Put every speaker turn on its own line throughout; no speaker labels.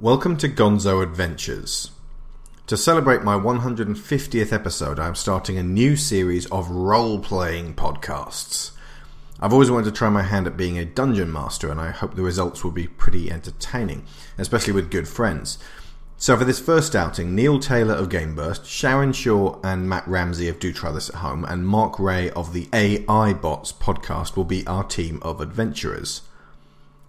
Welcome to Gonzo Adventures. To celebrate my 150th episode, I'm starting a new series of role playing podcasts. I've always wanted to try my hand at being a dungeon master, and I hope the results will be pretty entertaining, especially with good friends. So, for this first outing, Neil Taylor of Gameburst, Sharon Shaw and Matt Ramsey of Do Try This at Home, and Mark Ray of the AI Bots podcast will be our team of adventurers.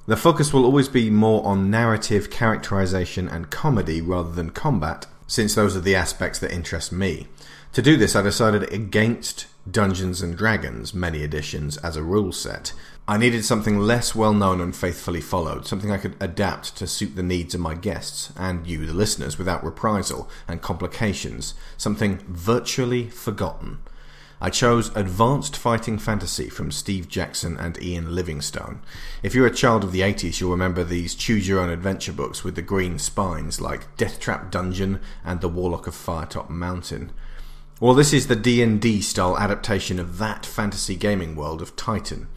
The focus will always be more on narrative, characterization, and comedy rather than combat, since those are the aspects that interest me. To do this, I decided against Dungeons and Dragons, many editions, as a rule set. I needed something less well known and faithfully followed, something I could adapt to suit the needs of my guests and you, the listeners, without reprisal and complications, something virtually forgotten. I chose Advanced Fighting Fantasy from Steve Jackson and Ian Livingstone. If you're a child of the 80s, you'll remember these choose your own adventure books with the green spines like Death Trap Dungeon and The Warlock of Firetop Mountain. Well, this is the D&D style adaptation of that fantasy gaming world of Titan.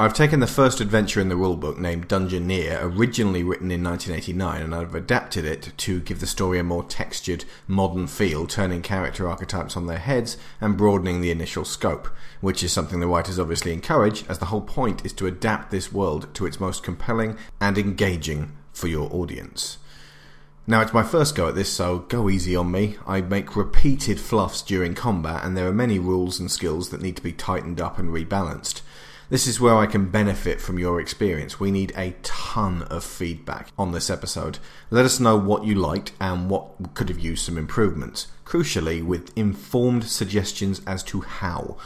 I've taken the first adventure in the rulebook named Dungeoneer, originally written in 1989, and I've adapted it to give the story a more textured, modern feel, turning character archetypes on their heads and broadening the initial scope, which is something the writers obviously encourage, as the whole point is to adapt this world to its most compelling and engaging for your audience. Now, it's my first go at this, so go easy on me. I make repeated fluffs during combat, and there are many rules and skills that need to be tightened up and rebalanced. This is where I can benefit from your experience. We need a ton of feedback on this episode. Let us know what you liked and what could have used some improvements. Crucially, with informed suggestions as to how.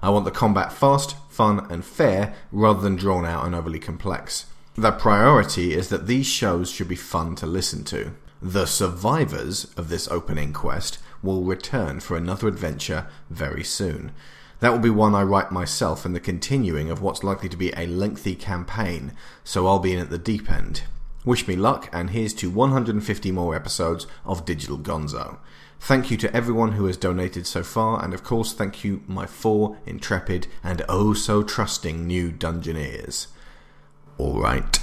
I want the combat fast, fun, and fair rather than drawn out and overly complex. The priority is that these shows should be fun to listen to. The survivors of this opening quest will return for another adventure very soon. That will be one I write myself and the continuing of what's likely to be a lengthy campaign, so I'll be in at the deep end. Wish me luck, and here's to 150 more episodes of Digital Gonzo. Thank you to everyone who has donated so far, and of course, thank you, my four intrepid and oh so trusting new Dungeoneers. All right,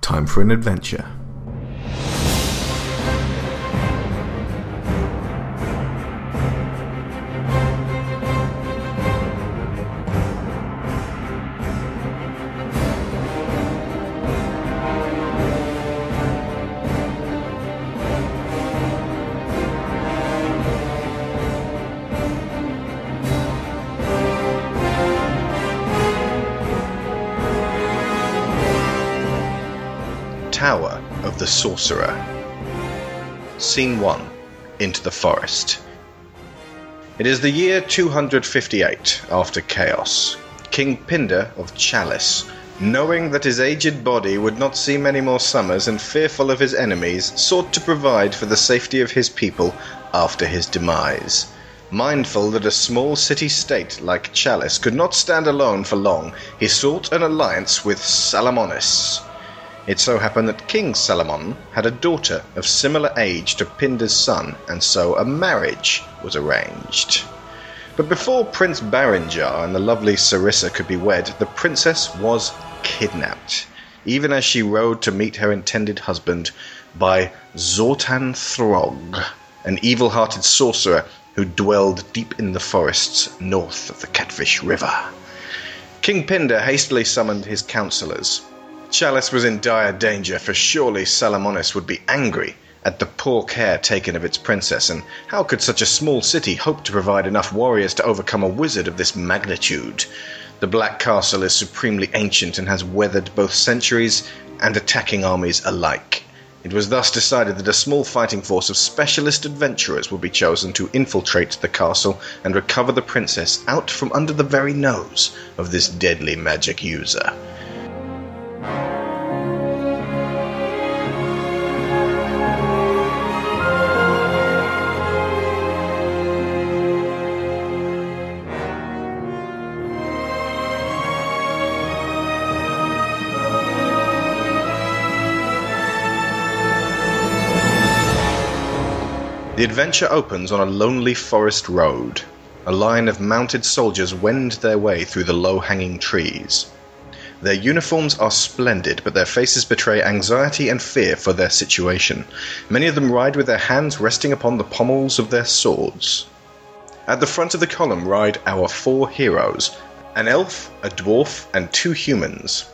time for an adventure. Tower of the Sorcerer. Scene 1 Into the Forest. It is the year 258 after Chaos. King Pindar of Chalice, knowing that his aged body would not see many more summers and fearful of his enemies, sought to provide for the safety of his people after his demise. Mindful that a small city state like Chalice could not stand alone for long, he sought an alliance with Salamonis. It so happened that King Salomon had a daughter of similar age to Pindar's son, and so a marriage was arranged. But before Prince Barinjar and the lovely Sarissa could be wed, the princess was kidnapped, even as she rode to meet her intended husband by Zortan Throg, an evil hearted sorcerer who dwelled deep in the forests north of the Catfish River. King Pindar hastily summoned his councillors. Chalice was in dire danger, for surely Salamonis would be angry at the poor care taken of its princess, and how could such a small city hope to provide enough warriors to overcome a wizard of this magnitude? The Black Castle is supremely ancient and has weathered both centuries and attacking armies alike. It was thus decided that a small fighting force of specialist adventurers would be chosen to infiltrate the castle and recover the princess out from under the very nose of this deadly magic user. The adventure opens on a lonely forest road. A line of mounted soldiers wend their way through the low hanging trees.
Their uniforms are splendid, but their faces betray anxiety and fear for their situation. Many of them ride with their hands resting upon the pommels of their swords. At the front of the column ride our four heroes an elf, a dwarf, and two humans.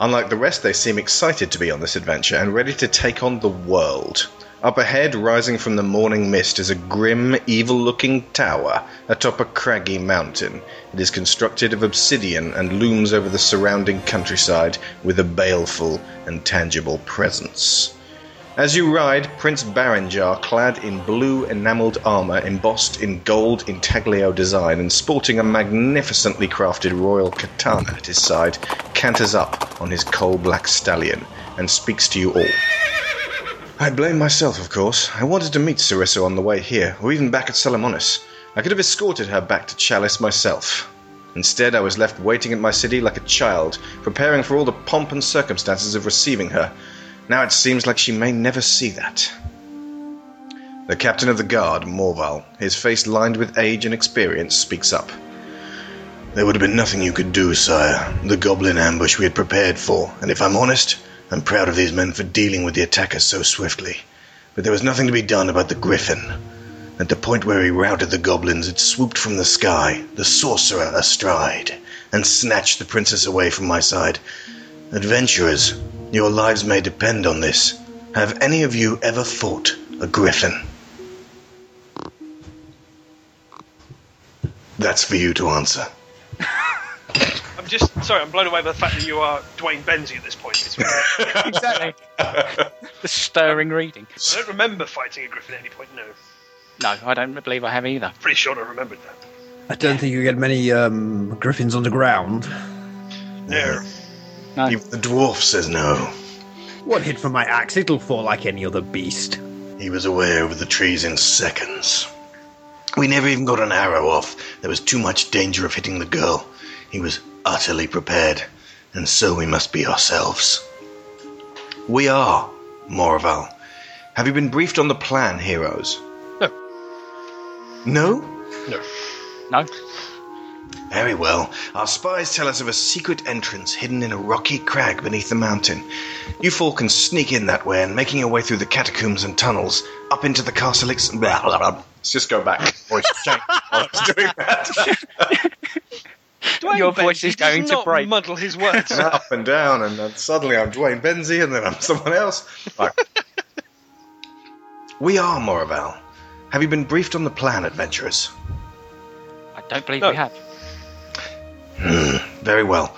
Unlike the rest, they seem excited to be on this adventure and ready to take on the world. Up ahead, rising from the morning mist, is a grim, evil looking tower atop a craggy mountain. It is constructed of obsidian and looms over the surrounding countryside with a baleful and tangible presence. As you ride, Prince Baranjar, clad in blue enamelled armour embossed in gold intaglio design and sporting a magnificently crafted royal katana at his side, canters up on his coal black stallion and speaks to you all. I blame myself, of course. I wanted to meet Sarissa on the way here, or even back at Salamonis. I could have escorted her back to Chalice myself. Instead, I was left waiting at my city like a child, preparing for all the pomp and circumstances of receiving her. Now it seems like she may never see that. The captain of the guard, Morval, his face lined with age and experience, speaks up. There would have been nothing you could do, sire. The goblin ambush we had prepared for, and if I'm honest, I'm proud of these men for dealing with the attacker so swiftly. But there was nothing to be done about the griffin. At the point where he routed the goblins, it swooped from the sky, the sorcerer astride, and snatched the princess away from my side. Adventurers, your lives may depend on this. Have any of you ever fought a griffin? That's for you to answer.
I'm just sorry. I'm blown away by the fact that you are Dwayne Benzie at this point. It's- I
Exactly. the stirring reading.
don't remember fighting a griffin at any point. No,
No, I don't believe I have either.
pretty sure I remembered that.
I don't think you get many um, griffins on the ground.
No,
No.
Even the dwarf says no.
One hit from my axe, it'll fall like any other beast.
He was away over the trees in seconds. We never even got an arrow off. There was too much danger of hitting the girl. He was utterly prepared, and so we must be ourselves. We are, Morval. Have you been briefed on the plan, heroes?
No.
No?
no.
No.
Very well. Our spies tell us of a secret entrance hidden in a rocky crag beneath the mountain. You four can sneak in that way and making your way through the catacombs and tunnels up into the castle. Ex- blah, blah, blah. Let's just go back. Voice change. I was doing that.
Dwayne
Your voice is
Benzie does
going to
not
break.
Muddle his words.
And
Uh,
up and down, and then suddenly I'm Dwayne Benzie, and then I'm someone else. Right. we are Moraval. Have you been briefed on the plan, adventurers?
I don't believe
No.
we have.
Very well.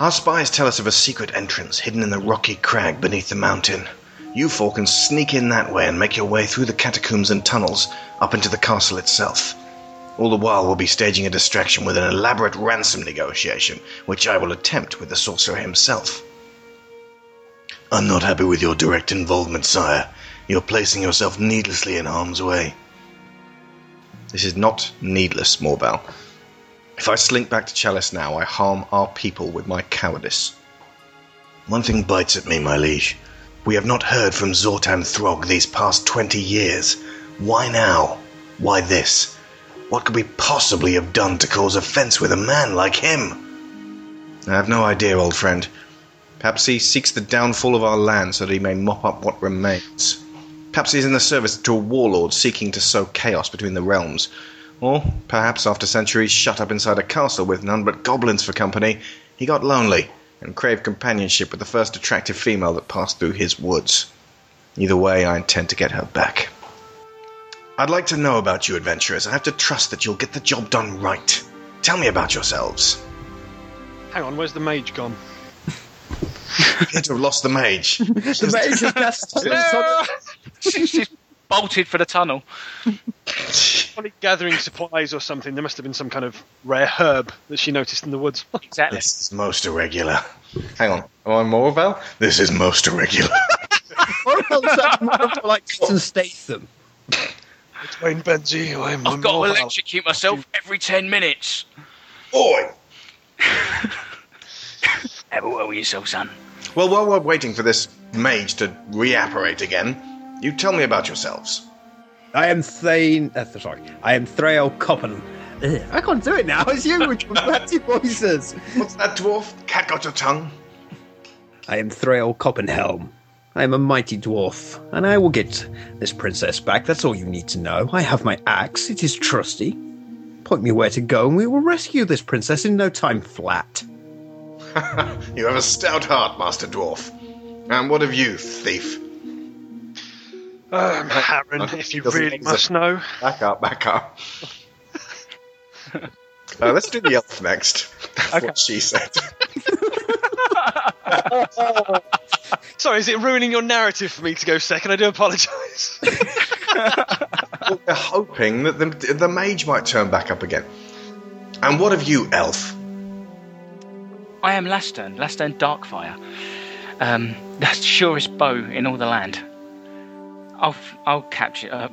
Our spies tell us of a secret entrance hidden in the rocky crag beneath the mountain. You four can sneak in that way and make your way through the catacombs and tunnels up into the castle itself. All the while, we'll be staging a distraction with an elaborate ransom negotiation, which I will attempt with the sorcerer himself. I'm not happy with your direct involvement, sire. You're placing yourself needlessly in harm's way. This is not needless, Morbal. If I slink back to Chalice now, I harm our people with my cowardice. One thing bites at me, my liege. We have not heard from Zortan Throg these past twenty years. Why now? Why this? What could we possibly have done to cause offense with a man like him? I have no idea, old friend. Perhaps he seeks the downfall of our land so that he may mop up what remains. Perhaps he's in the service to a warlord seeking to sow chaos between the realms. Or perhaps after centuries shut up inside a castle with none but goblins for company, he got lonely and craved companionship with the first attractive female that passed through his woods. Either way, I intend to get her back. I'd like to know about you, adventurers. I have to trust that you'll get the job done right. Tell me about yourselves.
Hang on, where's the mage gone?
You'd have lost the mage.
The mage has cast silence on-
She's bolted for the tunnel.
Probably gathering supplies or something. There must have been some kind of rare herb that she noticed in the woods.
Exactly.
This is most irregular. Hang on. Am I more, Val? This is most irregular.
Morval's that Morval like Jason Statham.
Dwayne Benzie, I'm
I've got to electrocute myself every 10 minutes.
Oi!
Have a word with Eh, yourself, son.
Well, while we're waiting for this mage to reapparate again, you tell me about yourselves.
I am Thane. Uh, sorry, I am Thrail Coppen, Ugh, I can't do it now. It's you with your ratty voices.
What's that dwarf? Cat got your tongue.
I am Thrail Coppenhelm. I am a mighty dwarf, and I will get this princess back. That's all you need to know. I have my axe, it is trusty. Point me where to go, and we will rescue this princess in no time flat.
You have a stout heart, Master Dwarf. And what of you, thief?
Um, Harren,
Okay,
if you
doesn't
really
exist.
must know.
Back up, back up. Uh, let's do the elf next. That's
Okay.
what she said.
Sorry, is it ruining your narrative for me to go second? I do apologise.
We're hoping that the, the mage might turn back up again. And what of you, elf?
I am Lastern, Lastern Darkfire. Um, that's the surest bow in all the land. I'll, I'll capture. Uh,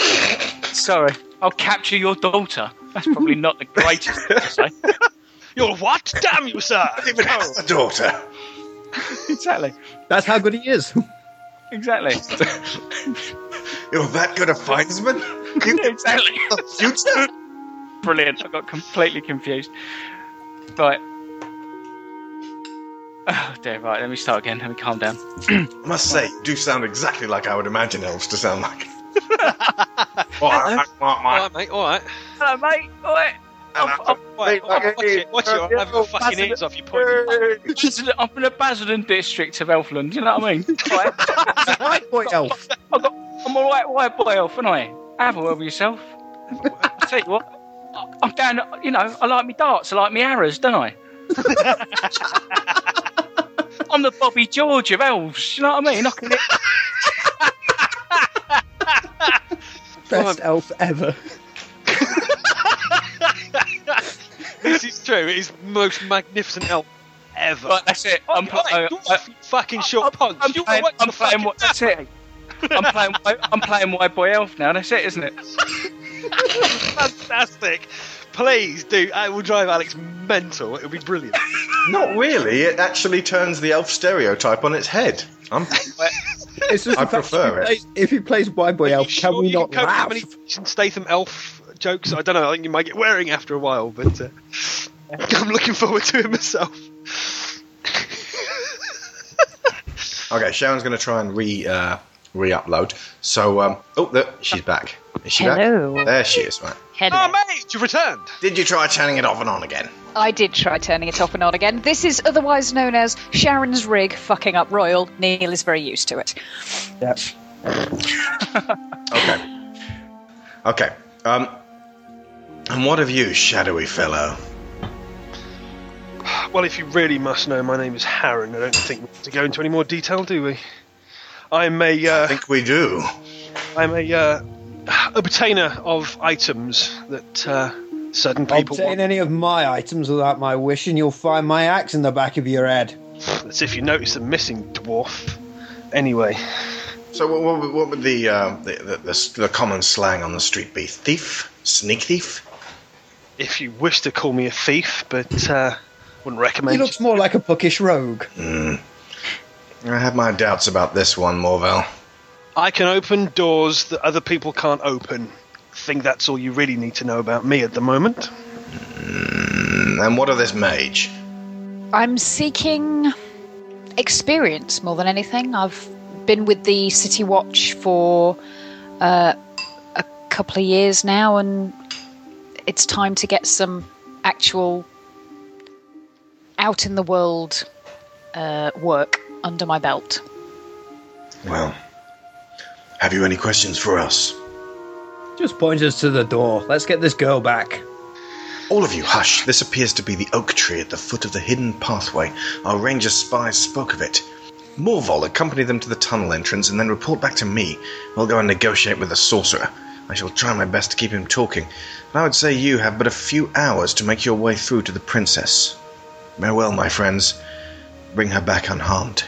sorry, I'll capture your daughter. That's probably not the greatest thing to say.
You're what? Damn you, sir!
Even has a daughter.
Exactly,
That's how good he is.
exactly,
You're that good a findsman? You can
exactly.
tell the future?
Brilliant. I got completely confused. Right. Oh dear. Right. Let me start again. Let me calm down.
I must say, you do sound exactly like I would imagine elves to sound like. All right, all right, all right.
Alright, mate, alright. Oh,
Hello, mate. Oi.
Oh,
I've- I've-
Alright,
Mate,
watch it, watch it, I'll have your fucking ears off your point.
Basildon- I'm in the Basildon district of Elfland. You know what I mean? Right.
White boy elf.
I've got, I'm all right, white boy elf, aren't I? Have a word with yourself. I tell you what, I- I'm down. You know, I like me darts, I like me arrows, don't I? I'm the Bobby George of elves. You know what I mean? I can hit
Best elf ever.
This is true, it is the most magnificent elf ever.
But that's it. I'm, pl-
Alright,
uh,
you fucking short
I'm,
punch.
I'm
you
playing.
were
I'm
the fucking
playing. What, that's it. I'm playing. I'm playing white boy elf now. That's it, isn't it?
Fantastic. Please do. I will drive Alex mental. It'll be brilliant.
Not really. It actually turns the elf stereotype on its head. I'm
It's just
I
the fact
prefer
if he, plays, if he plays white boy elf,
Sure,
can we
you
not
cope with
laugh?
many Jason Statham elf jokes. I don't know. I think you might get wearing after a while, but uh, I'm looking forward to it myself.
okay. Sharon's going to try and re uh, re-upload. So, um, oh, there, she's back. Is she
Hello.
back? There she is. Right.
Hello.
Oh, mate, you returned.
Did you try turning it off and on again?
I did try turning it off and on again. This is otherwise known as Sharon's rig fucking up royal. Neil is very used to it.
Yep.
Okay. Okay. Um, and what of you, shadowy fellow?
Well, if you really must know, my name is Harren. I don't think we need to go into any more detail, do we? I'm a
I
uh,
think we do.
I'm a uh, obtainer of items that uh, certain people
Obtain
want.
any of my items without my wish, and you'll find my axe in the back of your head.
That's if you notice the missing dwarf. Anyway,
So, what, what, would- what would the, uh, the, the, the s- the common slang on the street be? Thief, sneak thief.
if you wish to call me a thief, but uh, wouldn't recommend.
He
it.
looks more like a bookish rogue.
Hmm. I have my doubts about this one, Morvel.
I can open doors that other people can't open. I think that's all you really need to know about me at the moment.
Mm, And what of this mage?
I'm seeking experience more than anything. I've been with the City Watch for uh, a couple of years now, and it's time to get some actual out in the world uh, work under my belt.
Well, have you any questions for us?
Just point us to the door. Let's get this girl back.
All of you, hush. This appears to be the oak tree at the foot of the hidden pathway. Our ranger spies spoke of it. Morvol, accompany them to the tunnel entrance and then report back to me. We'll go and negotiate with the sorcerer. I shall try my best to keep him talking, but I would say you have but a few hours to make your way through to the princess. Farewell, my friends. Bring her back unharmed.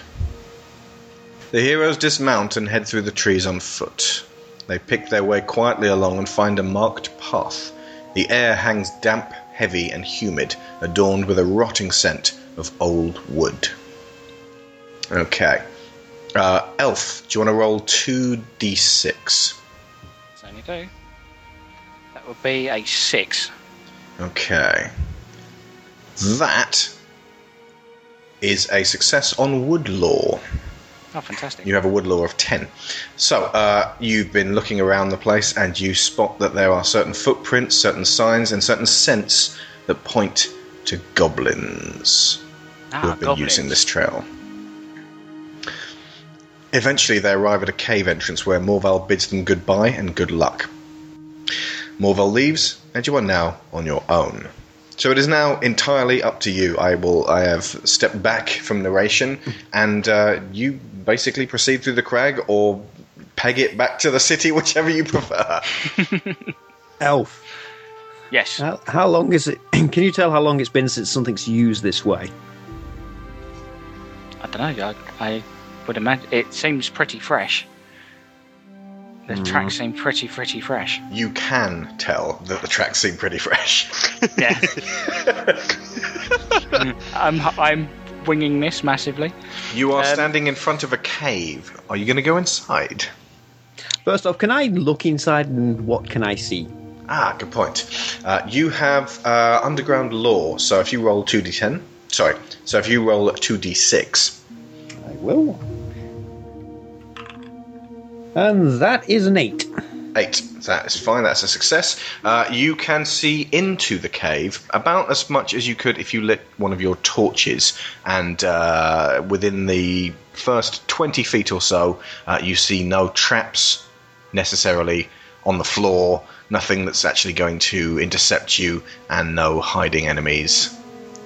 The heroes dismount and head through the trees on foot. They pick their way quietly along and find a marked path. The air hangs damp, heavy, and humid, adorned with a rotting scent of old wood. Okay. Uh, Elf, do you want to roll 2d6?
So you do. That would be a six.
Okay. That is a success on wood law.
Oh, fantastic.
You have a wood law of 10. So, uh, you've been looking around the place and you spot that there are certain footprints, certain signs, and certain scents that point to goblins who
ah,
have been
goblins.
using this trail. Eventually, they arrive at a cave entrance where Morval bids them goodbye and good luck. Morval leaves, and you are now on your own. So it is now entirely up to you. I will. I have stepped back from narration, and uh, you basically proceed through the crag or peg it back to the city, whichever you prefer.
Elf,
Yes.
how, how long is it? Can you tell how long it's been since something's used this way?
I don't know. I, I would imagine it seems pretty fresh. The
Mm.
tracks seem pretty, pretty fresh.
You can tell that the tracks seem pretty fresh.
Yeah. I'm, I'm winging this massively.
You are
Um,
standing in front of a cave. Are you going to go inside?
First off, can I look inside and what can I see?
Ah, good point. Uh, you have uh, underground law, so if you roll 2d10, sorry, so if you roll 2d6,
I will. And that is an eight.
8, so that is fine, that's a success. Uh, you can see into the cave about as much as you could if you lit one of your torches, and uh, within the first 20 feet or so, uh, you see no traps necessarily on the floor, nothing that's actually going to intercept you, and no hiding enemies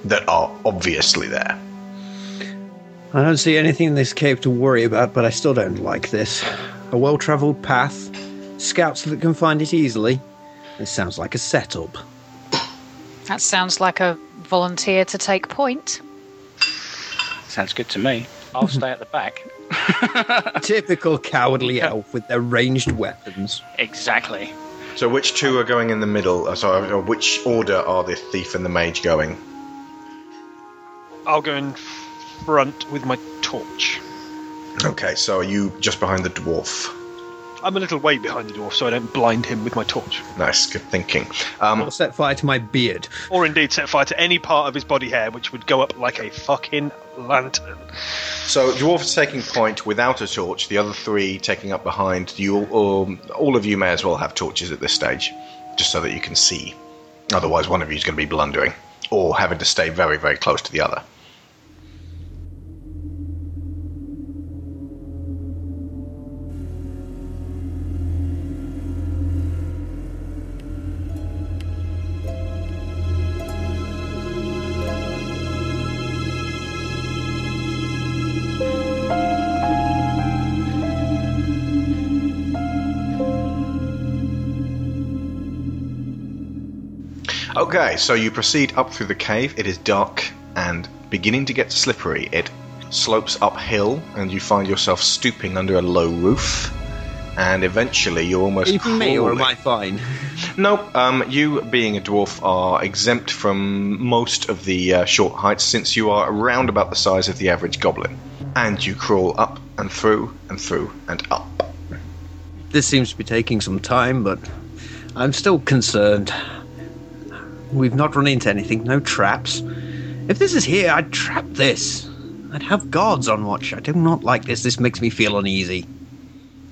that are obviously there.
I don't see anything in this cave to worry about, but I still don't like this. A well travelled path, scouts that can find it easily. This sounds like a setup.
That sounds like a volunteer to take point.
Sounds good to me. I'll stay at the back.
Typical cowardly elf with their ranged weapons.
Exactly.
So, which two are going in the middle? Uh, Sorry, uh, which order are the thief and the mage going?
I'll go in front with my torch.
Okay, so are you just behind the dwarf?
I'm a little way behind the dwarf, so I don't blind him with my torch,
Nice, good thinking. Um,
I'll set fire to my beard.
or indeed set fire to any part of his body hair, which would go up like a fucking lantern.
so, dwarf is taking point without a torch. The other three taking up behind. You, all- um, all of you, may as well have torches at this stage, just so that you can see. Otherwise, one of you is going to be blundering or having to stay very, very close to the other. Okay, so you proceed up through the cave. It is dark and beginning to get slippery. It slopes uphill, and you find yourself stooping under a low roof. And eventually, you're almost
Even me, or am
crawling.
I fine?
No, um, you being a dwarf are exempt from most of the uh, short heights since you are around about the size of the average goblin. And you crawl up and through and through and up.
This seems to be taking some time, but I'm still concerned. We've not run into anything, no traps. If this is here, I'd trap this. I'd have guards on watch. I do not like this. This makes me feel uneasy.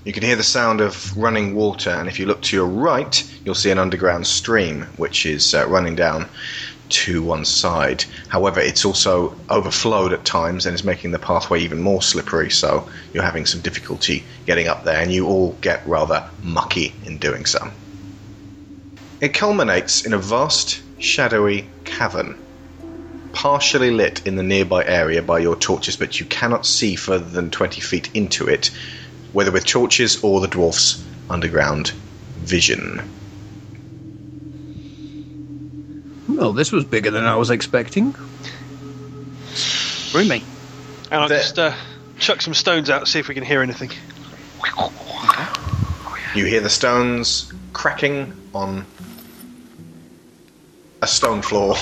You can hear the sound of running water, and if you look to your right, you'll see an underground stream which is uh, running down to one side. However, it's also overflowed at times and is making the pathway even more slippery, so you're having some difficulty getting up there, and you all get rather mucky in doing so. It culminates in a vast, shadowy cavern, partially lit in the nearby area by your torches, but you cannot see further than 20 feet into it whether with torches or the dwarf's underground vision.
Well, this was bigger than I was expecting.
Roomy.
And I'll
There-
just uh, chuck some stones out, see if we can hear anything.
You hear the stones cracking on a stone floor,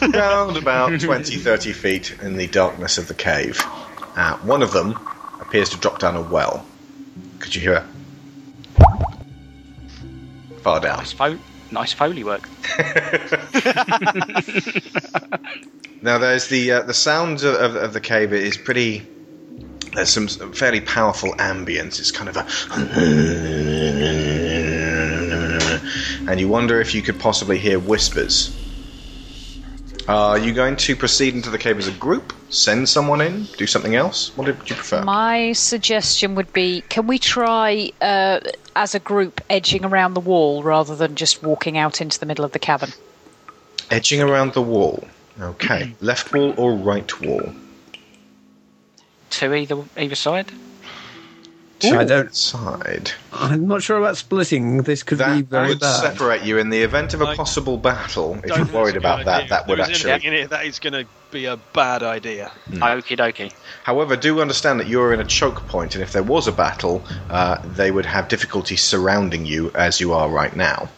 round about 20, 30 feet in the darkness of the cave. Uh, one of them appears to drop down a well. Could you hear a far down?
Nice, fo- nice foley work.
Now, there's the uh, the sounds of, of, of the cave is pretty. There's some s- fairly powerful ambience. It's kind of a, and you wonder if you could possibly hear whispers. Are you going to proceed into the cave as a group? Send someone in? Do something else? What would you prefer?
My suggestion would be can we try uh, as a group edging around the wall rather than just walking out into the middle of the cavern?
Edging around the wall. Okay,
Hmm.
left wall or right wall?
Two either either side.
I don't.
Side.
I'm not sure about splitting. This could be
That
very
would
bad.
separate you in the event of a
Like-
possible battle. If
Don't
you're
think
worried
that's a good
about that,
idea.
that
If
would
there was
actually. Hmm.
anything in it, that is going to be a bad idea.
Okie dokie.
However, do understand that you're in a choke point, and if there was a battle, uh, they would have difficulty surrounding you as you are right now.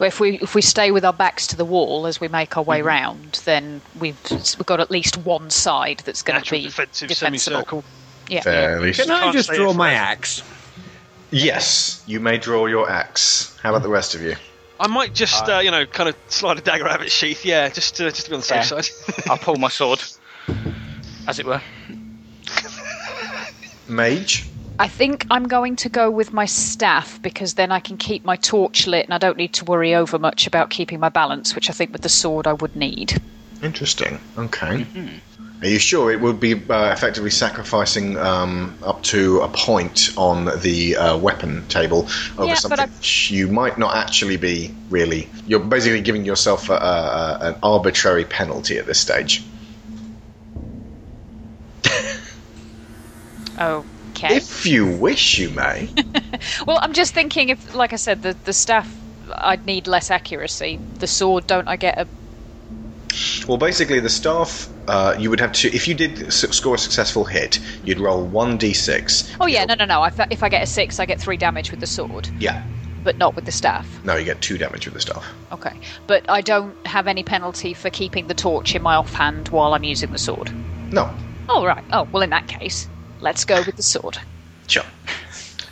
Well, If we if we stay with our backs to the wall as we make our
Mm-hmm.
way round, then we've we've got at least one side that's going to
Natural
be
defensive
defensible.
semicircle.
Yeah.
Fairly.
Can I
Can't
just
say
draw
it's
my
nice.
axe?
Yes, you may draw your axe. How about the rest of you?
I might just, uh, you know, kind of slide a dagger out of its sheath. Yeah, just to, just to be on the safe
Yeah.
side.
I'll pull my sword, as it were.
Mage?
I think I'm going to go with my staff because then I can keep my torch lit and I don't need to worry over much about keeping my balance, which I think with the sword I would need.
Interesting. Okay.
Mm-hmm.
Are you sure it would be uh, effectively sacrificing um, up to a point on the uh, weapon table over
Yeah, but
something
I-
which you might not actually be really? You're basically giving yourself a, a, a- an arbitrary penalty at this stage.
Oh,
Okay.
If you wish, you may.
Well, I'm just thinking if, like I said, the the staff I'd need less accuracy. The sword, don't I get a?
Well, basically, the staff uh, you would have to. If you did s- score a successful hit, you'd roll one d6.
Oh yeah, no, no, no. If I, if I get a six, I get three damage with the sword,
Yeah.
but not with the staff.
No, you get two damage with the staff.
Okay, but I don't have any penalty for keeping the torch in my offhand while I'm using the sword.
No.
All right. Oh well, in that case, let's go with the sword.
Sure.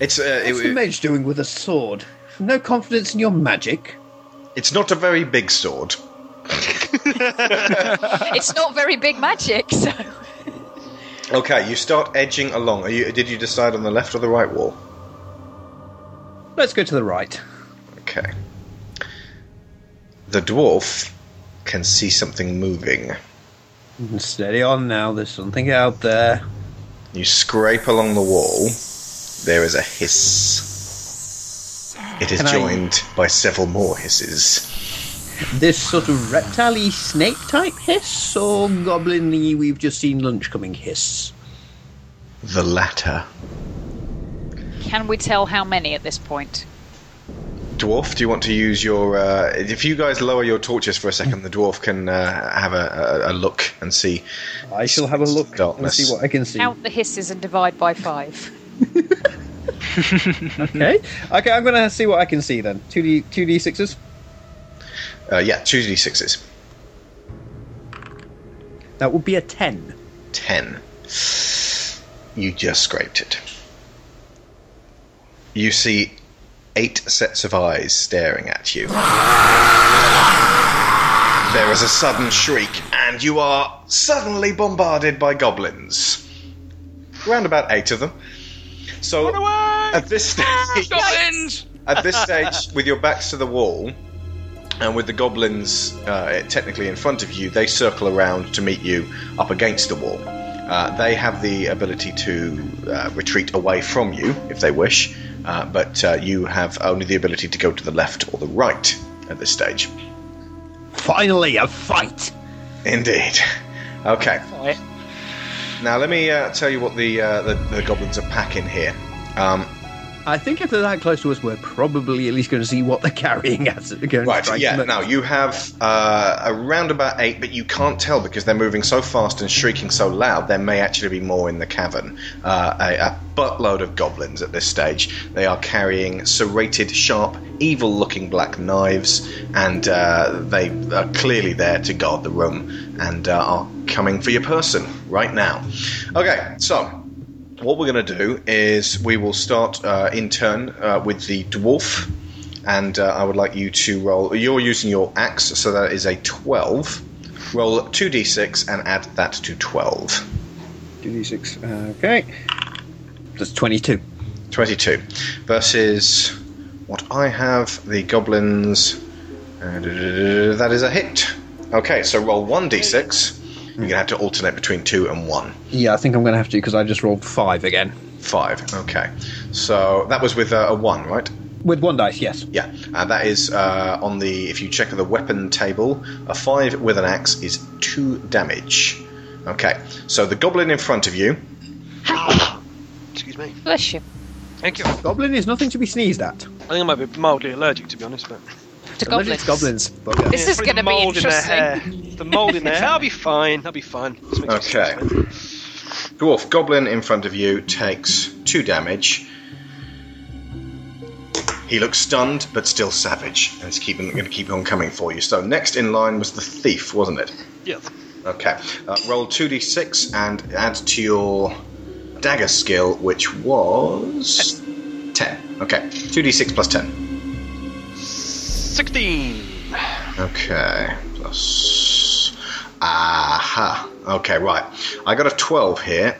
It's uh, it,
What's the mage doing with a sword? No confidence in your magic.
it's not a very big sword.
it's not very big magic, so
Okay, you start edging along. Are you, did you decide on the left or the right wall?
Let's go to the right.
Okay. The dwarf can see something moving.
Mm-hmm. Steady on now. There's something out there.
You scrape along the wall. There is a hiss. It is
Can I-
joined by several more hisses.
This sort of reptile snake type hiss or goblin we've just seen lunch coming hiss?
The latter.
can we tell how many at this point?
Dwarf, do you want to use your? Uh, if you guys lower your torches for a second, the dwarf can uh, have a, a, a look and see.
I shall have a look
Darkness.
and see what I can see.
Count the hisses and divide by five.
Okay. Okay, I'm gonna see what I can see then. Two D two D sixes.
Uh, yeah, two d sixes.
That would be a ten.
Ten. You just scraped it. You see eight sets of eyes staring at you. There is a sudden shriek, and you are suddenly bombarded by goblins. Round about eight of them. So at this stage,
Goblins!
at this stage, with your backs to the wall, and with the goblins uh, technically in front of you, they circle around to meet you up against the wall. Uh, they have the ability to uh, retreat away from you if they wish, uh, but uh, you have only the ability to go to the left or the right at this stage.
Finally a fight!
Indeed. Okay.
Right.
Now let me uh, tell you what the, uh, the the goblins are packing here. Um,
I think if they're that close to us, we're probably at least going to see what they're carrying at it. Going to
Right,
strike
yeah,
them at-
now you have uh, around about eight, but you can't tell because they're moving so fast and shrieking so loud, there may actually be more in the cavern. Uh, a, a buttload of goblins at this stage. They are carrying serrated, sharp, evil looking black knives, and uh, they are clearly there to guard the room and uh, are coming for your person right now. Okay, so what we're going to do is we will start uh, in turn uh, with the dwarf and uh, I would like you to roll. You're using your axe, so that is a 12. Roll 2d6 and add that to 12.
2d6. Okay. That's 22.
22 versus what I have, the goblins. Uh, that is a hit. Okay, so roll 1d6. You're going to have to alternate between 2 and 1.
Yeah, I think I'm going to have to because I just rolled 5 again.
5. Okay. So that was with uh, a 1, right?
With one dice, yes.
Yeah, uh, that is uh, on the. If you check the weapon table, a five with an axe is two damage. Okay, so the goblin in front of you.
Excuse me.
Bless you.
Thank you. I
Goblin is nothing to be sneezed at.
think I might be mildly allergic, to be honest, but
To
Unless
goblins.
it's goblins. bugger.
This
Yeah,
is
probably
going to
the
be
mould in their hair.
interesting.
The mold in there. I'll be fine. I'll be fine. Just make sure
Okay.
it's fine.
Dwarf goblin in front of you takes two damage. He looks stunned, but still savage, and it's keeping going to keep on coming for you. So next in line was the thief, wasn't it?
Yeah.
Okay, uh, roll two d six and add to your dagger skill, which was ten. Okay, two d six plus ten.
16.
Okay. Plus. Aha. Okay, right. I got a 12 here.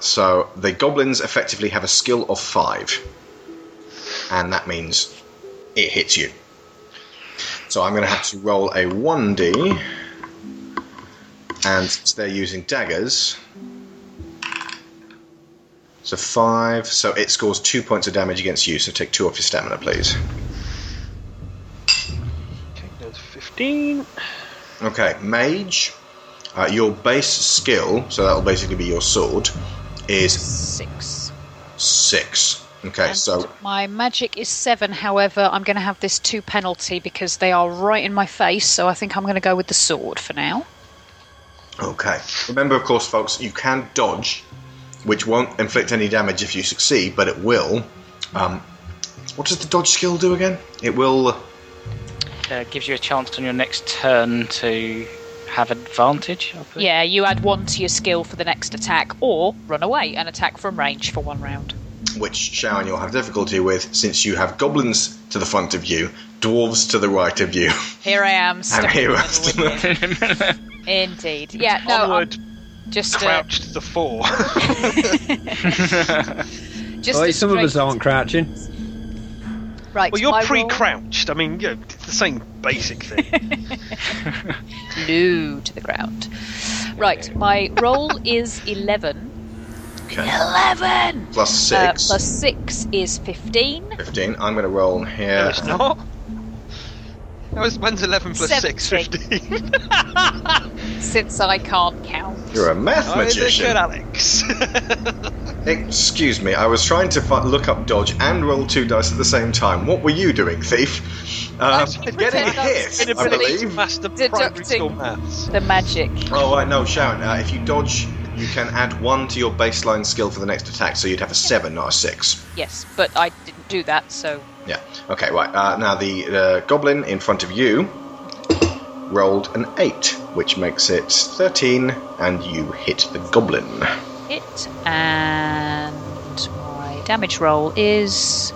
So the goblins effectively have a skill of 5. And that means it hits you. So I'm going to have to roll a 1d. And since they're using daggers. So 5. So it scores 2 points of damage against you. So take 2 off your stamina, please.
Okay, there's 15.
Okay, mage. Uh, your base skill, so that'll basically be your sword, is
Six.
six. Okay,
And
so
my magic is seven. However, I'm going to have this two penalty because they are right in my face. So I think I'm going to go with the sword for now.
okay. Remember, of course, folks, you can dodge, which won't inflict any damage if you succeed, but it will. Um, what does the dodge skill do again? It will.
Uh, gives you a chance on your next turn to have advantage. Uh, I think.
Yeah, you add one to your skill for the next attack, or run away and attack from range for one round.
which Sharon you'll have difficulty with since you have goblins to the front of you, dwarves to the right of you,
Here I am.
and
stuck in the
heroes.
middle with you. Indeed. Yeah. No. I'm
Onward,
just uh,
crouched the 4.
just
Oh,
a
some of us
straight-
aren't crouching.
Right.
well, you're
my
pre
roll-
crouched. I mean, you know, it's the same basic thing.
Glue to the ground. Right. My roll is eleven.
okay,
Eleven.
plus
Uh,
six.
plus six is fifteen.
15. I'm going to roll here.
No, it's not. That was, when's 11 plus 6?
Seventeen.
15.
Since I can't count.
You're a math
Oh, is it
magician.
good, Alex?
Excuse me, I was trying to fi- look up dodge and roll two dice at the same time. What were you doing, thief? Uh,
pretend
getting
I was
hit, I
inability
believe.
master primary
Deducting.
school maths.
The magic.
Oh, right, no, Sharon, uh, if you dodge, you can add one to your baseline skill for the next attack, so you'd have a seven, not a six.
Yes, but I didn't do that, so
Yeah. Okay, right. Uh, now, the uh, goblin in front of you rolled an eight, which makes it 13, and you hit the goblin.
hit. And my damage roll is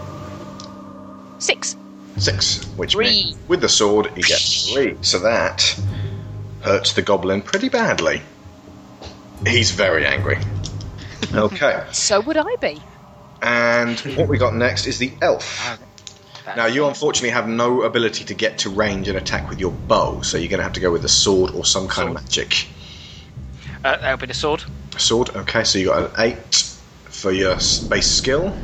six.
Six, which
Three.
means with the sword you get three. So that hurts the goblin pretty badly. He's very angry. Okay,
So would I be?
and what we got next is the elf. Now you unfortunately have no ability to get to range and attack with your bow, so you're going to have to go with a sword or some kind of magic.
Uh, that'll be the sword.
Sword. Okay, so you got an eight for your s- base skill.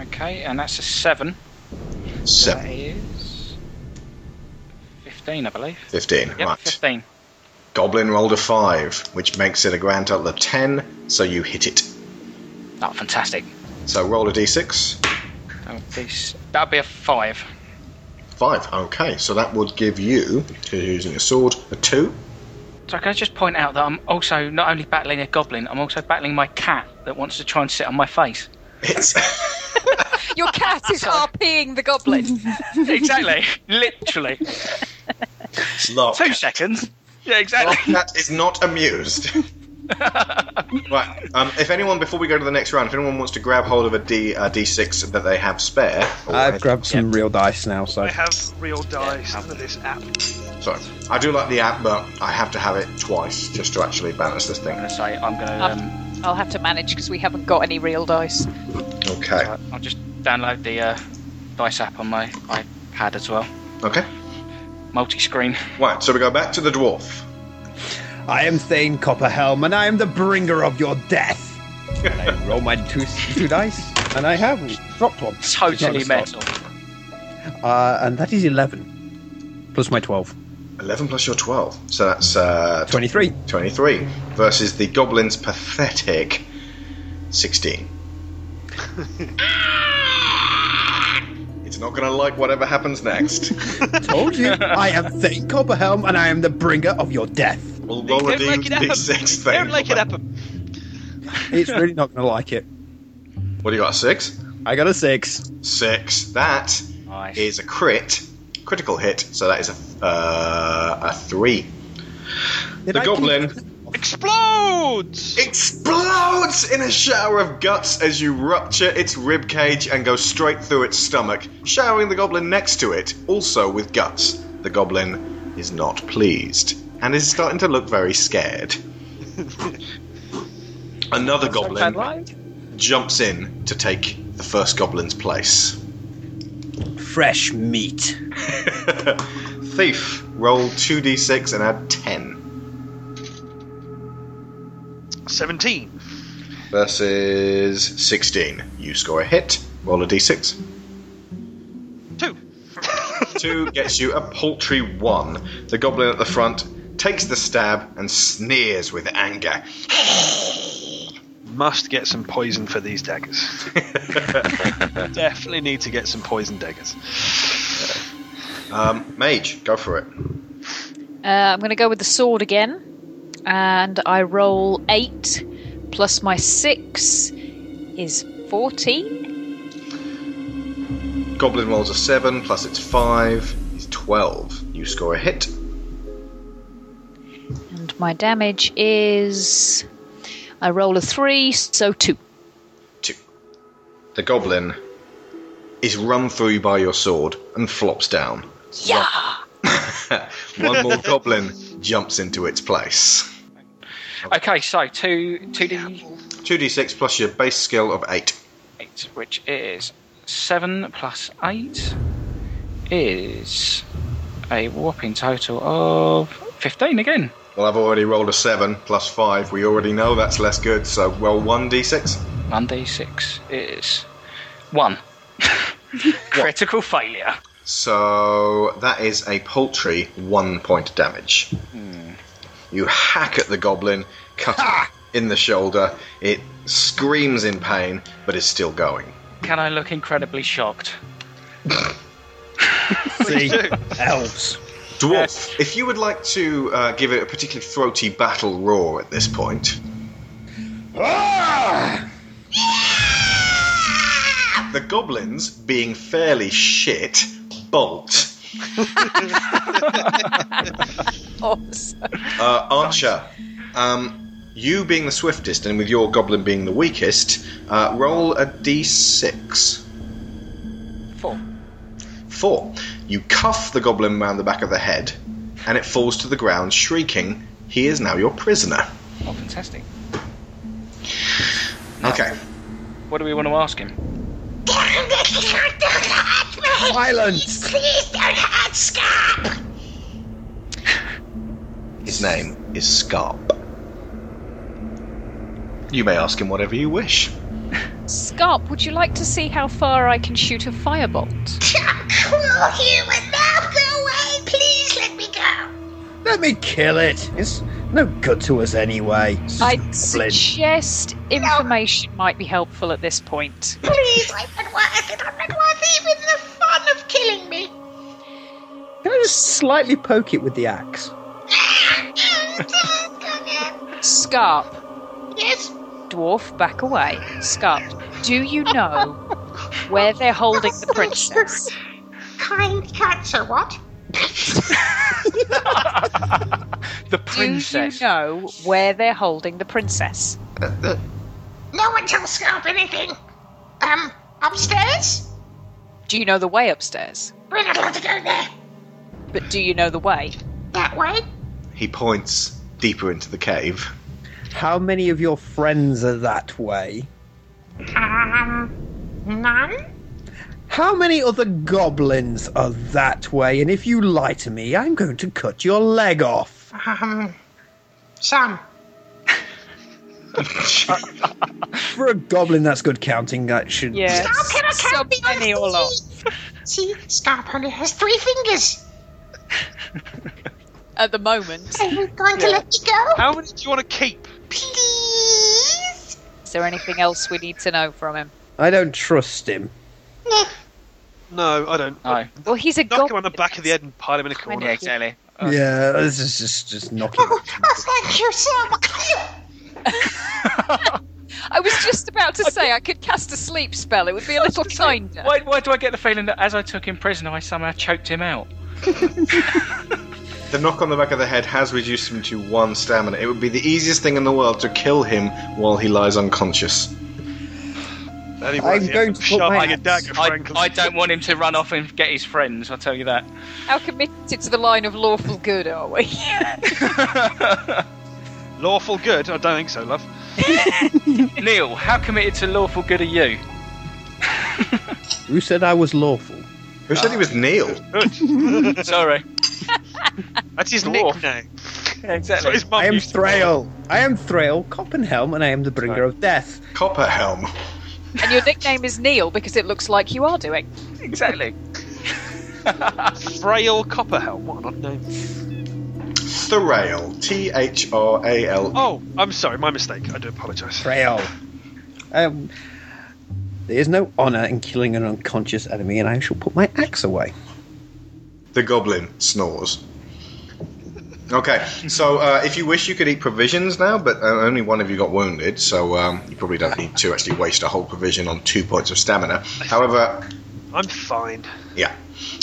Okay, and that's a seven. So That
Seven.
is fifteen, I believe.
Fifteen.
Yep,
right.
fifteen.
Goblin rolled a five, which makes it a grand total of ten. So you hit it.
Oh, fantastic.
So roll a d6.
That'll be, s- that'll be a five.
Five. Okay, so that would give you, if you're using a sword, a two.
So can I just point out that I'm also not only battling a goblin, I'm also battling my cat that wants to try and sit on my face.
It's
Your cat is RPing the goblin.
exactly. Literally.
love.
Two seconds. Yeah, exactly.
That is not amused. Right. Um, if anyone, before we go to the next round, if anyone wants to grab hold of a D uh, D6 that they have spare, or
I've
had-
grabbed some real dice now, so
I have real dice under this app.
Sorry, I do like the app, but I have to have it twice just to actually balance this thing.
I'm gonna say I'm gonna. Um,
I'll have to manage because we haven't got any real dice.
Okay.
I- I'll just download the uh, dice app on my iPad as well.
Okay.
Multi-screen.
Right. So we go back to the dwarf.
I am Thane Copperhelm, and I am the bringer of your death. and I roll my two, two dice, and I have dropped one.
Totally
It's not a
metal.
start. Uh, and that is 11, plus my 12.
Eleven plus your twelve, so that's uh,
23.
twenty-three versus the goblin's pathetic sixteen. it's not going to like whatever happens next.
Told you. I am Thane Copperhelm, and I am the bringer of your death.
We'll roll a
Don't make it happen.
d6 thing.
Don't make it happen.
It's really not going to like it.
What do you got? A six?
I got a 6.
Six. That
Nice.
is a crit, critical hit. So that is a uh, a three.
Did
The
I keep-
goblin
Explodes!
explodes in a shower of guts as you rupture its rib cage and go straight through its stomach, showering the goblin next to it also with guts. The goblin is not pleased and is starting to look very scared. Another goblin jumps in to take the first goblin's place.
Fresh meat.
Thief, roll 2d6 and add 10.
17.
Versus 16. You score a hit, roll a d6.
2.
2 gets you a paltry 1. The goblin at the front takes the stab and sneers with anger.
Must get some poison for these daggers. Definitely need to get some poison daggers.
Um, mage, go for it.
Uh, I'm going to go with the sword again, and I roll eight plus my six is fourteen.
Goblin rolls a 7 plus its 5 is 12. You score a hit.
And my damage is. I roll a three, so two.
Two. The goblin is run through by your sword and flops down.
Yeah!
One more goblin jumps into its place.
Okay, so two two D
2d6 plus your base skill of 8.
eight, which is seven plus eight is a whopping total of fifteen again.
Well, I've already rolled a 7 plus 5. We already know that's less good, so roll 1d6.
One D six is one. Critical failure.
So that is a paltry 1 point of damage. You hack at the goblin, cut it in the shoulder. It screams in pain, but is still going.
Can I look incredibly shocked?
See? Elves.
Dwarf, if you would like to uh, give it a particularly throaty battle roar at this point,
Ah!
the goblins, being fairly shit, bolt.
Awesome.
Uh, Archer, um, you being the swiftest and with your goblin being the weakest, uh, roll a d6.
Four.
Four. You cuff the goblin round the back of the head, and it falls to the ground shrieking, He is now your prisoner.
Oh, fantastic.
Okay.
What do we want to ask him?
Silence!
His name is Scarp. You may ask him whatever you wish.
Scarp, would you like to see how far I can shoot a firebolt?
cruel human. Now go away. Please let me go.
Let me kill it. It's no good to us anyway. It's just a
I
goblin.
suggest information might be helpful at this point.
Please, I'm not worth it. I'm not worth even the fun of killing me.
Can I just slightly poke it with the axe?
Scarp,
yes.
Dwarf, back away. Scarp, do you know where they're holding the princess?
Kind cat, so what?
The
Do you
princess.
know where they're holding the princess?
No one telescope anything. Um, upstairs?
Do you know the way upstairs?
We're not allowed to go there.
But do you know the way?
That way?
He points deeper into the cave.
How many of your friends are that way?
Um, none?
How many other goblins are that way? And if you lie to me, I'm going to cut your leg off.
Um, some.
For a goblin, that's good counting. That should.
Stop, can I
So
count the
many
eyes?
or lot.
See, Scarp only has three fingers.
At the moment,
Are you going to let me go?
How many do you want to keep?
Please?
is there anything else we need to know from him?
I don't trust him.
Nah.
No, I don't.
No.
Well, he's a
Knock
god.
him on the back of the head and pile him in a corner.
Yeah, exactly. Uh,
yeah, this is just just knocking.
Oh, oh, thank you so much.
I was just about to say I could cast a sleep spell. It would be a little kinder.
Why, why do I get the feeling that as I took him prisoner, I somehow choked him out?
The knock on the back of the head has reduced him to one stamina. It would be the easiest thing in the world to kill him while he lies unconscious.
Anyway,
I'm going to put
sharp
my
like a
axe-
dagger,
I,
frankly.
I don't want him to run off and get his friends, I'll tell you that.
How committed to the line of lawful good are we?
Lawful good? I don't think so, love.
Neil, how committed to lawful good are you?
Who said I was lawful?
Who said he was Neil?
Sorry.
That's his
Dwarf.
nickname. That's
exactly.
what his mum
I am
used to call him.
Thrail. I am Thrail Coppenhelm, and I am the bringer of death.
Copper Helm.
and your nickname is Neil because it looks like you are doing.
Exactly.
Thrail Copperhelm. What an odd name.
Thrail. T H R A L.
Oh, I'm sorry, my mistake. I do apologise.
Thrail. Um, there is no honor in killing an unconscious enemy, and I shall put my axe away.
The goblin snores. Okay, so uh, if you wish, you could eat provisions now, but uh, only one of you got wounded, so um, you probably don't need to actually waste a whole provision on two points of stamina. However,
I'm fine.
yeah.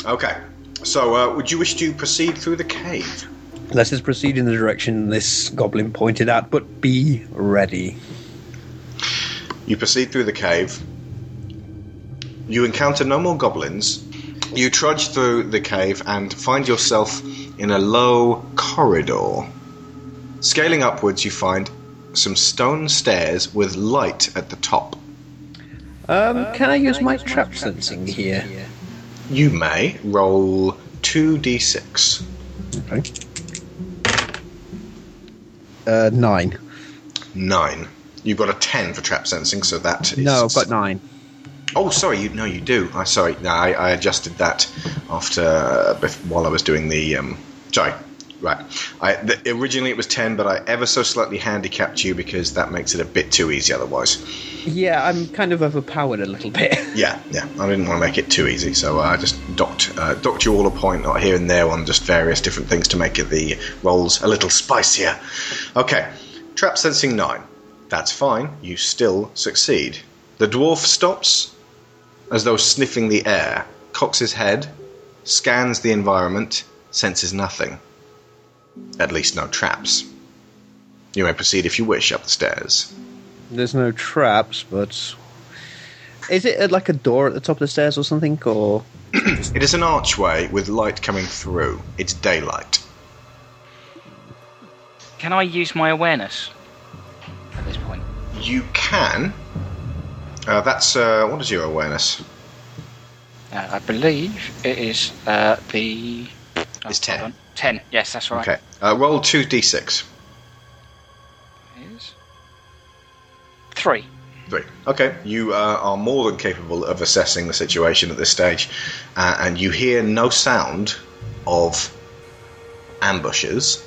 Okay, so uh, would you wish to proceed through the cave?
Let us proceed in the direction this goblin pointed at, but be ready.
You proceed through the cave. You encounter no more goblins. You trudge through the cave and find yourself in a low corridor. Scaling upwards, you find some stone stairs with light at the top.
Um, can I use my trap sensing here?
You may roll 2d6.
Okay. Uh, nine.
9. You've got a 10 for trap sensing, so that is.
No, I've got nine.
Oh, sorry. You no, you do. I sorry. No, I, I adjusted that after uh, bef- while I was doing the. Um, sorry. Right. I, the, originally it was ten, but I ever so slightly handicapped you because that makes it a bit too easy otherwise.
Yeah, I'm kind of overpowered a little bit.
Yeah, yeah. I didn't want to make it too easy, so uh, I just docked uh, docked you all a point or here and there on just various different things to make it the rolls a little spicier. Okay, trap sensing nine. That's fine. You still succeed. The dwarf stops, as though sniffing the air, cocks his head, scans the environment, senses nothing. At least no traps. You may proceed if you wish up the stairs.
There's no traps, but is it uh, like a door at the top of the stairs or something? Or
It is an archway with light coming through. It's daylight.
Can I use my awareness at this point?
You can. Uh, that's uh, what is your awareness?
Uh, I believe it is uh, the. oh,
It's 10.
hold on. 10, yes, that's right.
Okay. Uh, roll two d6.
It is. 3.
Three. Okay. You uh, are more than capable of assessing the situation at this stage, uh, and you hear no sound of ambushes,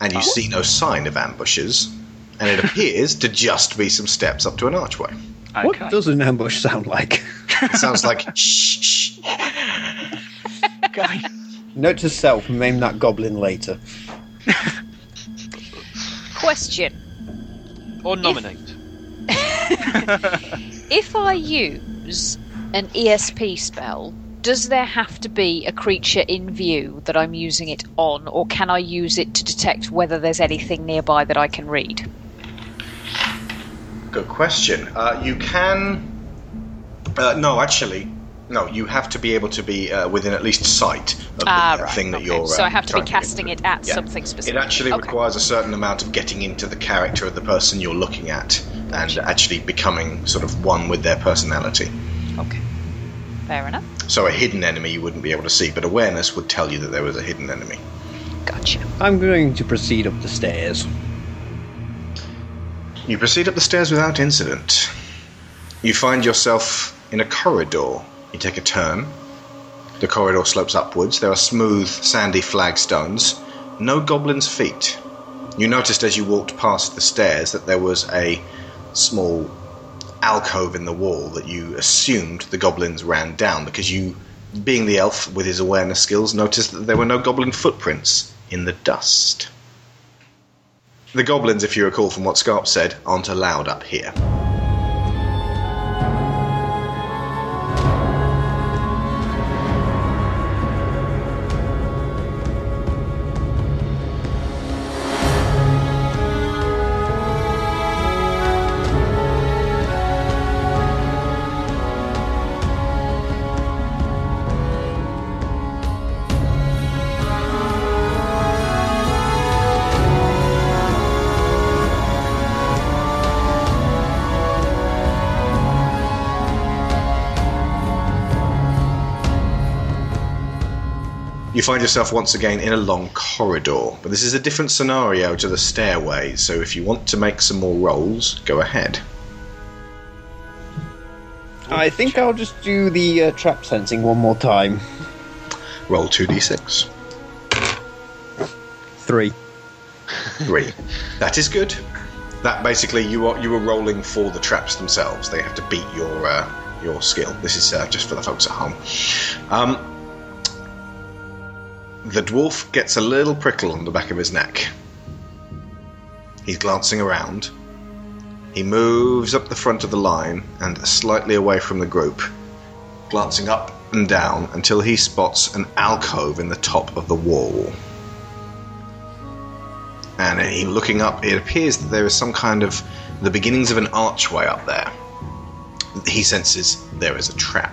and
Oh.
you see no sign of ambushes, and it appears to just be some steps up to an archway.
Okay.
what does an ambush sound like?
It sounds like shh. shh.
Okay.
Note to self: name that goblin later.
Question:
Or nominate.
If I use an ESP E spell, does there have to be a creature in view that I'm using it on, or can I use it to detect whether there's anything nearby that I can read?
Good question. Uh, you can. Uh, no, actually, no. You have to be able to be uh, within at least sight of the
Ah,
uh,
right.
thing that
okay.
you're.
so I
um,
have to be
trying get
casting
through.
it at
Yeah.
something
It
specific.
actually
Okay.
requires a certain amount of getting into the character of the person you're looking at and actually becoming sort of one with their personality.
Okay. Fair enough.
So a hidden enemy you wouldn't be able to see, but awareness would tell you that there was a hidden enemy.
Gotcha.
I'm going to proceed up the stairs.
You proceed up the stairs without incident. You find yourself in a corridor. You take a turn. The corridor slopes upwards. There are smooth, sandy flagstones. No goblin's feet. You noticed as you walked past the stairs that there was a small alcove in the wall that you assumed the goblins ran down because you, being the elf with his awareness skills, noticed that there were no goblin footprints in the dust. The goblins, if you recall from what Scarp said, aren't allowed up here. You find yourself once again in a long corridor, but this is a different scenario to the stairway, so if you want to make some more rolls, go ahead.
I think I'll just do the uh, trap sensing one more time.
Roll 2d6.
Three.
3. That is good. That basically you are you were rolling for the traps themselves. They have to beat your uh, your skill. This is uh, just for the folks at home. Um, the dwarf gets a little prickle on the back of his neck. He's glancing around. He moves up the front of the line and slightly away from the group, glancing up and down until he spots an alcove in the top of the wall and he, looking up, it appears that there is some kind of the beginnings of an archway up there. He senses there is a trap.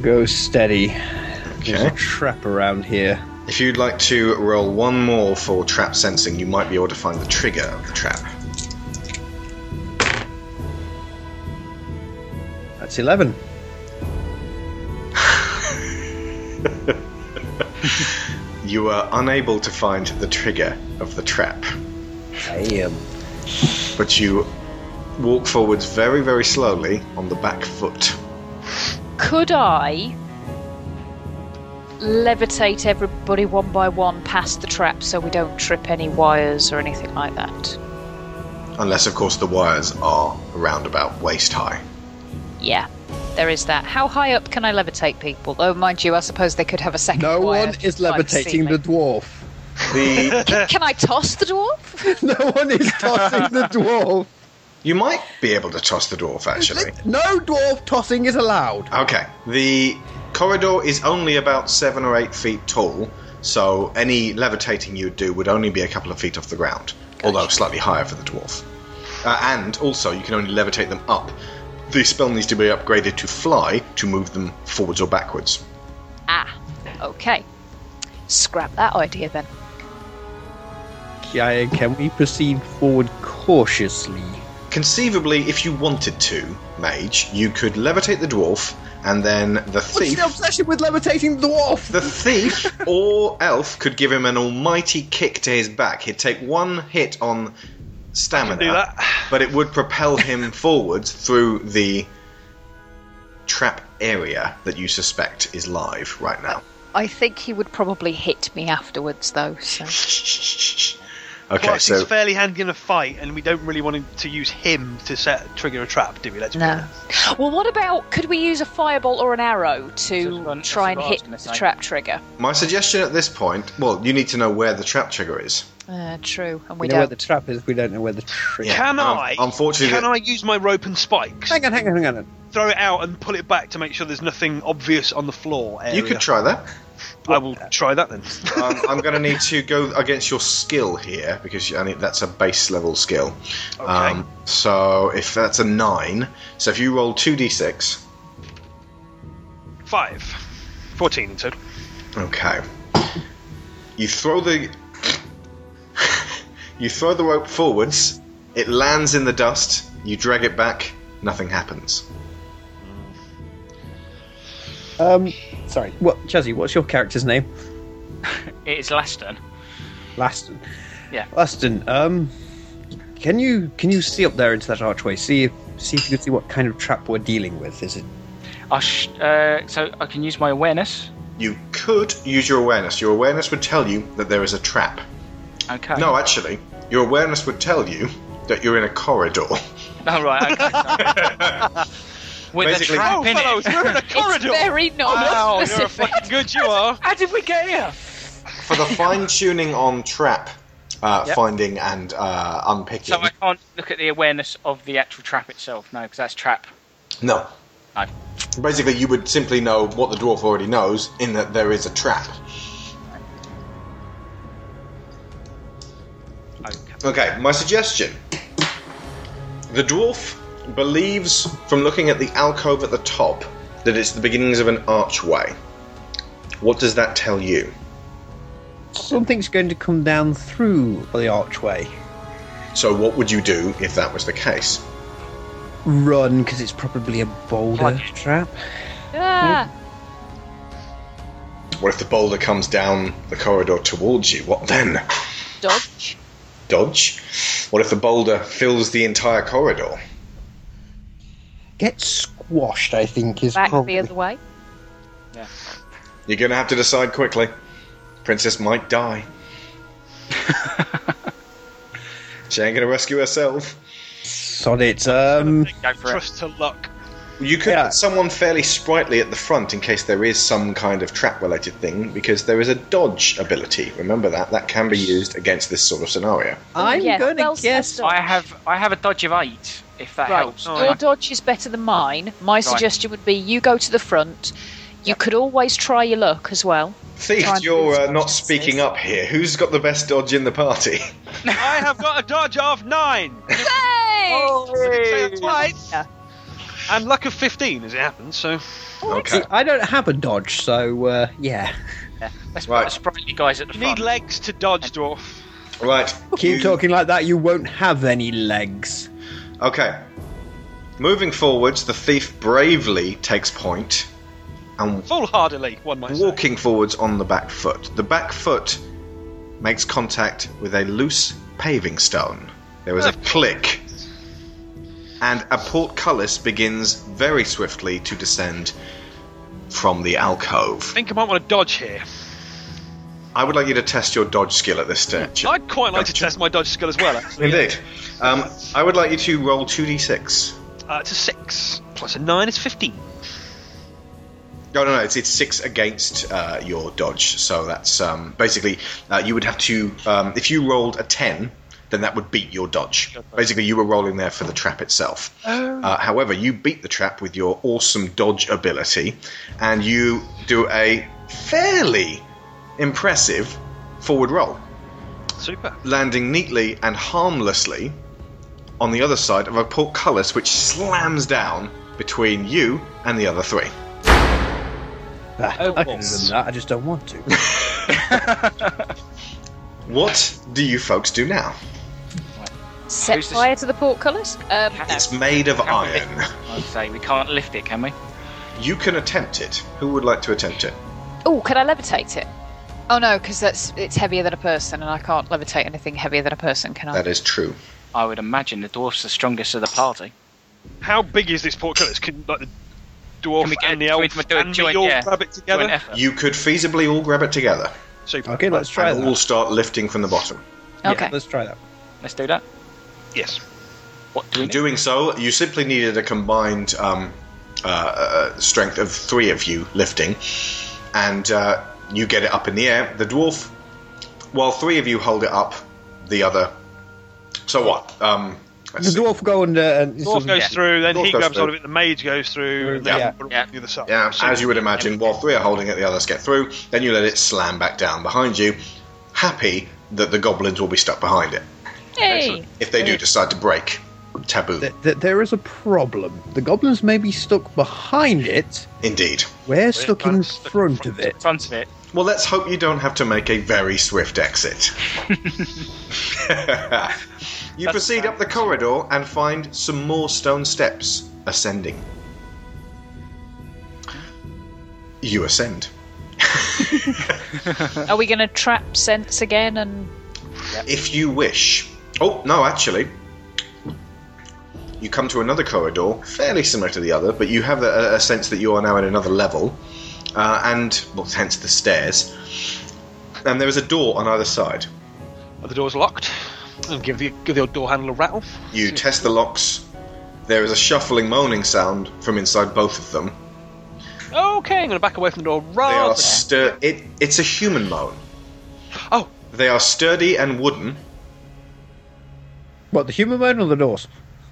Go steady. There's a
Okay.
trap around here.
If you'd like to roll one more for trap sensing, you might be able to find the trigger of the trap.
That's 11.
You are unable to find the trigger of the trap,
Damn.
but you walk forwards very, very slowly on the back foot.
Could I levitate everybody one by one past the trap so we don't trip any wires or anything like that?
Unless, of course, the wires are around about waist high.
Yeah, there is that. How high up can I levitate people? Though, mind you, I suppose they could have a second.
No
wire
one is
by the
levitating the
ceiling.
dwarf.
The
Can I toss the dwarf?
No one is tossing the dwarf.
you might be able to toss the dwarf actually.
No dwarf tossing is allowed.
Okay. The corridor is only about seven or eight feet tall, so any levitating you would do would only be a couple of feet off the ground, although slightly higher for the dwarf. Uh, and also, you can only levitate them up. The spell needs to be upgraded to fly to move them forwards or backwards.
ah, okay. Scrap that idea then.
Yeah, can we proceed forward cautiously?
Conceivably, if you wanted to, mage, you could levitate the dwarf, and then the
What's
thief.
the obsession with levitating the dwarf?
The thief or elf could give him an almighty kick to his back. He'd take one hit on stamina,
do that.
but it would propel him forwards through the trap area that you suspect is live right now.
I think he would probably hit me afterwards, though. So
Okay,
Plus,
so
he's fairly handy in a fight, and we don't really want him to use him to set trigger a trap, do we? Let's be
no.
honest.
Well, what about? Could we use a fireball or an arrow to
That's what- that's
try and
what I was
hit
gonna
the
say.
trap trigger?
my suggestion at this point, well, you need to know where the trap trigger is.
Uh, true, and
we
we
know where
don't.
the trap is, we don't know where the trigger
Yeah.
Can
um,
I?
unfortunately-
can I use my rope and spikes?
Hang on, hang on, hang on.
throw it out and pull it back to make sure there's nothing obvious on the floor. Area.
You could try that.
I will try that then.
Um, I'm going to need to go against your skill here because I need, that's a base level skill. Um, so if that's a nine, so if you roll two d6,
Five. 14 in total.
okay, you throw the you throw the rope forwards. It lands in the dust. You drag it back. Nothing happens.
Um, sorry. What, Chazzy? What's your character's name?
It is Laston.
Laston.
Yeah.
Laston. Um, can you can you see up there into that archway? See if see if you can see what kind of trap we're dealing with. Is it?
I sh- uh, so I can use my awareness.
You could use your awareness. Your awareness would tell you that there is a trap.
Okay.
No, actually, your awareness would tell you that you're in a corridor.
All right. Okay. With
Basically-
a trap
Oh,
in
fellows,
it.
you're in a
It's
corridor!
very not
Wow, you're a
specific.
fucking good you are.
How did we get here?
For the fine tuning on trap uh,
Yep.
finding and uh, unpicking.
So I can't look at the awareness of the actual trap itself. No, because that's trap. No.
No. Basically, you would simply know what the dwarf already knows in that there is a trap.
Okay.
Okay, my suggestion. The dwarf believes, from looking at the alcove at the top, that it's the beginnings of an archway. What does that tell you?
Something's going to come down through the archway.
So, what would you do if that was the case?
Run, because it's probably a boulder
Run.
trap.
Ah,
What if the boulder comes down the corridor towards you? What then?
dodge.
Dodge? What if the boulder fills the entire corridor?
Get squashed. I think is
Back
probably
the other way.
You're going to have to decide quickly. Princess might die. she ain't going to rescue herself.
sod it. Um,
Go for it.
Trust to luck.
You could
Yeah.
put someone fairly sprightly at the front in case there is some kind of trap related thing, because there is a dodge ability. Remember that. That can be used against this sort of scenario.
I'm
Yeah,
going to
well said,
guess.
dodge.
I have I have a dodge of eight. If that
Right.
Oh,
helps.
Your dodge is better than mine. My suggestion would be you go to the front. You could always try your luck as well.
Thief,
Try and
you're uh,
boost
not
chances.
speaking up here. Who's got the best dodge in the party?
I have got a dodge of 9! Say that twice.
Yeah.
And luck of 15 as it happens, so.
okay.
I don't have a dodge, so uh, yeah.
Let's put
Right.
the sprightly guys at the
You need
front.
legs to dodge, dwarf.
Right.
Keep
you-
talking like that, you won't have any legs.
Okay. Moving forwards, the thief bravely takes point and
Foolhardily, one might say.
walking forwards on the back foot. The back foot makes contact with a loose paving stone. There is a click, and a portcullis begins very swiftly to descend from the
I
alcove.
think I might want to dodge here.
I would like you to test your dodge skill at this stage.
I'd quite like to test my dodge skill as well, actually.
Indeed. Um, I would like you to roll 2d6.
Uh, it's a 6. Plus a 9 is 15.
No, no, no. It's, it's six against uh, your dodge, so that's um, basically uh, you would have to. Um, if you rolled a ten, then that would beat your dodge. Basically, you were rolling there for the trap itself. Uh, however, you beat the trap with your awesome dodge ability, and you do a fairly impressive forward roll,
Super.
landing neatly and harmlessly on the other side of a portcullis, which slams down between you and the other three.
I can do that, I just don't want to.
What do you folks do now?
Set
Who's this-
fire to the portcullis. Um, no.
It's made of iron.
I'd say we can't lift it, can we?
You can attempt it. Who would like to attempt it?
Oh, could I levitate it? Oh no, because that's it's heavier than a person, and I can't levitate anything heavier than a person, can I?
That is true.
I would imagine the dwarf's the strongest of the party.
How big is this portcullis? Can like the dwarf
Can we get-
and the
can we
elf
do it
and
joint-
we all
yeah.
grab it
Do an
together?
effort.
You could feasibly all grab it together
Super.
Okay, let's try
and
that.
all start lifting from the bottom.
Yeah,
okay.
let's try that.
Let's do that.
Yes.
What do we
In
need?
doing so, you simply needed a combined um, uh, uh, strength of three of you lifting, and uh, you get it up in the air. The dwarf, while three of you hold it up, the other. So what? Um,
The dwarf go and, uh, and sort
Dwarf
of-
goes through, then
Dwarf
he
goes
grabs hold
through.
of it, the mage goes through, and
Yeah.
then put it
Yeah.
on the other side.
Yeah,
So-
as you would imagine, while three are holding it, the others get through. Then you let it slam back down behind you, happy that the goblins will be stuck behind it
Hey!
if they do decide to break taboo.
Th- th- there is a problem. The goblins may be stuck behind it.
Indeed.
We're stuck in
kinda stuck in
front of
front
it.
In front of it.
Well, let's hope you don't have to make a very swift exit. you proceed up the corridor and find some more stone steps ascending. You ascend.
Are we going to trap sense again? And
If you wish. Oh, no, actually. You come to another corridor, fairly similar to the other, but you have a, a sense that you are now at another level, uh, and, well, hence the stairs. And there is a door on either side.
The door's locked. And give the give the old door handle a rattle.
You test the locks. There is a shuffling, moaning sound from inside both of them.
Okay, I'm going to back away from the door
They
right
are
there.
stur- it, It's a human moan.
Oh,
They are sturdy and wooden.
What, the human man or the Norse?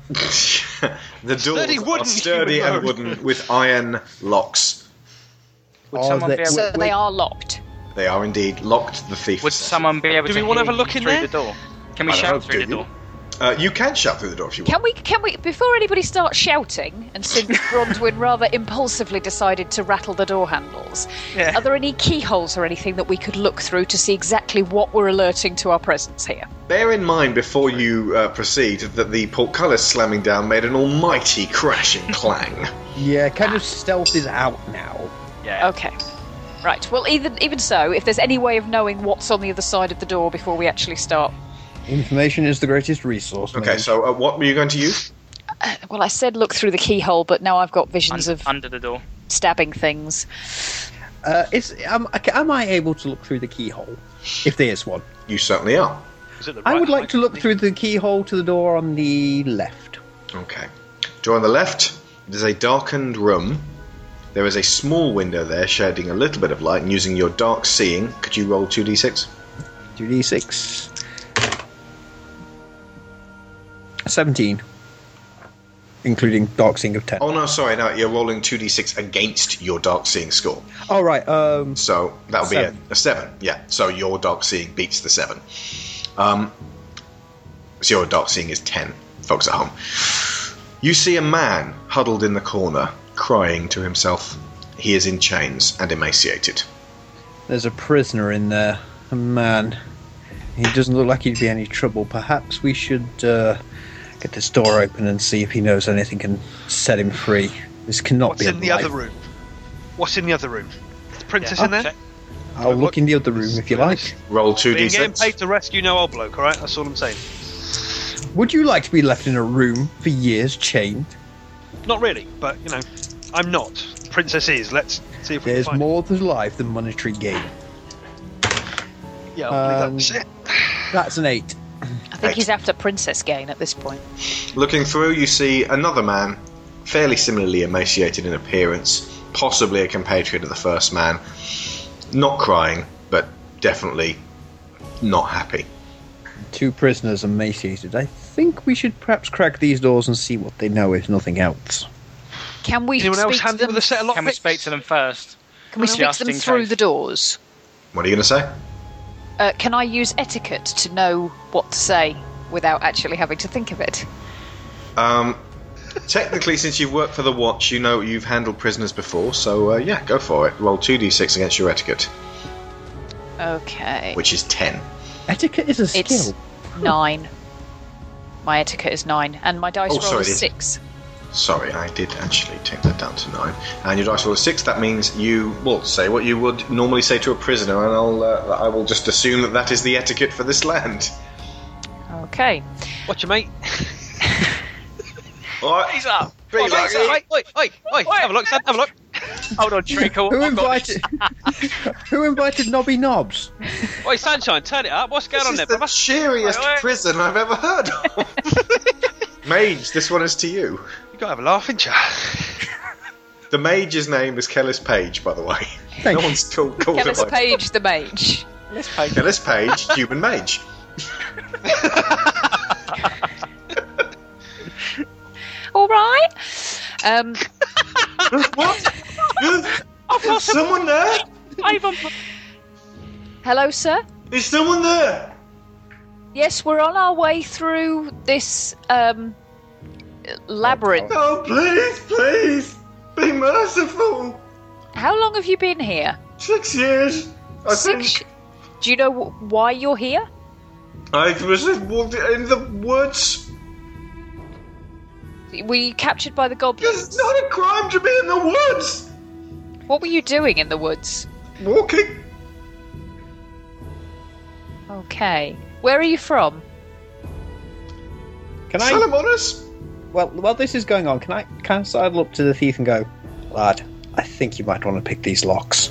the doors
sturdy
are
wooden
sturdy
human
and
moan.
wooden with iron locks.
Would
Are
Oh,
someone
they-
be able,
so
we-
they are locked.
They are indeed locked. The thief.
would someone be able
Do
to
we wanna
hear
have a look
you
in
through
there?
the door? Can we
I don't know,
shout through
do
the
you?
door?
Uh, you can shout through the door if you want.
Can we, can we, before anybody starts shouting, and since Bronwyn rather impulsively decided to rattle the door handles, are there any keyholes or anything that we could look through to see exactly what we're alerting to our presence here?
Bear in mind before you uh, proceed that the portcullis slamming down made an almighty crashing clang.
Yeah, kind of stealth is out now.
Yeah.
Okay. Right. Well, even even so, if there's any way of knowing what's on the other side of the door before we actually start,
Information is the greatest resource.
Okay,
mate.
so uh, what were you going to use?
well, I said look through the keyhole, but now I've got
Un-
visions of
under the door.
stabbing things.
uh, is am, am I able to look through the keyhole, if there is one?
You certainly are.
is it the
I
right
would like
height?
to look through the keyhole to the door on the left.
Okay. Door on the left. It is a darkened room. There is a small window there, shedding a little bit of light. And using your dark seeing, could you roll two d6?
2d6. 17. Including dark seeing of 10.
Oh no, sorry. No, you're rolling two d6 against your dark seeing score.
All right. Um,
So that'll be
Seven.
A, a seven. Yeah. So your dark seeing beats the seven. Um, so your dark seeing is ten. Folks at home, you see a man huddled in the corner, crying to himself. He is in chains and emaciated.
there's a prisoner in there. A man. He doesn't look like he'd be any trouble. Perhaps we should uh, get this door open and see if he knows anything and set him free. This cannot
What's
be a
in the
life.
other room? What's in the other room? Is the princess
Yeah.
in there?
Check.
I'll look in the other room if you like.
Roll two
Being getting
d6.
paid to rescue no old bloke, alright? That's all I'm saying.
Would you like to be left in a room for years chained?
Not really, but, you know, I'm not. Princess is. Let's see if we
There's
can find
more to life than monetary gain.
it. Yeah, I believe
um,
that's it.
That's an eight.
I think he's after Princess Gain at this point.
Looking through, you see another man, fairly similarly emaciated in appearance, possibly a compatriot of the first man, not crying, but definitely not happy.
Two prisoners emaciated. I think we should perhaps crack these doors and see what they know, if nothing else.
Can we
Anyone else
speak to
handy
them?
with a set of lockpicks?
Can we speak to them first?
Can we speak
Just
to them
in
through
case.
the doors?
What are you going to say?
Uh, can I use etiquette to know what to say without actually having to think of it?
Um, technically, since you've worked for the Watch, you know you've handled prisoners before, so uh, yeah, go for it. Roll 2d6 against your etiquette,
Okay.
which is 10.
Etiquette is a skill.
It's nine. My etiquette is nine, and my dice
Oh,
roll
sorry, it
is
is.
six.
Sorry, I did actually take that down to 9. And your dice roll is 6, that means you will say what you would normally say to a prisoner, and I'll, uh, I will just assume that that is the etiquette for this land.
Okay.
Watch your mate.
Alright,
up.
be
Oi,
lucky.
oi, oi, oi, oi. Have a look, son. Have a look.
Hold on, Trickle.
Who
Oh,
I've got
invited? who invited Nobby Knobs?
Oi, Sunshine, turn it up. What's going
This
on
is
there,
the
brother?
cheeriest
Oi, oi.
prison I've ever heard of. Mage, this one is to you.
you got to have a laugh, ain't ya?
The mage's name is Kellis Page, by the way.
Thank
no
you.
one's called, called her
Kellis
by
Page the Mage.
Ellis Page, human mage.
All right. Um,
what? Is someone there?
I've un-
hello, sir.
Is someone there?
Yes, we're on our way through this um, labyrinth.
Oh, please, please, be merciful.
How long have you been here?
Six years. I think
Do you know wh- why you're here?
I was just walked in the woods.
Were you captured by the goblins?
It's not a crime to be in the woods.
What were you doing in the woods?
Walking.
Okay. Where are you from?
Can I?
Salamonis.
Well, while this is going on, can I can I sidle up to the thief and go, lad? I think you might want to pick these locks.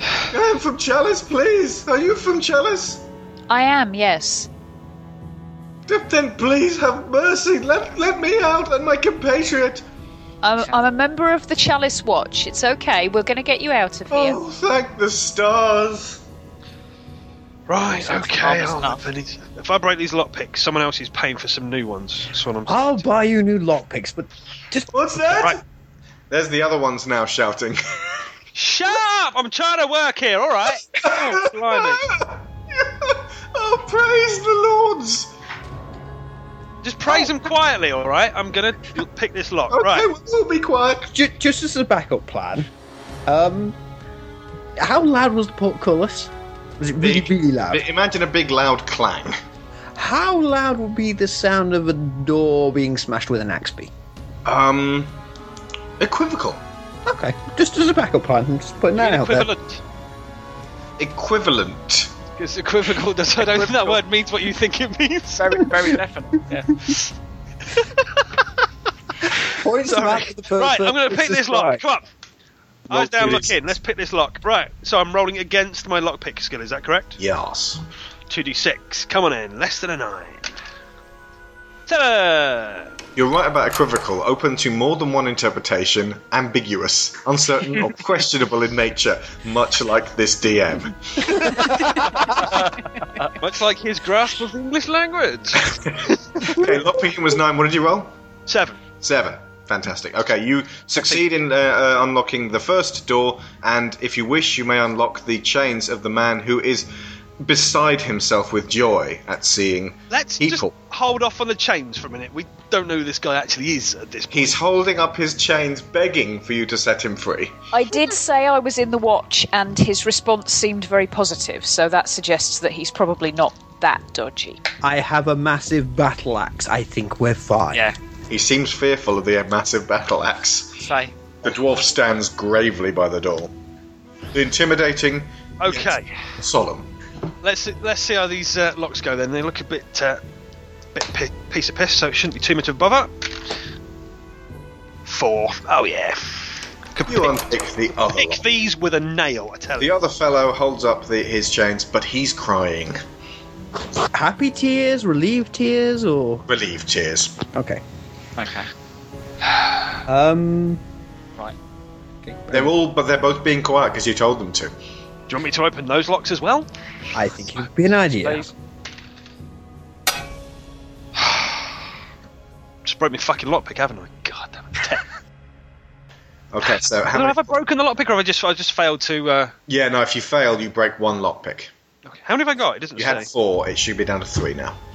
I am from Chalice, please. Are you from Chalice?
I am, yes.
Then please have mercy. Let let me out and my compatriot.
I'm, I'm a member of the Chalice Watch. It's okay. We're going to get you out of here.
Oh, thank the stars.
Right, okay.
calm us
I'll
up.
open it. If I break these lockpicks, someone else is paying for some new ones. That's what I'm saying.
I'll buy you new lockpicks, but
What's that?
Right.
There's the other ones now shouting.
Shut up! I'm trying to work here, alright? oh, blimey.
oh, praise the lords. Oh.
Just praise them quietly, alright? I'm gonna pick this lock,
Okay,
right?
we'll all be quiet.
ju- just as a backup plan, um, how loud was the portcullis? Was it really,
Big.
really loud?
Imagine a big loud clang.
How loud would be the sound of a door being smashed with an axe be?
Um, equivocal.
Okay, just as a backup plan, I'm just putting that out there.
Equivalent.
Equivalent.
It's equivocal. that's- I don't think that word means what you think it means.
very, very definite. Yeah.
Points them out to the person
Right, I'm gonna pick
that's
this lock.
described.
Come on. I was
Lock
down
it.
looking. Let's pick this lock. Right, so I'm rolling against my lockpick skill, is that correct?
Yes.
2d6. Come on in. Less than a 9. Seven!
You're right about equivocal, open to more than one interpretation, ambiguous, uncertain, or questionable in nature, much like this DM.
Much like his grasp of the English language.
Okay, lockpicking was nine. What did you roll?
Seven.
Seven. Fantastic. Okay, you succeed in uh, uh, unlocking the first door, and if you wish, you may unlock the chains of the man who is beside himself with joy at seeing
Let's
People.
just hold off on the chains for a minute. We don't know who this guy actually is at this point.
He's holding up his chains, begging for you to set him free.
I did say I was in the watch, and his response seemed very positive, so that suggests that he's probably not that dodgy.
I have a massive battle axe. I think we're fine.
yeah.
He seems fearful of the massive battle axe.
So,
The dwarf stands gravely by the door. Intimidating,
Okay,
solemn.
let's let's see how these uh, locks go. Then they look a bit uh, bit pi- piece of piss, so it shouldn't be too much of a bother. Four. Oh yeah. Could
You
pick,
unpick the other
pick
one.
these with a nail. I tell
The
you.
other fellow holds up the, his chains, but he's crying.
Happy tears, relieved tears, or
Relieved tears.
okay.
okay.
Um,
Right.
They're all, but they're both being quiet because you told them to.
Do you want me to open those locks as well?
I think it would be an idea.
Please.
Just broke my fucking lockpick, haven't I? God damn it. Ten.
Okay, so how
Have I-
many?
have I broken the lockpick, or have I just I just failed to? Uh...
Yeah, no. If you fail, you break one lockpick.
okay. How many have I got? It doesn't
You
say.
had four. It should be down to three now.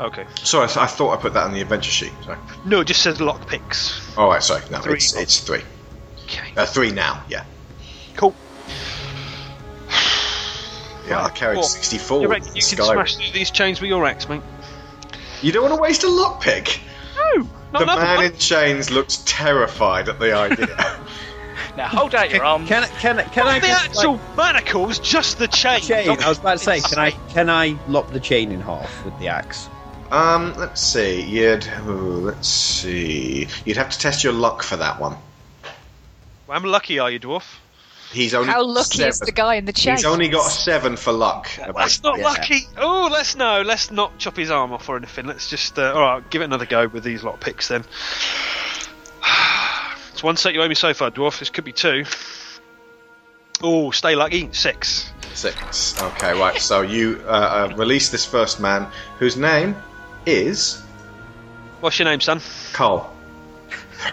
Okay.
Sorry, I th- I thought I put that on the adventure sheet. Sorry.
No, it just says lockpicks.
All right, sorry. No,
Three.
it's it's three.
Okay.
Uh, three now. Yeah.
Cool.
Yeah, I
Right,
carried
four.
sixty-four.
You
with
reckon you can
Skyrim.
smash through these chains with your axe, mate?
You don't want to waste a lockpick.
No, not
The
another
man
one.
in chains looks terrified at the idea.
Now hold out your arm.
Can I- can I- can I
Not the
just, like,
actual manacles, just the chain.
chain? I was about to say, can I can I lop the chain in half with the axe?
um, let's see. You'd oh, let's see. You'd have to test your luck for that one.
I'm lucky, are you, dwarf?
He's only
How
got
lucky
seven.
is the guy in the chair?
He's only got a seven for luck.
That's not lucky. Oh, let's no, let's not chop his arm off or anything. Let's just uh, all right, give it another go with these lot of picks then. it's one set you owe me so far, dwarf. This could be two. Oh, stay lucky. Six.
Six. Okay, right. So you uh, uh, release this first man, whose name is
What's your name, son?
Carl.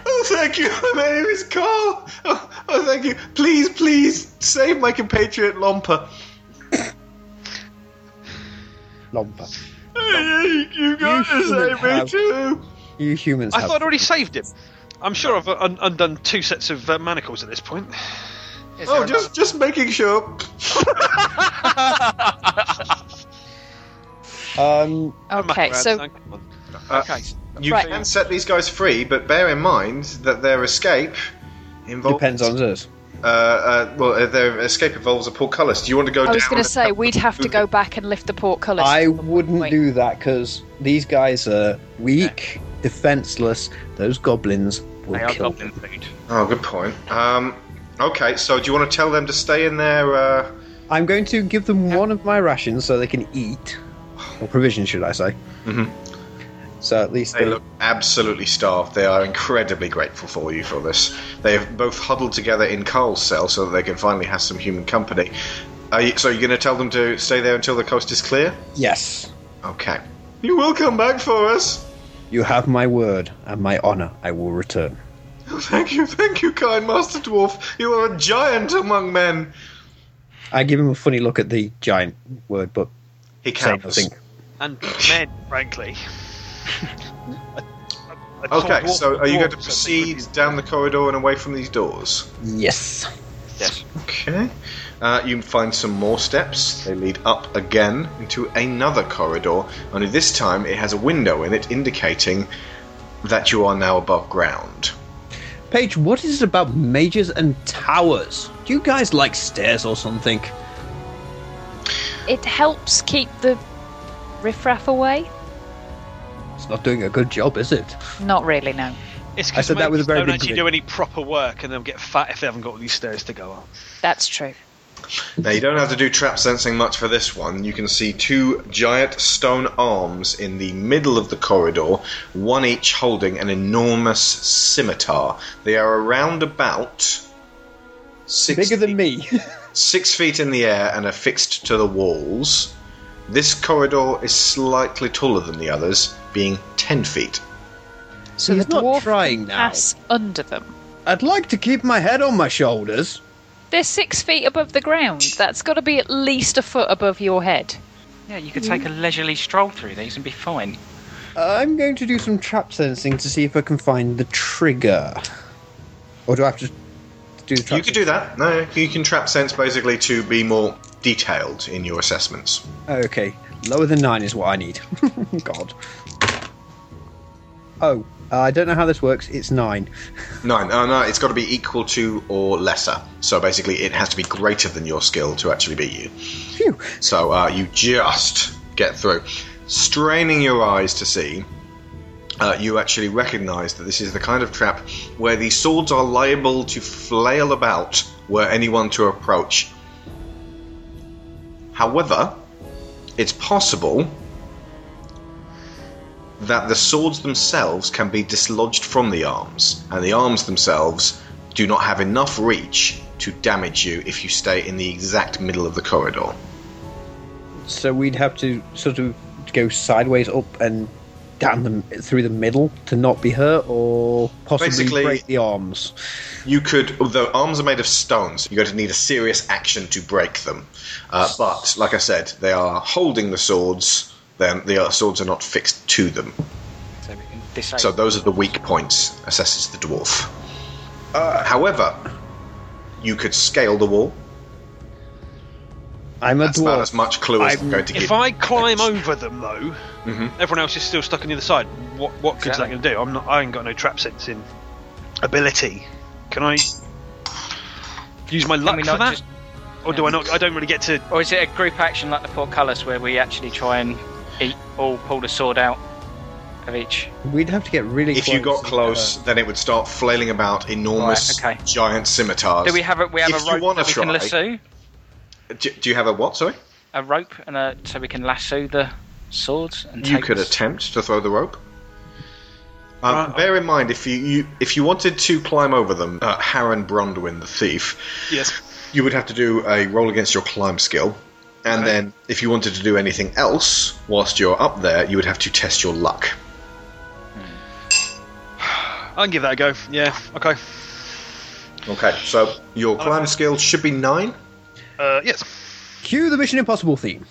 Oh, thank you. My name is Carl. Oh, oh, thank you. Please, please save my compatriot Lomper.
Lomper.
you got
You
to save me
have-
too.
You humans
I
have
thought I'd already saved him. I'm sure I've un- undone two sets of uh, manacles at this point.
Is
Oh,
there
just just making sure.
Um,
Okay,
Don't muck around,
so
son, come on.
Uh,
okay.
You
Right.
can set these guys free, but bear in mind that their escape involves
depends on us.
Uh, uh, well, uh, their escape involves a portcullis. Do you want to go
I
down?
was going to
and
say
help
we'd
them
have to
move
go
it?
back and lift the portcullis.
I wouldn't
Wait.
do that because these guys are weak, defenseless. Those goblins will
They are
kill.
goblin food.
Oh, good point. Um, okay, so do you want to tell them to stay in their? Uh,
I'm going to give them one of my rations so they can eat, or provisions, should I say?
Mhm.
So at least
They
they.
look absolutely starved. They are incredibly grateful for you for this. They have both huddled together in Carl's cell so that they can finally have some human company. Are you, so you're going to tell them to stay there until the coast is clear?
yes,
Okay. You will come back for us.
you have my word and my honor. I will return.
Oh, thank you, thank you, kind Master Dwarf. You are a giant among men.
I give him a funny look at the giant word, but
He
say
can't.
nothing.
And men, frankly. A- a- a
Okay,
dwarf-
so are you going
dwarf
to
or something
proceed
would be-
down the corridor and away from these doors?
Yes.
Yes.
Okay. Uh, you find some more steps. They lead up again into another corridor, only this time it has a window in it indicating that you are now above ground.
Paige, what is it about mages and towers? Do you guys like stairs or something?
It helps keep the riffraff away.
It's not doing a good job, is it?
Not really, no.
It's 'cause
I said that with a
mages
very
don't
big
actually
grin.
do any proper work and they'll get fat if they haven't got all these stairs to go up.
That's true.
Now, you don't have to do trap sensing much for this one. You can see two giant stone arms in the middle of the corridor, one each holding an enormous scimitar. They are around about. Six
Bigger than me.
six feet in the air and affixed to the walls. This corridor is slightly taller than the others, being 10 feet.
So
He's
the
not
dwarf can
trying now.
pass under them.
I'd like to keep my head on my shoulders.
They're six feet above the ground. That's got to be at least a foot above your head.
Yeah, you could take a leisurely stroll through these and be fine.
Uh, I'm going to do some trap sensing to see if I can find the trigger. Or do I have to do the trap?
You could do that. No, you can trap sense basically to be more detailed in your assessments.
Okay, lower than nine is what I need. God. Oh, uh, I don't know how this works. It's nine.
Nine. Oh, no, it's got to be equal to or lesser. So basically, it has to be greater than your skill to actually beat you.
Phew.
So uh, you just get through. Straining your eyes to see, uh, you actually recognize that this is the kind of trap where the swords are liable to flail about were anyone to approach. However, it's possible that the swords themselves can be dislodged from the arms, and the arms themselves do not have enough reach to damage you if you stay in the exact middle of the corridor.
So we'd have to sort of go sideways up and down them through the middle to not be hurt, or possibly
Basically-
break the arms.
You could, although arms are made of stone, so you're going to need a serious action to break them. Uh, but like I said, they are holding the swords. Then the uh, swords are not fixed to them.
So we can disable.
So those are the weak points. Assesses the dwarf. Uh, however, you could scale the wall.
I'm a
That's about
dwarf.
as much clue as I'm
I'm-
going to
If
give.
I climb over them though,
Mhm.
everyone else is still stuck on the other side. What what good's that
Exactly.
going to do? I'm not. I ain't got no trap sensing ability. Can I use my
Can
luck
we
for
not
that,
just,
or do I not? I don't really get to.
or is it a group action like the portcullis where we actually try and eat, all pull the sword out of each?
We'd have to get really.
If you got close, then it would start flailing about enormous,
Right, okay.
giant scimitars.
Do we have a we have
If
a
you
rope
wanna
that we can
try-
lasso?
do, do you have a what? Sorry.
A rope and a so we can lasso the swords and
You
take
could
us-
attempt to throw the rope. Um,
Right.
bear in mind, if you, you if you wanted to climb over them, uh, Harren Bronwyn the thief,
Yes.
you would have to do a roll against your climb skill, and
Okay.
then if you wanted to do anything else whilst you're up there, you would have to test your luck.
I can give that a go. Yeah. Okay.
Okay, so your climb skill should be nine.
Uh, yes.
Cue the Mission Impossible theme.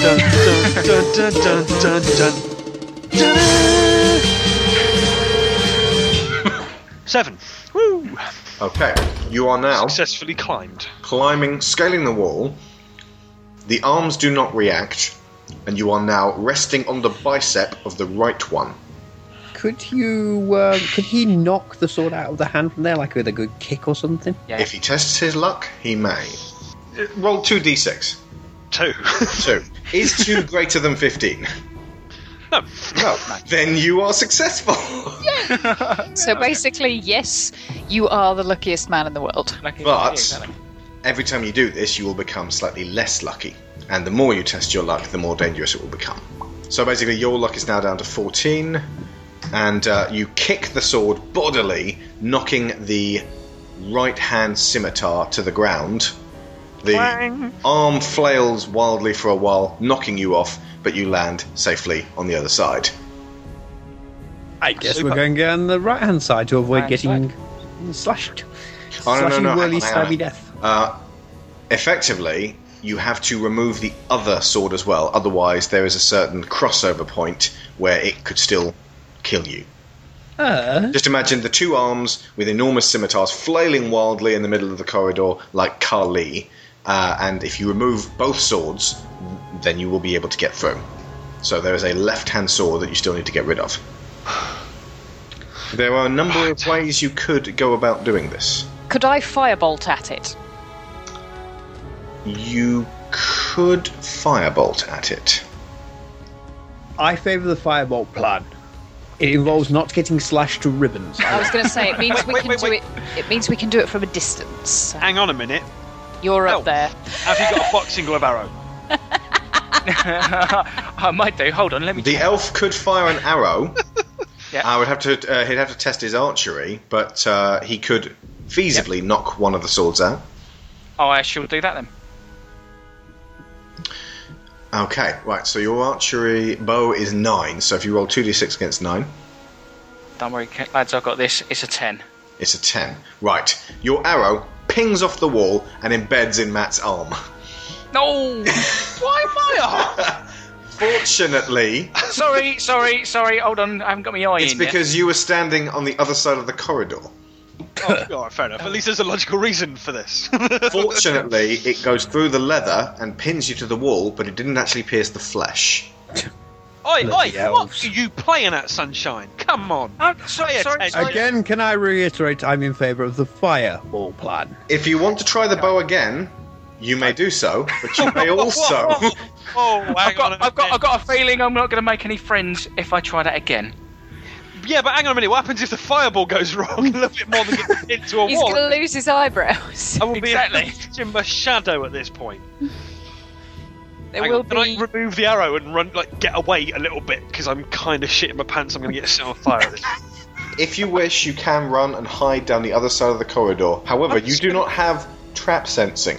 Dun, dun, dun, dun, dun, dun, dun. Ta-da! Seven. Woo!
Okay, you are now
Successfully climbed.
climbing, scaling the wall. The arms do not react, and you are now resting on the bicep of the right one.
Could you? Uh, could he knock the sword out of the hand from there, like with a good kick or something?
Yeah.
If he tests his luck, he may. Uh, Roll 2d6.
Two.
2. Is 2 greater than 15?
no.
Well, then you are successful.
So basically, yes, you are the luckiest man in the world.
Lucky
But-
lucky, exactly.
Every time you do this, you will become slightly less lucky. And the more you test your luck, the more dangerous it will become. So basically, your luck is now down to 14, and uh, you kick the sword bodily, knocking the right hand scimitar to the ground. The arm Mm-hmm. flails wildly for a while, knocking you off, but you land safely on the other side.
I guess
Super.
we're going down the right-hand side to avoid
Right-hand
getting slashed.
Oh, no, no,
Slashing,
no, hang
whirly,
on, hang on.
stabby death.
Uh, effectively, you have to remove the other sword as well. Otherwise, there is a certain crossover point where it could still kill you.
Uh,
Just imagine the two arms with enormous scimitars flailing wildly in the middle of the corridor like Kali. Uh, and if you remove both swords, then you will be able to get through. So there is a left-hand sword that you still need to get rid of. There are a number of ways you could go about doing this.
Could I firebolt at it?
You could firebolt at it.
I favour the fireball plan. It involves not getting slashed to ribbons.
I was going to say it means we
wait,
can
wait,
do
wait.
it. It means we can do it from a distance.
Hang on a minute.
You're up
Oh.
there.
Have you got a boxing glove arrow?
I might do. Hold on, let me.
The elf could fire an arrow.
Yeah.
I would have to. Uh, he'd have to test his archery, but uh, he could feasibly knock one of the swords out.
Oh, I shall do that then.
Okay, right. So your archery bow is nine. So if you roll two d six against nine,
Don't worry, ca- lads. I've got this. It's a ten.
it's a ten. Right. Your arrow pings off the wall and embeds in Matt's arm.
No. Why am I?
Fortunately,
sorry, sorry, sorry. Hold on. I haven't got my eye
it's
in. yet.
because you were standing on the other side of the corridor.
Oh, all right, fair enough. At least there's a logical reason for this.
Fortunately, it goes through the leather and pins you to the wall, but it didn't actually pierce the flesh.
Oi, oi,
Bloody
what
elves.
are you playing at, Sunshine? Come on.
Oh, sorry,
Pay
sorry,
attention.
sorry.
Again, can I reiterate? I'm in favour of the fireball plan.
If you want to try the bow again, you may do so, but you may also.
Oh, hang
I've
on
got,
a
I've got,
minute.
I've got a feeling I'm not going to make any friends if I try that again.
Yeah, but hang on a minute. What happens if the fireball goes wrong a little bit more than gets into a
He's
wall?
going to lose his eyebrows.
I will
Exactly.
be left in my shadow at this point.
There
Hang
will
on, Can I
be.
remove the arrow and run, like, get away a little bit because I'm kind of shitting my pants. I'm going to get set on fire. At this.
If you wish, you can run and hide down the other side of the corridor. However, you do not have trap sensing.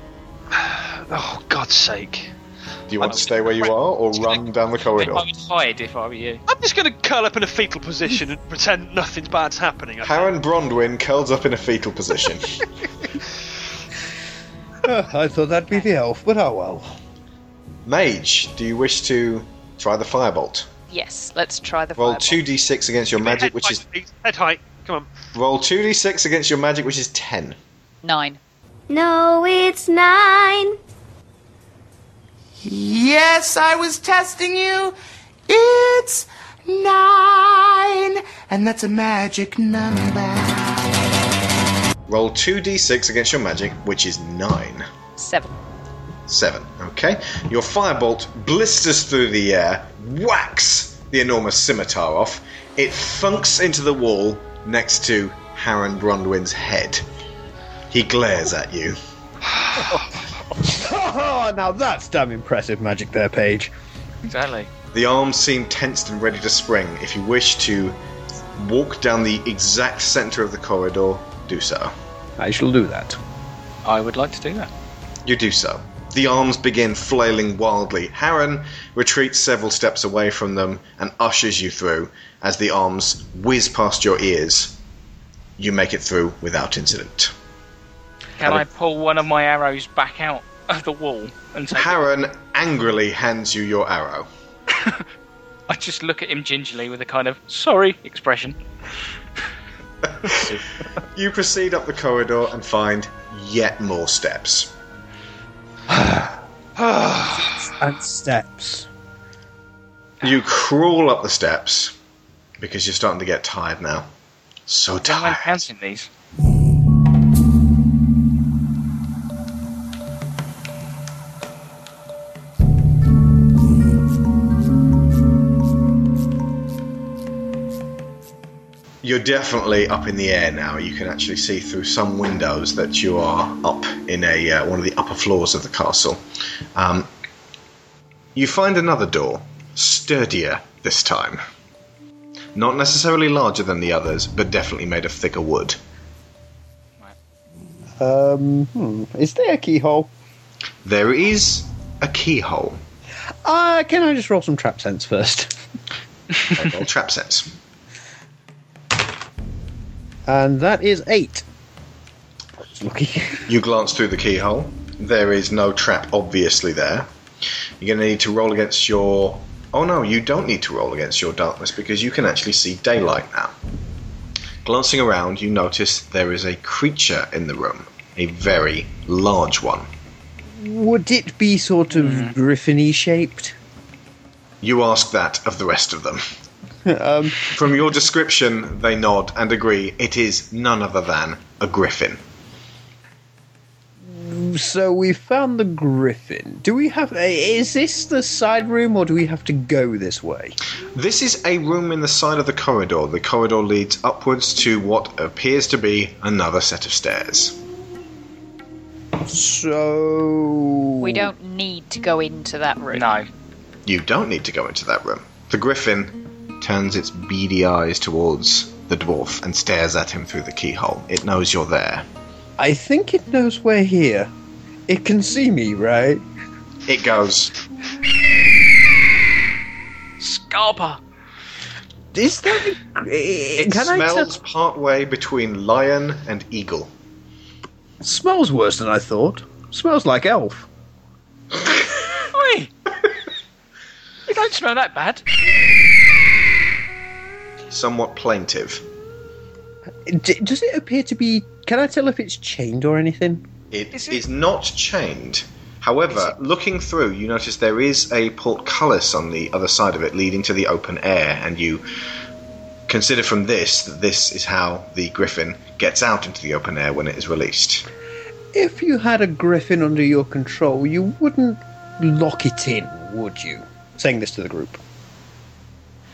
oh God's sake!
Do you want to stay where you are or run down the corridor?
I would hide if I were you.
I'm just going to curl up in a fetal position and pretend nothing bad's happening. I think.
Karen Bronwyn curls up in a fetal position.
Uh, I thought that'd be the elf, but oh well.
Mage, do you wish to try the firebolt?
Yes, let's try the
Roll
fireball.
two d6 against your magic,
Head
which
height,
is
please. head height. Come on.
roll two d6 against your magic, which is ten.
Nine.
No, it's nine.
Yes, I was testing you. It's nine, and that's a magic number.
Roll 2d6 against your magic, which is 9.
Seven.
7. Okay. Your firebolt blisters through the air, whacks the enormous scimitar off. It thunks into the wall next to Harren Bronwyn's head. He glares at you.
now that's damn impressive magic there, Paige.
Exactly.
The arms seem tensed and ready to spring. If you wish to walk down the exact center of the corridor, do so.
I shall do that.
I would like to do that.
You do so. The arms begin flailing wildly. Harren retreats several steps away from them and ushers you through as the arms whiz past your ears. You make it through without incident.
Can I pull one of my arrows back out of Oh, the wall and take it?
Harren angrily hands you your arrow.
I just look at him gingerly with a kind of sorry expression.
You proceed up the corridor and find yet more steps.
And steps.
You crawl up the steps because you're starting to get tired now. So
Am I
tired.
counting these?
You're definitely up in the air now. You can actually see through some windows that you are up in a uh, one of the upper floors of the castle. Um, you find another door, sturdier this time. Not necessarily larger than the others, but definitely made of thicker wood.
Um, hmm. Is there a keyhole?
There is a keyhole.
Uh, can I just roll some trap sense first?
Well, trap sense.
And that is eight. That's lucky.
You glance through the keyhole. There is no trap, obviously, there. You're going to need to roll against your. Oh no, you don't need to roll against your darkness because you can actually see daylight now. Glancing around, you notice there is a creature in the room, a very large one.
Would it be sort of griffiny shaped?
You ask that of the rest of them.
Um,
From your description, they nod and agree it is none other than a griffin.
so we found the griffin. Do we have? Is this the side room, or do we have to go this way?
This is a room in the side of the corridor. The corridor leads upwards to what appears to be another set of stairs.
So
We don't need to go into that room.
No.
You don't need to go into that room. The griffin turns its beady eyes towards the dwarf and stares at him through the keyhole. It knows you're there.
I think it knows we're here. It can see me, right?
It goes,
Scarpa!
Is that? A,
It
can I
smells
tell?
partway between lion and eagle.
Smells worse than I thought. Smells like elf.
Oi! you don't smell that bad.
Somewhat plaintive.
D- does it appear to be? Can I tell if it's chained or anything?
It is,
Is it-
not chained. However, looking through, you notice there is a portcullis on the other side of it leading to the open air, and you consider from this that this is how the griffin gets out into the open air when it is released.
If you had a griffin under your control, you wouldn't lock it in, would you? Saying this to the group.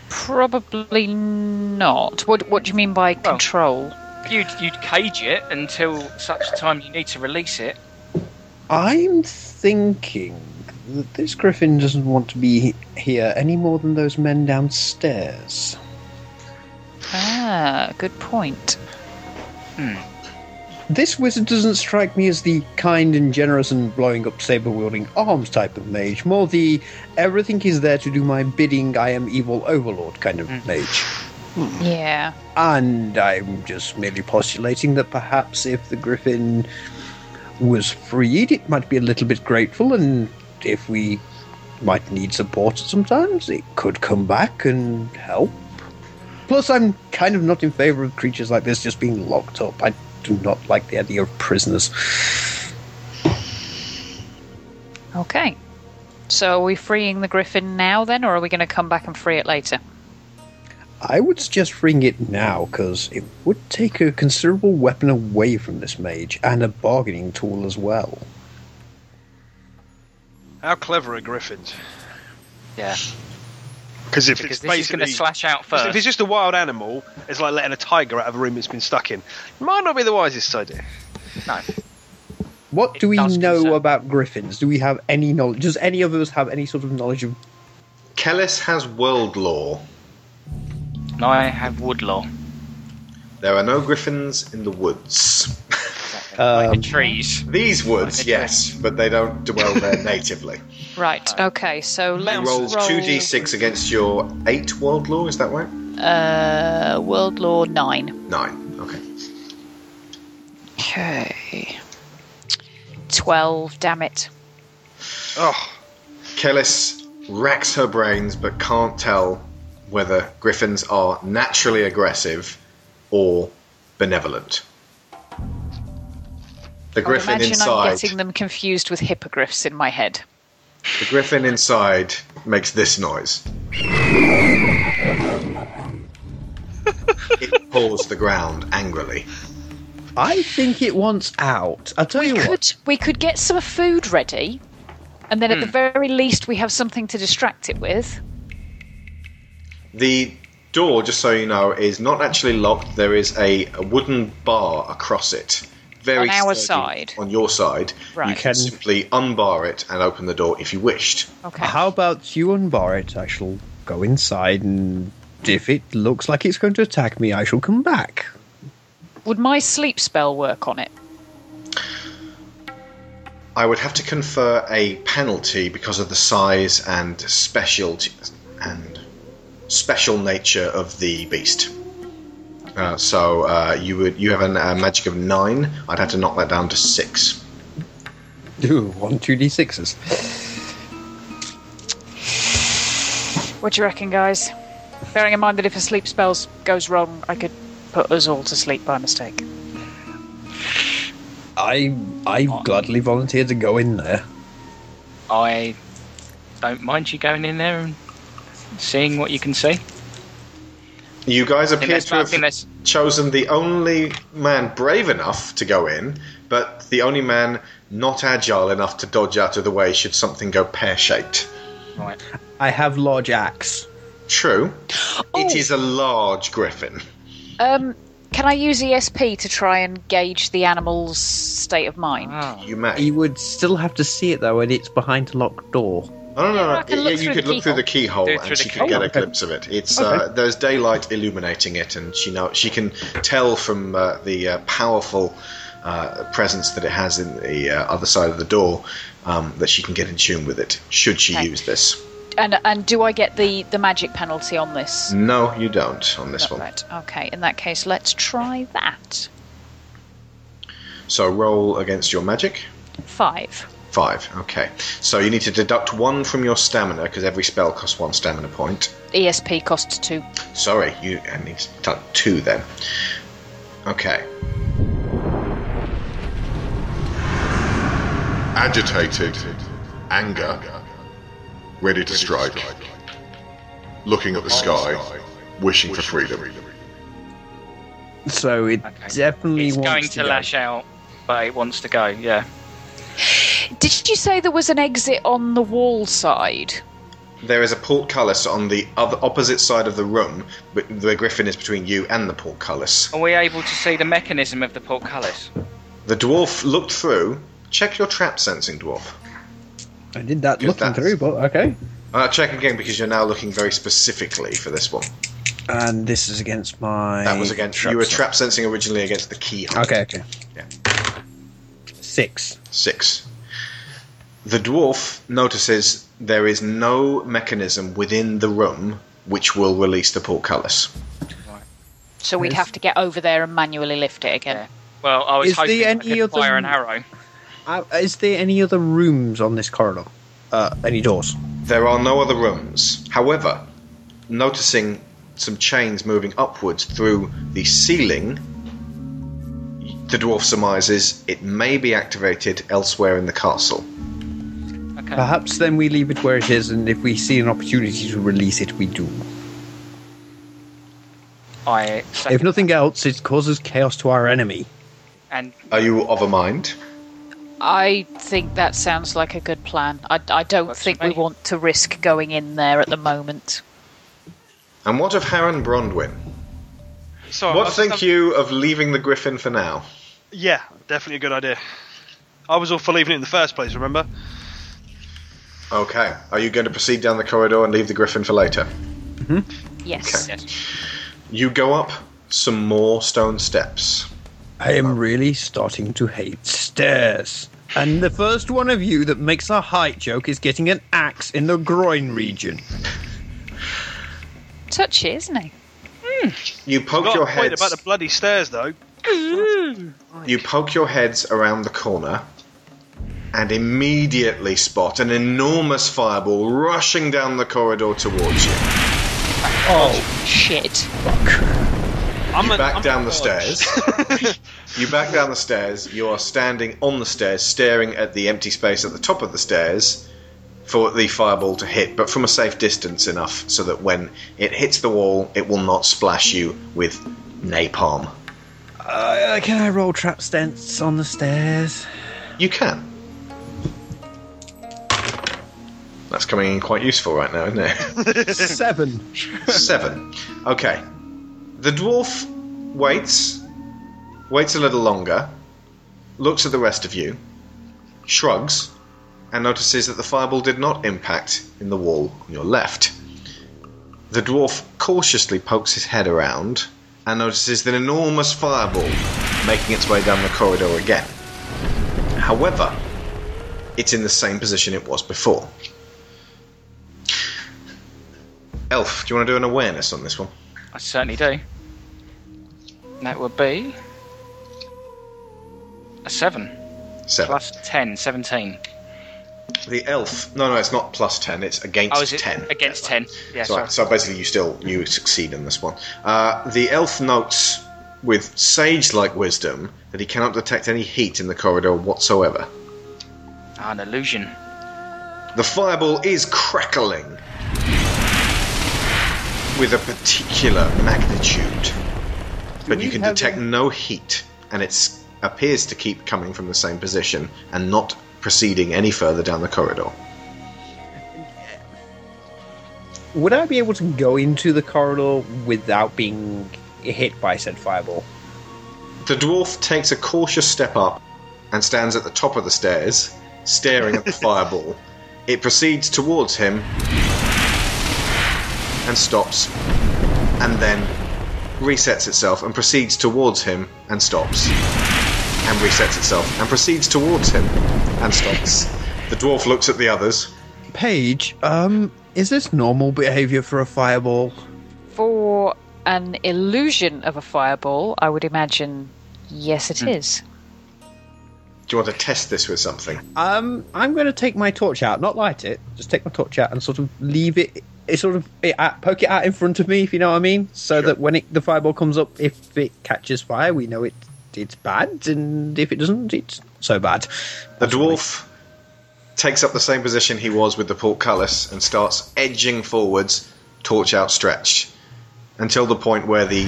Probably not. What What do you mean by control?
You'd, you'd cage it until such time you need to release it.
I'm thinking that this griffin doesn't want to be here any more than those men downstairs.
Ah, good point.
This wizard doesn't strike me as the kind and generous and blowing up saber wielding arms type of mage, more the everything is there to do my bidding, I am evil overlord kind of mage.
Hmm.
Yeah.
And I'm just merely postulating that perhaps if the griffin was freed, it might be a little bit grateful, and if we might need support sometimes, it could come back and help. Plus, I'm kind of not in favour of creatures like this just being locked up. I do not like the idea of prisoners.
Okay. So are we freeing the griffin now then, or are we going to come back and free it later?
I would suggest freeing it now, because it would take a considerable weapon away from this mage, and a bargaining tool as well.
How clever are griffins?
Yeah.
Because if
Because
it's
this is going
basically
to slash out first.
if it's just a wild animal, it's like letting a tiger out of a room it's been stuck in. Might not be the wisest idea.
No.
What
It
do we
does
know
concern-
about griffins? Do we have any knowledge? Does any of us have any sort of knowledge of?
Kellis has world law.
And I have woodlaw.
There are no griffins in the woods.
like
Um,
the trees.
These woods, yes, but they don't dwell there natively.
Right. Okay. So
Uh, He
let's
rolls
roll.
two d6 against your eight world law. Is that right?
Uh, World Law nine.
Nine. Okay.
Okay. Twelve. Damn it.
Oh,
Kellis racks her brains but can't tell whether griffins are naturally aggressive or benevolent. The
I would
griffin
imagine I'm
inside.
getting them confused with hippogriffs in my head.
The griffin inside makes this noise. it paws the ground angrily.
I think it wants out. I'll tell you what.
Could we could get some food ready, and then at the
Hmm.
very least we have something to distract it with.
The door, just so you know, is not actually locked. There is a, a wooden bar across it. Very
On our
sturdy.
side?
On your side. You
Right.
can
Can-
simply unbar it and open the door if you wished.
Okay.
How about you unbar it? I shall go inside, and if it looks like it's going to attack me, I shall come back.
Would my sleep spell work on it?
I would have to confer a penalty because of the size and special and special nature of the beast. Uh, so uh, you would you have an, a magic of nine. I'd have to knock that down to six.
Ooh, one two d sixes.
What do you reckon, guys? Bearing in mind that if a sleep spell goes wrong, I could put us all to sleep by mistake.
I I gladly volunteer to go in there.
I don't mind you going in there and seeing what you can see.
You guys
I think
appear
that's,
to
I
have
think that's
chosen the only man brave enough to go in, but the only man not agile enough to dodge out of the way should something go pear shaped.
right.
I have large axe.
True,
Oh!
it is a large griffin.
Um, can I use ESP to try and gauge the animal's state of mind?
Oh.
You may.
You would still have to see it though, and it's behind a locked door.
No, no, no.
I
no.
can
Yeah,
look
you
through
could
the
look through the keyhole
Do it
and
through
she
the
could get
keyhole.
a glimpse of it. It's uh,
Okay.
there's daylight illuminating it, and she know she can tell from uh, the uh, powerful uh, presence that it has in the uh, other side of the door um, that she can get in tune with it. Should she
Okay.
use this?
And and do I get the the magic penalty on this?
No, you don't on this
Not
one.
right. Okay. In that case, let's try that.
So roll against your magic.
Five.
Five. Okay. So you need to deduct one from your stamina because every spell costs one stamina point.
ESP E costs two.
Sorry, you I need to deduct two then. Okay.
Agitated. Anger. Ready to strike. Looking at the sky. Wishing for freedom.
So it
Okay.
definitely
It's
wants
going to,
go.
lash out, but it wants to go. Yeah.
Did you say there was an exit on the wall side?
There is a portcullis on the other opposite side of the room. But the griffin is between you and the portcullis.
Are we able to see the mechanism of the portcullis?
The dwarf looked through. Check your trap sensing, dwarf.
I did that
Good
looking
that's-
through, but okay.
Uh, check again because you're now looking very specifically for this one.
And this is against my.
That was against you were
traps.
trap sensing originally against the keyhole.
Okay, okay.
Yeah.
Six.
Six. The dwarf notices there is no mechanism within the room which will release the portcullis.
So we'd have to get over there and manually lift it again.
Well, I was
Is there
hoping I
any
could
other-
fire an arrow.
Uh, is there any other rooms on this corridor? Uh, any doors?
There are no other rooms. However, noticing some chains moving upwards through the ceiling, the dwarf surmises it may be activated elsewhere in the castle.
Okay.
Perhaps then we leave it where it is, and if we see an opportunity to release it, we do.
I second
If nothing else, it causes chaos to our enemy.
and
Are you of a mind?
I think that sounds like a good plan. I, I don't
Works
think
for
we
me.
want to risk going in there at the moment.
And what of Harren Bronwyn?
so
What think you of leaving the griffin for now?
Yeah, definitely a good idea. I was all for leaving it in the first place, remember?
Okay. Are you going to proceed down the corridor and leave the griffin for later?
Yes.
You go up some more stone steps.
I am really starting to hate stairs. And the first one of you that makes a height joke is getting an axe in the groin region.
Touchy, isn't he?
You poke
Got
your
a point
heads.
about the bloody stairs, though.
Mm-hmm.
You poke your heads around the corner and immediately spot an enormous fireball rushing down the corridor towards you.
Oh,
Oh.
Shit.
I'm
You
an-
back
I'm
down the
a god.
stairs. you back down the stairs. You are standing on the stairs, staring at the empty space at the top of the stairs for the fireball to hit, but from a safe distance enough so that when it hits the wall, it will not splash you with napalm.
Uh, can I roll trap stance on the stairs?
You can. That's coming in quite useful right now, isn't it?
Seven.
Seven. Okay. The dwarf waits, waits a little longer, looks at the rest of you, shrugs, and notices that the fireball did not impact in the wall on your left. The dwarf cautiously pokes his head around and notices an enormous fireball making its way down the corridor again. However, it's in the same position it was before. Elf, do you want to do an awareness on this one?
I certainly do. That would be a seven
Seven.
plus 10, 17.
The elf. No, no, it's not plus ten. It's against
Oh, is it
ten.
against 10? Yeah,
So,
sorry.
so basically, you still you succeed in this one. Uh, the elf notes with sage-like wisdom that he cannot detect any heat in the corridor whatsoever.
Ah, an illusion.
The fireball is crackling with a particular magnitude, but you can detect no heat, and it appears to keep coming from the same position and not proceeding any further down the corridor.
Would I be able to go into the corridor without being hit by said fireball?
The dwarf takes a cautious step up and stands at the top of the stairs, staring at the fireball. It proceeds towards him and stops, and then resets itself and proceeds towards him and stops, and resets itself and proceeds towards him and stops. The dwarf looks at the others.
Paige, um, is this normal behavior for a fireball?
For an illusion of a fireball, I would imagine, yes,
Hmm.
it is.
Do you want to test this with something?
Um, I'm going to take my torch out, not light it, just take my torch out and sort of leave it, it sort of it out, poke it out in front of me, if you know what I mean, so that when it, the fireball comes up, if it catches fire, we know it it's bad, and if it doesn't, it's so bad.
The dwarf takes up the same position he was with the portcullis and starts edging forwards, torch outstretched, until the point where the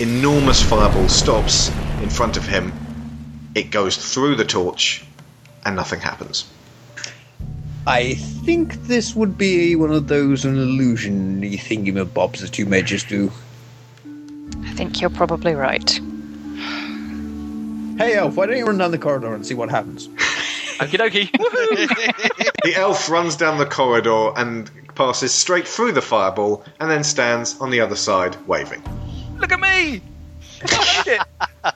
enormous fireball stops in front of him. It goes through the torch, and nothing happens.
I think this would be one of those an illusion thingamabobs that you may just do.
I think you're probably right.
Hey, Elf, why don't you run down the corridor and see what happens?
Okie dokie. Woohoo!
The elf runs down the corridor and passes straight through the fireball, and then stands on the other side waving.
Look at me!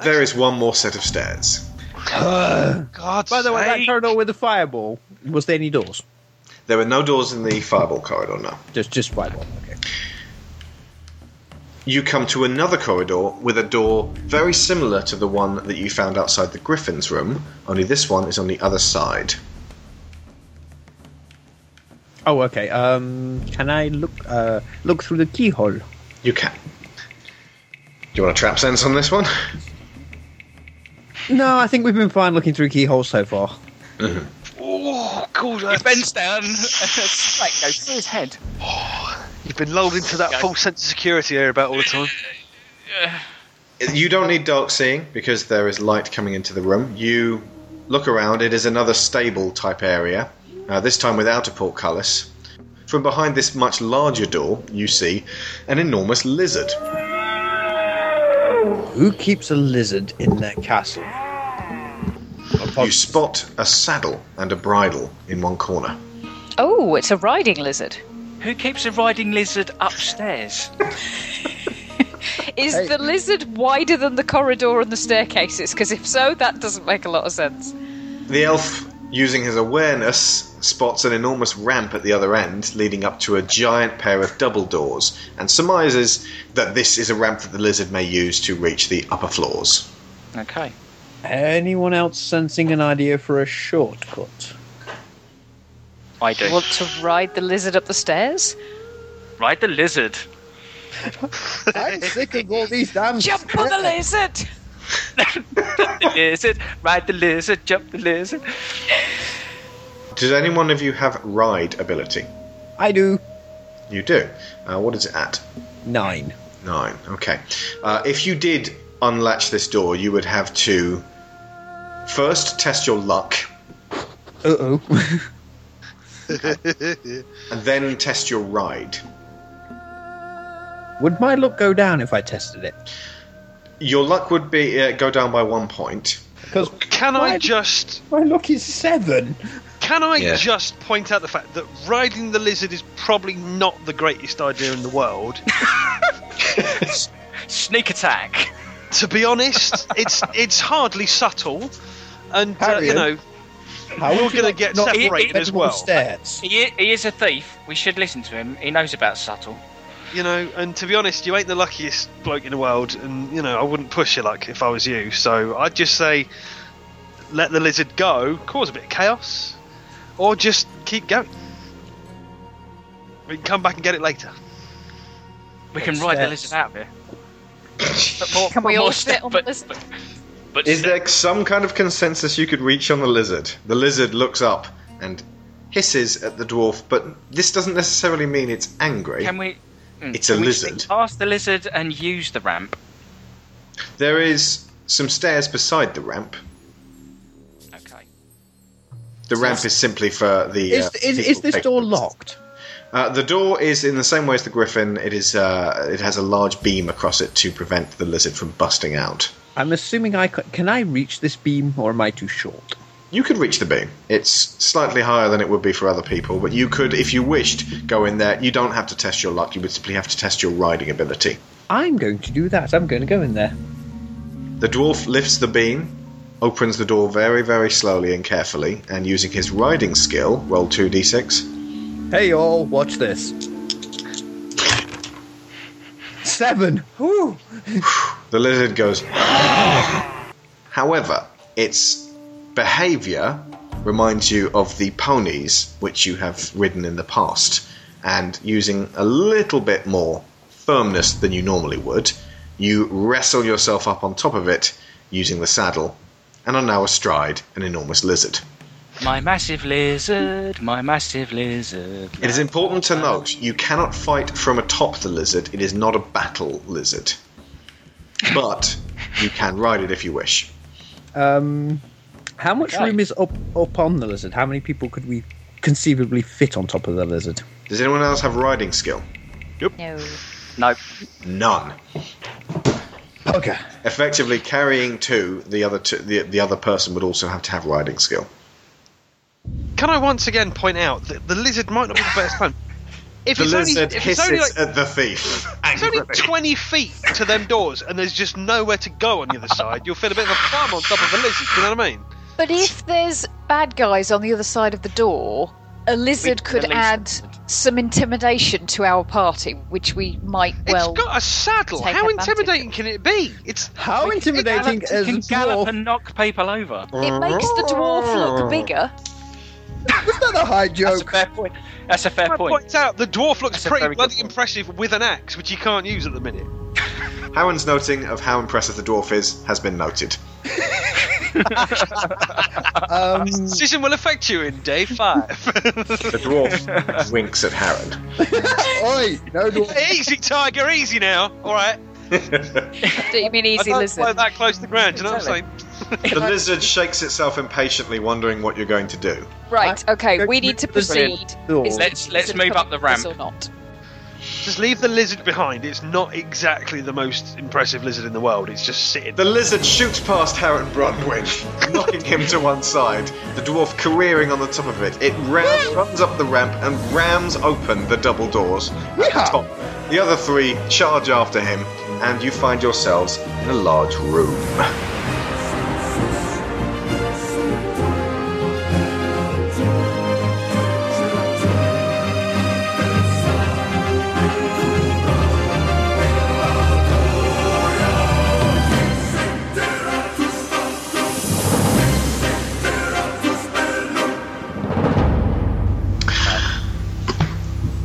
There is one more set of stairs.
God's
By the way, that
sake.
corridor with the fireball, was there any doors?
There are no doors in the fireball corridor now.
Just, just fireball. Okay.
you come to another corridor with a door very similar to the one that you found outside the Griffin's room, only this one is on the other side.
Oh, okay. Um, can I look, uh, look through the keyhole?
You can. Do you want a trap sense on this one?
No, I think we've been fine looking through keyholes so far.
Mm-hmm.
Oh, God,
He
that's-
bends down and a spike goes through his head.
you've been lulled into that false sense of security here about all the time.
You don't need dark seeing because there is light coming into the room. You look around, it is another stable type area, uh, this time without a portcullis. From behind this much larger door, you see an enormous lizard.
Who keeps a lizard in their castle?
You spot a saddle and a bridle in one corner.
Oh, it's a riding lizard.
Who keeps a riding lizard upstairs?
Is the lizard wider than the corridor and the staircases? Because if so, that doesn't make a lot of sense.
The elf, using his awareness, spots an enormous ramp at the other end leading up to a giant pair of double doors and surmises that this is a ramp that the lizard may use to reach the upper floors.
Okay.
Anyone else sensing an idea for a shortcut?
I do.
Want to ride the lizard up the stairs?
Ride the lizard.
I'm sick of all these damn.
Jump on the lizard!
the lizard. Ride the lizard. Jump the lizard.
Does any one of you have ride ability?
I do
You do. Uh, what is it at?
nine.
Nine. Okay. Uh, if you did unlatch this door, you would have to first test your luck,
Uh oh.
and then test your ride.
Would my luck go down if I tested it?
Your luck would be uh, go down by one point.
Because
Can I
Why-
just
my luck is seven.
can I
Yeah.
just point out the fact that riding the lizard is probably not the greatest idea in the world.
Sneak attack.
to be honest, it's it's hardly subtle, and uh, you
Harriet,
know
How
We're
would you
gonna
like
get
not
separated
get
as well.
Upstairs?
He, he is a thief. We should listen to him. He knows about subtle.
you know, and to be honest, you ain't the luckiest bloke in the world, and you know I wouldn't push your luck if I was you. So I'd just say let the lizard go, cause a bit of chaos, or just keep going. We can come back and get it later.
We can ride the lizard
Upstairs.
out of here. But more,
Can we
more
all
step-
fit on the
but-
lizard?
But, but
Is
step-
there some kind of consensus you could reach on the lizard? The lizard looks up and hisses at the dwarf, but this doesn't necessarily mean it's angry.
Can we? mm,
It's a
can we
lizard.
sneak past the lizard and use the ramp.
There is some stairs beside the ramp.
Okay.
The ramp is simply for the.
Is,
uh,
is,
people
is this
taking
door
it.
locked?
Uh, the door is in the same way as the griffin. It is. Uh, it has a large beam across it to prevent the lizard from busting out.
I'm assuming I can, can I reach this beam or am I too short?
You could reach the beam. It's slightly higher than it would be for other people, but you could, if you wished, go in there. You don't have to test your luck. You would simply have to test your riding ability.
I'm going to do that. I'm going to go in there.
The dwarf lifts the beam, opens the door very, very slowly and carefully, and using his riding skill, roll two d6.
Hey all, watch this. Seven. Whew.
The lizard goes. "Ah." However, its behaviour reminds you of the ponies which you have ridden in the past, and using a little bit more firmness than you normally would, you wrestle yourself up on top of it using the saddle, and are now astride an enormous lizard.
My massive lizard, my massive lizard.
It is important to note you cannot fight from atop the lizard. It is not a battle lizard. But you can ride it if you wish.
Um, how much
Okay.
room is up up on the lizard? How many people could we conceivably fit on top of the lizard?
Does anyone else have riding skill?
No.
Nope.
None.
Okay.
Effectively carrying two, the other two, the, the other person would also have to have riding skill.
Can I once again point out that the lizard might not be the best plan? If
The
it's only,
lizard
if it's
hisses
only like
at the thief.
It's only
angrily.
20 feet to them doors, and there's just nowhere to go on the other side. You'll feel a bit of a farm on top of a lizard, you know what I mean?
But if there's bad guys on the other side of the door, a lizard
With the
could
lizard.
add some intimidation to our party, which we might well.
it's got a saddle.
take
How
advantage
intimidating can it be? It's
How intimidating
Gallop-
as
can
a
gallop
dwarf?
and knock people over.
It makes the dwarf look bigger.
Was that a high
That's a
joke?
fair point. That's a fair
I
point.
point out the dwarf looks
That's a
pretty
very good
bloody
point.
impressive with an axe, which he can't use at the minute.
Harren's noting of how impressive the dwarf is has been noted.
Um,
Decision will affect you in day five.
The dwarf winks at Harren.
oi, no dwarf.
easy, tiger, easy now. All right.
Do you mean easy
I don't
lizard?
fly that close to the ground. Do you know what I'm saying?
The lizard shakes itself impatiently, wondering what you're going to do.
Right. Okay. We need to
Brilliant.
proceed.
Door.
Is the
Let's- let's
lizard
move
coming
up the
with us
ramp.
Or not?
Just leave the lizard behind. It's not exactly the most impressive lizard in the world. It's just sitting.
The lizard shoots past Harriet Bronwyn, knocking him to one side, the dwarf careering on the top of it. It ram- runs up the ramp and rams open the double doors at the
Yeehaw.
top. The other three charge after him, and you find yourselves in a large room.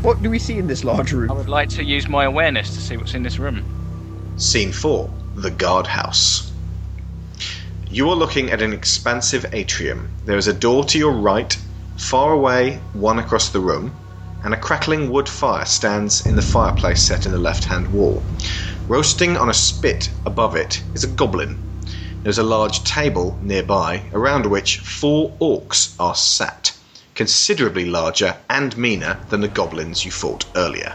What do we see in this large
I
room?
would like to use my awareness to see what's in this room.
Scene 4 The Guardhouse. You are looking at an expansive atrium. There is a door to your right, far away, one across the room, and a crackling wood fire stands in the fireplace set in the left hand wall. Roasting on a spit above it is a goblin. There is a large table nearby, around which four orcs are sat, considerably larger and meaner than the goblins you fought earlier.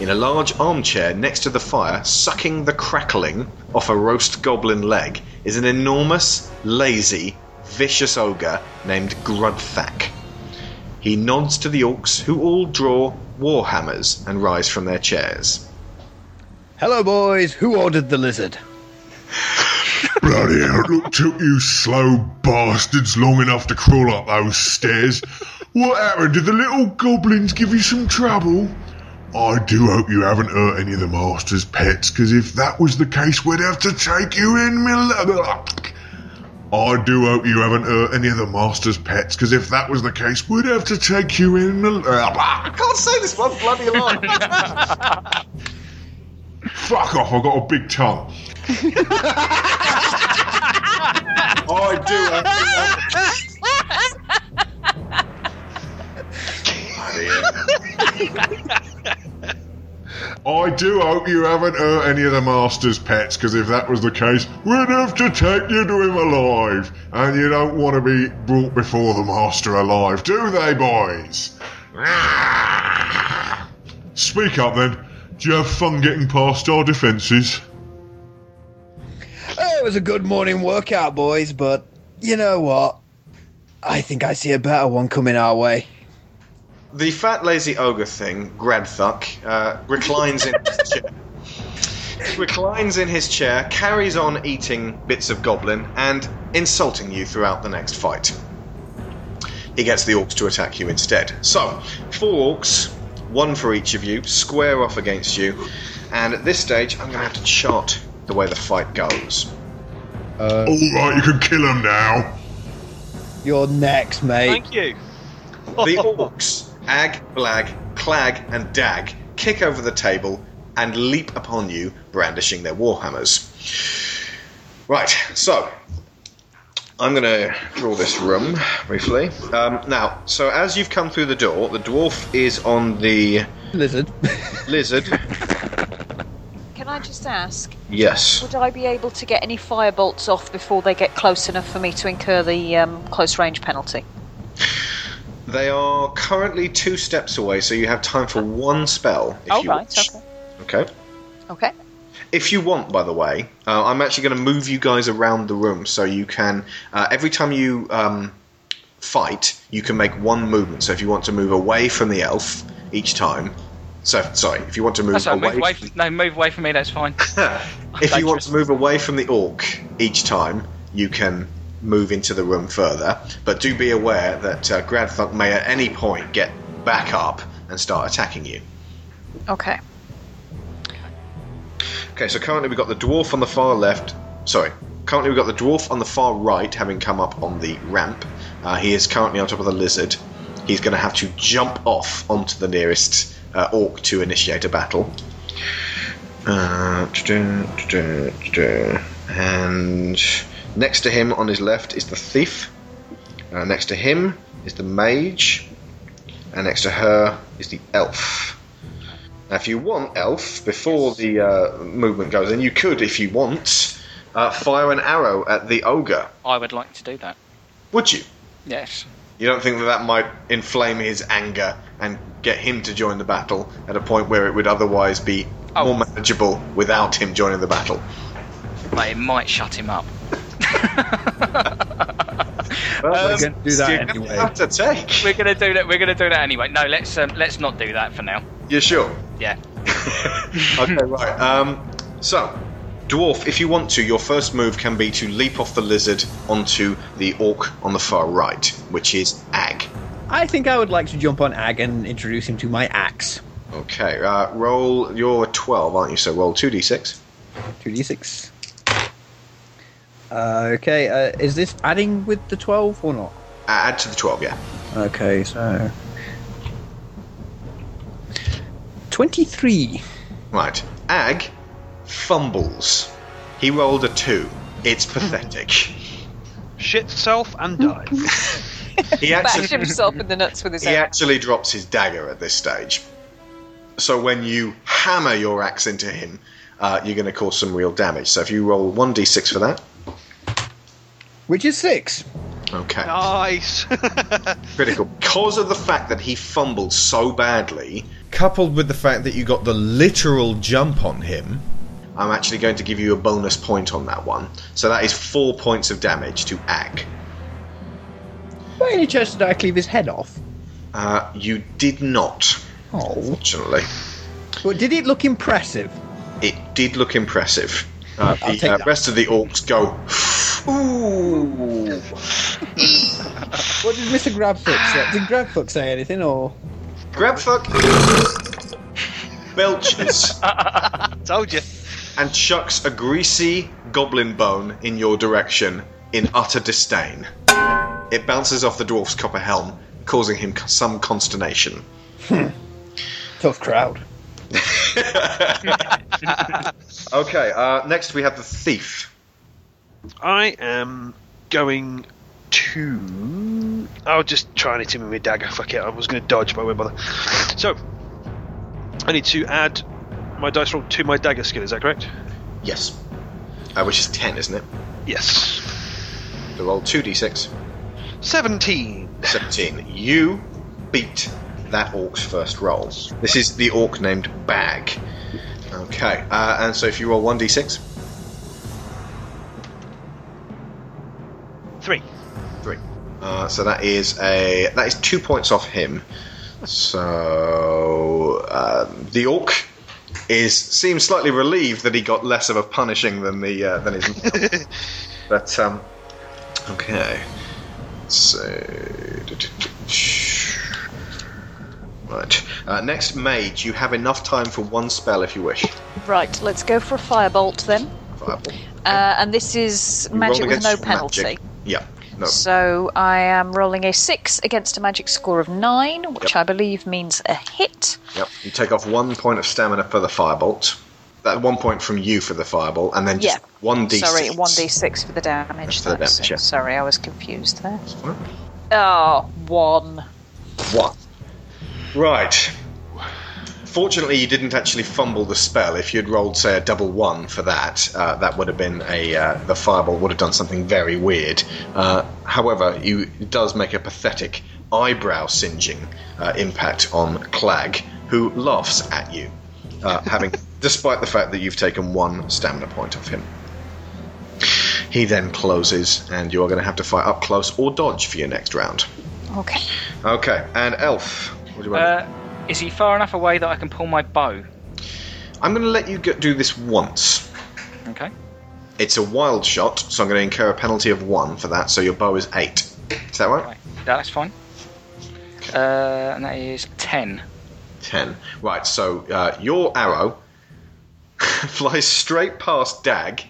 In a large armchair next to the fire, sucking the crackling off a roast goblin leg, is an enormous, lazy, vicious ogre named Grudthak. He nods to the orcs, who all draw war hammers and rise from their chairs.
Hello, boys. Who ordered the lizard?
Bloody hell, look, took you slow bastards long enough to crawl up those stairs. What happened? Did the little goblins give you some trouble? I do hope you haven't hurt any of the master's pets, because if that was the case, we'd have to take you in, me lo- I do hope you haven't hurt any of the master's pets, because if that was the case, we'd have to take you in. uh, me lo-
I can't say this one bloody line!
Fuck off, I've got a big tongue.
I do uh, hope.
I do hope you haven't hurt any of the master's pets, because if that was the case, we'd have to take you to him alive. And you don't want to be brought before the master alive, do they, boys? Speak up then. Do you have fun getting past our defences?
Oh, it was a good morning workout, boys, but you know what? I think I see a better one coming our way.
The fat, lazy ogre thing, Gradthuk, uh, reclines in his chair. Reclines in his chair, carries on eating bits of goblin, and insulting you throughout the next fight. He gets the orcs to attack you instead. So, four orcs, one for each of you, square off against you, and at this stage, I'm going to have to chart the way the fight goes.
Alright, you can kill them now.
You're next, mate.
Thank you.
The orcs, Ag, Blag, Clag, and Dag, kick over the table and leap upon you, brandishing their warhammers. Right, so I'm going to draw this room briefly. Um, now, so as you've come through the door, the dwarf is on the
Lizard.
lizard.
Can I just ask,
Yes.
would I be able to get any fire bolts off before they get close enough for me to incur the um, close range penalty?
They are currently two steps away, so you have time for one spell. If
Oh,
you
right,
wish.
okay.
Okay.
Okay.
If you want, by the way, uh, I'm actually going to move you guys around the room so you can. Uh, every time you um, fight, you can make one movement. So if you want to move away from the elf each time, so sorry, if you want to move
That's all right,
away,
move away from, no, move away from me, that's fine.
if you want to move away from the orc each time, you can move into the room further. But do be aware that uh, Gradthunk may at any point get back up and start attacking you.
Okay.
Okay, so currently we've got the dwarf on the far left. Sorry, currently we've got the dwarf on the far right, having come up on the ramp. Uh, he is currently on top of the lizard. He's going to have to jump off onto the nearest uh, orc to initiate a battle. Uh, and next to him on his left is the thief. Uh, next to him is the mage. And next to her is the elf. Now, if you want, Elf, before the uh, movement goes in, you could, if you want, uh, fire an arrow at the ogre.
I would like to do that.
Would you?
Yes.
You don't think that that might inflame his anger and get him to join the battle at a point where it would otherwise be more manageable without him joining the battle?
But it might shut him up. Um,
we're going to do that
you're
anyway.
gonna have to take.
We're gonna do that. We're gonna do that anyway. No, let's um, let's not do that for now.
You're sure?
Yeah.
okay, right. Um, so, dwarf, if you want to, your first move can be to leap off the lizard onto the orc on the far right, which is Ag.
I think I would like to jump on Ag and introduce him to my axe.
Okay, uh, roll your 12, aren't you? So roll 2d6.
2d6. Uh, okay, uh, is this adding with the 12 or not?
A- Uh, Add to the 12, yeah.
Okay, so. 23.
Right. Ag fumbles. He rolled a 2. It's pathetic.
Shit self and die.
He
Bashed
actually,
himself in the nuts with his
he
axe.
actually drops his dagger at this stage. So when you hammer your axe into him, uh, you're going to cause some real damage. So if you roll 1d6 for that.
Which is 6.
Okay.
nice.
critical because of the fact that he fumbled so badly.
Coupled with the fact that you got the literal jump on him,
I'm actually going to give you a bonus point on that one. So that is four points of damage to Ag.
By any chance, did I cleave his head off?
Uh, you did not,
Oh.
fortunately.
But did it look impressive?
It did look impressive. Uh,
I'll
the
take
uh,
that.
rest of the orcs go. Ooh.
What did Mr. Grabfoot say? Did Grabfoot say anything, or.
Grabfuck belches
Told you.
and chucks a greasy goblin bone in your direction in utter disdain. It bounces off the dwarf's copper helm, causing him c- some consternation.
Hmm. Tough crowd.
Okay, uh, next we have the thief.
I am going to. I'll just try and hit him with my dagger. Fuck it, I was going to dodge, but I won't bother. So, I need to add my dice roll to my dagger skill, is that correct?
Yes. Uh, which is 10, isn't it?
Yes.
The roll 2d6.
17.
17. You beat that orc's first roll. This is the orc named Bag. Okay, uh, and so if you roll 1d6,
Three.
3. Uh, so that is a that is two points off him. So um, the orc is seems slightly relieved that he got less of a punishing than the uh, than his. but um, okay, so right uh, next mage. You have enough time for one spell if you wish.
Right, let's go for a firebolt then.
Fireball.
Uh, and this is
You roll
magic with
against
no
your
penalty.
magic. Yeah. No.
So I am rolling a six against a magic score of nine, which
Yep.
I believe means a hit.
Yep. You take off one point of stamina for the firebolt. That one point from you for the firebolt, and then just
Yeah.
one d.
Sorry, one d six for the damage.
For the
That's
damage,
it.
yeah.
Sorry, I was confused there. Oh, one.
One. Right. Fortunately, you didn't actually fumble the spell. If you'd rolled, say, a double one for that, uh, that would have been a uh, the fireball would have done something very weird. Uh, however, you it does make a pathetic eyebrow singeing uh, impact on Clag, who laughs at you, uh, having despite the fact that you've taken one stamina point off him. He then closes, and you are going to have to fight up close or dodge for your next round.
Okay.
Okay, and Elf. What do you want?
Uh, is he far enough away that I can pull my bow?
I'm going to let you go- do this once.
Okay.
It's a wild shot, so I'm going to incur a penalty of one for that. So your bow is eight. Is that right?
Right. That's fine. Uh, and that is ten.
Ten. Right. So uh, your arrow flies straight past Dag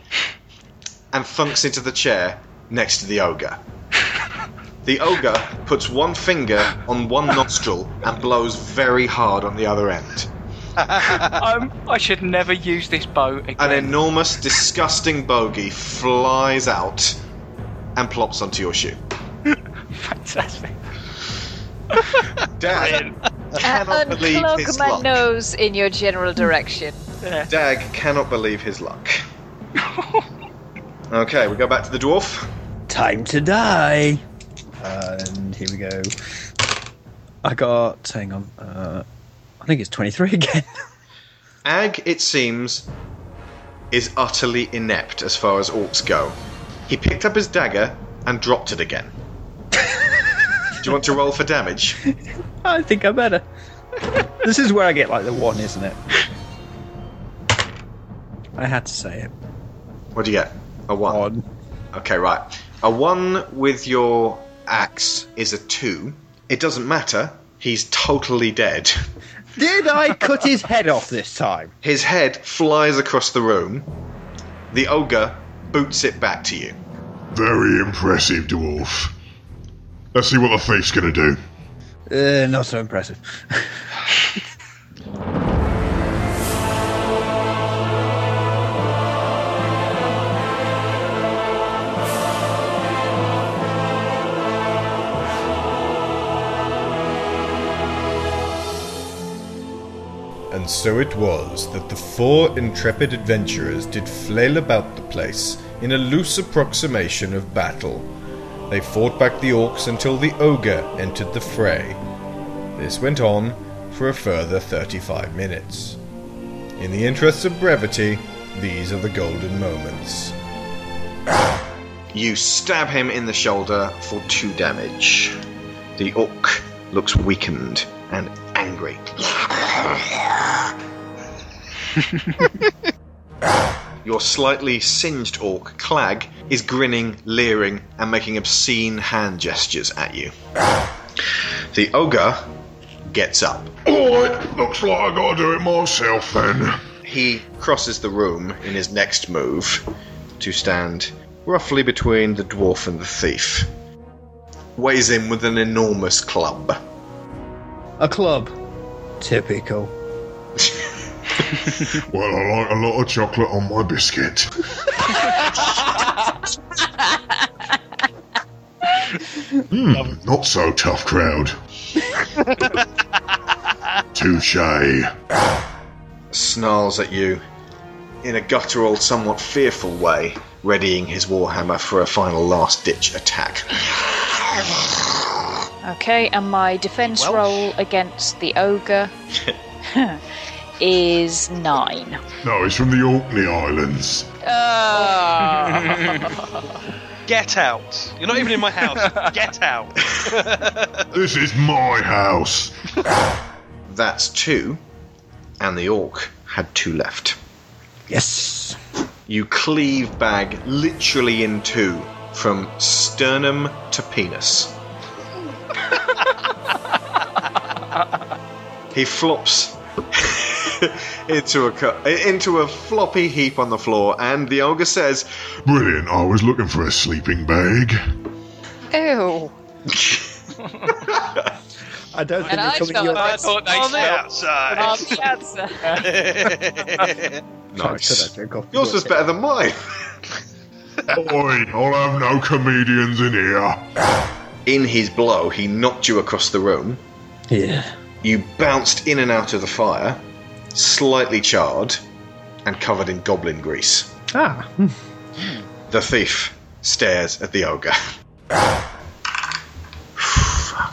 and thunks into the chair next to the ogre. The ogre puts one finger on one nostril and blows very hard on the other end.
um, I should never use this bow again.
An enormous, disgusting bogey flies out and plops onto your shoe.
Fantastic.
Dag cannot believe
Unclog
his
my
luck.
nose in your general direction.
Dag cannot believe his luck. okay, we go back to the dwarf.
Time to die. Uh, and here we go. I got. Hang on. Uh, I think it's 23 again.
Ag, it seems, is utterly inept as far as orcs go. He picked up his dagger and dropped it again. Do you want to roll for damage?
I think I better. this is where I get like the one, isn't it? I had to say it.
What do you get? A one. Okay, right. A one with your axe is a two. It doesn't matter. He's totally dead.
Did I cut his head off this time?
His head flies across the room. The ogre boots it back to you.
Very impressive, dwarf. Let's see what the thief's gonna do.
Uh, not so impressive.
And so it was that the four intrepid adventurers did flail about the place in a loose approximation of battle. They fought back the orcs until the ogre entered the fray. This went on for a further 35 minutes. In the interests of brevity, these are the golden moments.
You stab him in the shoulder for two damage. The orc looks weakened and angry. Your slightly singed orc, Clag, is grinning, leering, and making obscene hand gestures at you. The ogre gets up.
Alright, looks like I gotta do it myself then.
He crosses the room in his next move to stand roughly between the dwarf and the thief. Weighs in with an enormous club.
A club. Typical.
Well, I like a lot of chocolate on my biscuit. Hmm, not so tough crowd. Touche.
snarls at you in a guttural, somewhat fearful way, readying his warhammer for a final last ditch attack.
Okay, and my defense roll against the ogre is nine.
No, he's from the Orkney Islands.
Get out. You're not even in my house. Get out.
This is my house.
That's two, and the orc had two left.
Yes.
You cleave bag literally in two from sternum to penis. he flops into a cu- into a floppy heap on the floor, and the ogre says,
Brilliant. I was looking for a sleeping bag.
Ew.
I don't think
And I
they're coming
felt
your
like-
way.
I thought they
on the
smelled-
outside.
Um, yes.
"Nice, yours was better than mine."
Oi, I'll have no comedians in here.
In his blow, he knocked you across the room.
Yeah.
You bounced in and out of the fire, slightly charred, and covered in goblin grease.
Ah.
The thief stares at the ogre.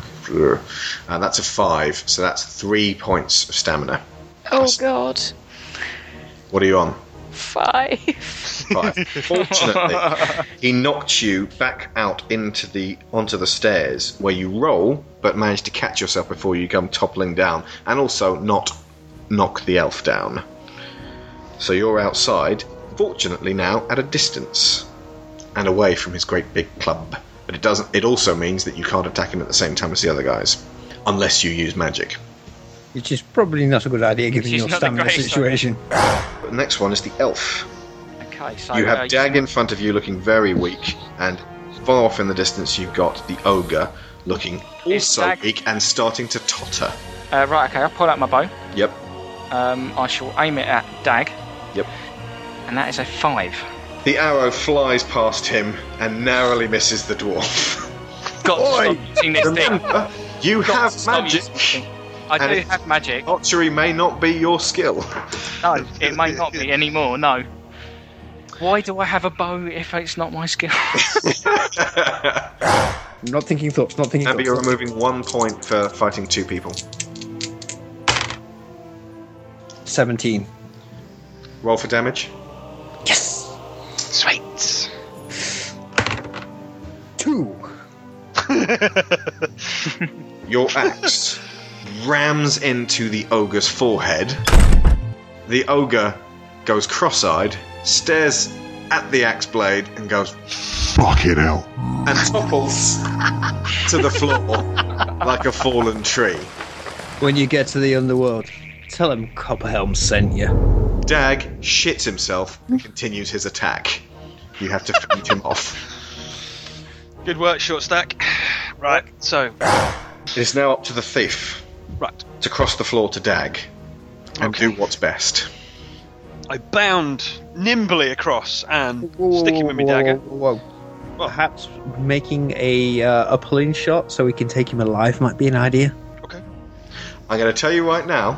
and that's a five, so that's three points of stamina.
Oh god.
What are you on?
Five.
Five. Fortunately, he knocked you back out into the onto the stairs, where you roll, but manage to catch yourself before you come toppling down, and also not knock the elf down. So you're outside, fortunately now at a distance and away from his great big club. But it doesn't. It also means that you can't attack him at the same time as the other guys, unless you use magic.
Which is probably not a good idea given
is
your
not a
stamina
great
situation.
But the next one is the elf.
Okay, so
You
uh,
have Dag in front of you looking very weak, and far off in the distance you've got the ogre looking
Is
also
Dag-
weak and starting to totter.
Uh, right, okay, I'll pull out my bow.
Yep,
Um, I shall aim it at Dag,
yep.
and that is a five.
The arrow flies past him and narrowly misses the dwarf.
Got to
Oi!
stop using this thing.
Remember, you
Got to
have
stop
magic.
using this thing. I
And
do
it-
have magic.
Archery may not be your skill.
No, it may not be anymore, no. Why do I have a bow if it's not my skill?
Not thinking thoughts. Not thinking
Abby,
thoughts.
you're removing one point for fighting two people.
Seventeen.
Roll for damage.
Yes.
Sweet.
Two.
Your axe rams into the ogre's forehead. The ogre goes cross eyed, stares at the axe blade, and goes,
Fuck it out.
and topples to the floor like a fallen tree.
When you get to the underworld, tell him Copperhelm sent you.
Dag shits himself and continues his attack. You have to feed him off.
Good work, short stack. Right, so
It is now up to the thief
Right.
to cross the floor to Dag and do what's best.
I bound nimbly across and sticking with my
Whoa,
dagger.
Whoa, whoa. Perhaps making a uh, a pulling shot so we can take him alive might be an idea.
I'm going to tell you right now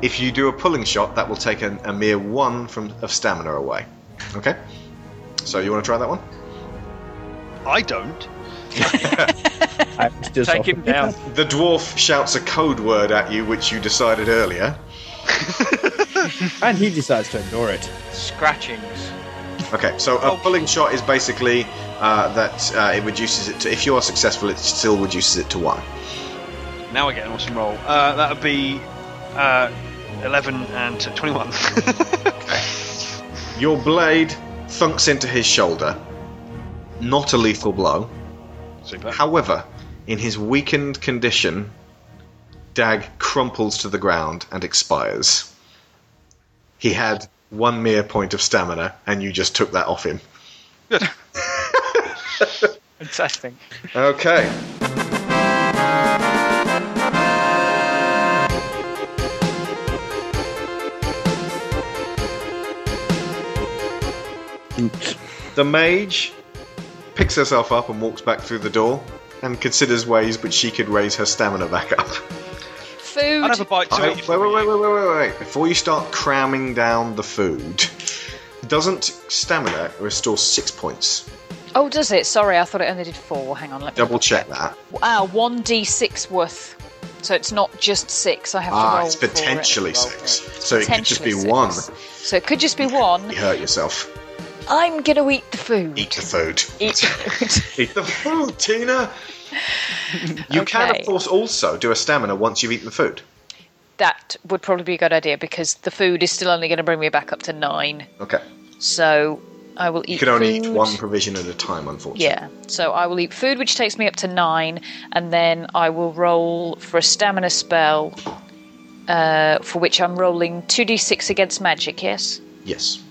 if you do a pulling shot, that will take an, a mere one from of stamina away. Okay? So you want to try that one?
I don't.
I just
Take him down.
The dwarf shouts a code word at you, which you decided earlier.
and he decides to ignore it.
Scratchings.
Okay, so
Oh.
a pulling shot is basically uh, that uh, it reduces it to. If you are successful, it still reduces it to one.
Now I get an awesome roll. Uh, that would be uh, 11 and 21.
Your blade thunks into his shoulder. Not a lethal blow.
Super.
However, in his weakened condition, Dag crumples to the ground and expires. He had one mere point of stamina, and you just took that off him.
Fantastic.
Okay. The mage picks herself up and walks back through the door and considers ways which she could raise her stamina back up.
Food.
I'd have a bite to
I-
eat.
wait, wait, wait, wait, wait, wait, wait. Before you start cramming down the food, doesn't stamina restore six points?
Oh, does it? Sorry, I thought it only did four. Hang on, let me.
Double check that.
Ah, one d six worth. So it's not just six. I have to
Ah,
roll
it's
for it.
potentially
Roll for
six.
it.
So it could just be
Potentially
one.
six. So it could just be one.
You hurt yourself.
I'm gonna eat the food.
Eat the food.
Eat the food.
Eat the food, Tina. You can,
Okay.
of course, also do a stamina once you've eaten the food.
that would probably be a good idea because the food is still only going to bring me back up to nine.
Okay.
So I will eat.
You can only eat
food.
one provision at a time, unfortunately.
Yeah. So I will eat food, which takes me up to nine, and then I will roll for a stamina spell, uh, for which I'm rolling two d six against magic. Yes,
Yes.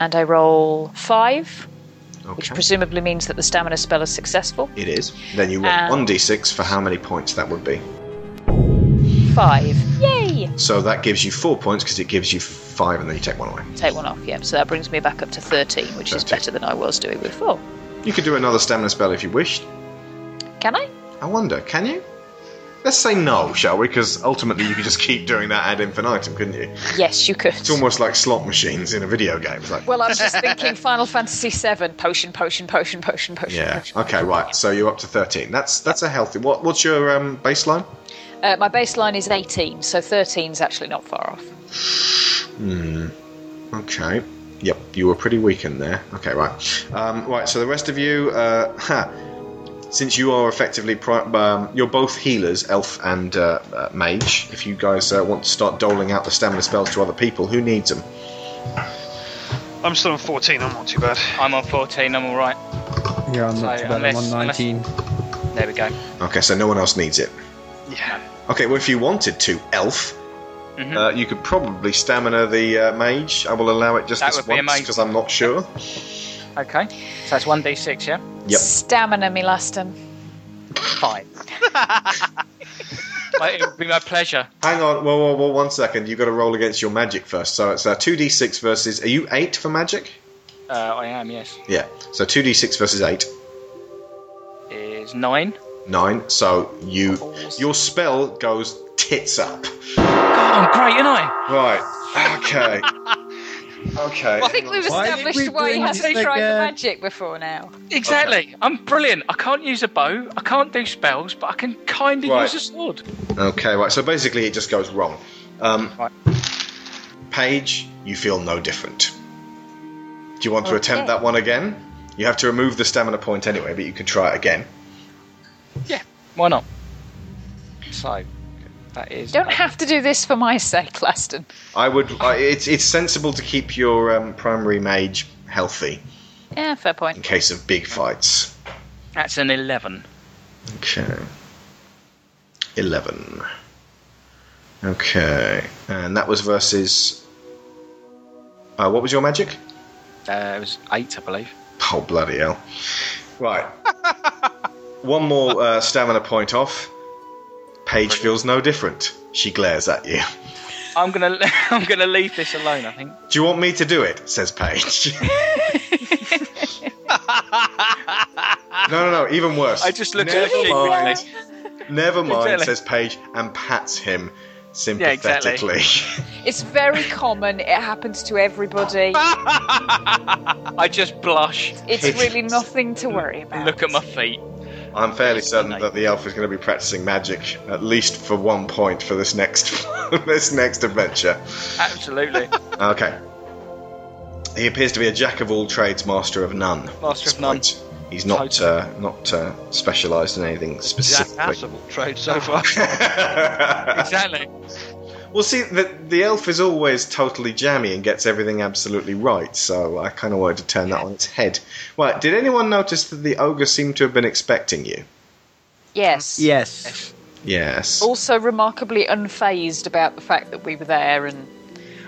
and I roll five, which
Okay.
presumably means that the stamina spell is successful.
it is. Then you roll
Um,
1d6 for how many points that would be.
Five. Yay!
So that gives you four points because it gives you five and then you take one away.
Take one off. Yep. So that brings me back up to thirteen, which is
13.
better than I was doing before.
You could do another stamina spell if you wished.
Can I?
I wonder, can you? Let's say no, shall we? Because ultimately you could just keep doing that ad infinitum, couldn't you?
Yes, you could.
It's almost like slot machines in a video game. It's like,
Well, I was just thinking Final Fantasy VII potion, potion, potion, potion, potion.
yeah.
potion.
Okay, right. So you're up to 13. That's that's a healthy. What what's your um, baseline?
Uh, my baseline is 18, so 13's actually not far off.
Okay. Yep, you were pretty weak in there. Okay, right. Um, right, so the rest of you, uh, ha, since you are effectively, pri- um, you're both healers, elf and uh, uh, mage. If you guys uh, want to start doling out the stamina spells to other people, who needs them?
I'm still on 14, I'm not too bad.
I'm on 14. I'm all right.
Yeah, I'm
not So, too bad, I'm unless- on unless- 19. There we go.
Okay, so no one else needs it.
Yeah.
Okay, well, if you wanted to, elf,
Mhm.
uh, you could probably stamina the uh, mage. I will allow it just
That
this
would be
once
amazing.
because I'm not sure.
Okay. So that's 1d6, yeah?
Yep.
Stamina, me Laston.
Fine. My- it would be my pleasure.
Hang on, well, well, well, one second. You've got to roll against your magic first. So it's uh, 2d6 versus. Are you 8 for magic?
Uh, I am, yes.
Yeah. So 2d6 versus 8.
Is 9.
9. So you. Your spell goes tits up.
God, I'm great, aren't I?
Right. Okay. Okay.
I think we've established why, he hasn't tried the magic before now.
Exactly. I'm brilliant. I can't use a bow. I can't do spells, but I can kind of
Right.
use a sword.
Okay, right. So basically, it just goes wrong. Um, Paige, you feel no different. Do you want to attempt
Okay.
that one again? You have to remove the stamina point anyway, but you can try it again.
Why not? So that is.
Don't have to do this for my sake, Laston.
I would. I, it's it's sensible to keep your um, primary mage healthy
Yeah, fair
in
point.
case of big fights.
That's an eleven.
Okay. 11. Okay. And that was versus. Uh, what was your magic?
Uh, it was eight, I believe.
Oh, bloody hell. Right. One more uh, stamina point off. Paige feels no different. She glares at you.
I'm gonna I'm gonna leave this alone. I think.
Do you want me to do it? Says Paige. no, no, no. Even worse.
I just looked at
Never
the sheet
mind.
quickly.
Never mind.
Exactly.
Says Paige and pats him
Yeah, exactly.
sympathetically.
It's very common. It happens to everybody.
I just blush.
It's really nothing to worry about.
Look at my feet.
I'm fairly certain that the elf is going to be practicing magic at least for one point for this next this next adventure.
Absolutely.
Okay. He appears to be a jack of all trades, master of none.
Master of none.
He's not uh, not uh, specialised in anything
Jack
specific.
ass of all trades so far.
exactly.
Well, see, the, the elf is always totally jammy and gets everything absolutely right, so I kind of wanted to turn that on its head. Right, did anyone notice that the ogre seemed to have been expecting you?
Yes.
Yes.
Yes.
Also, remarkably unfazed about the fact that we were there, and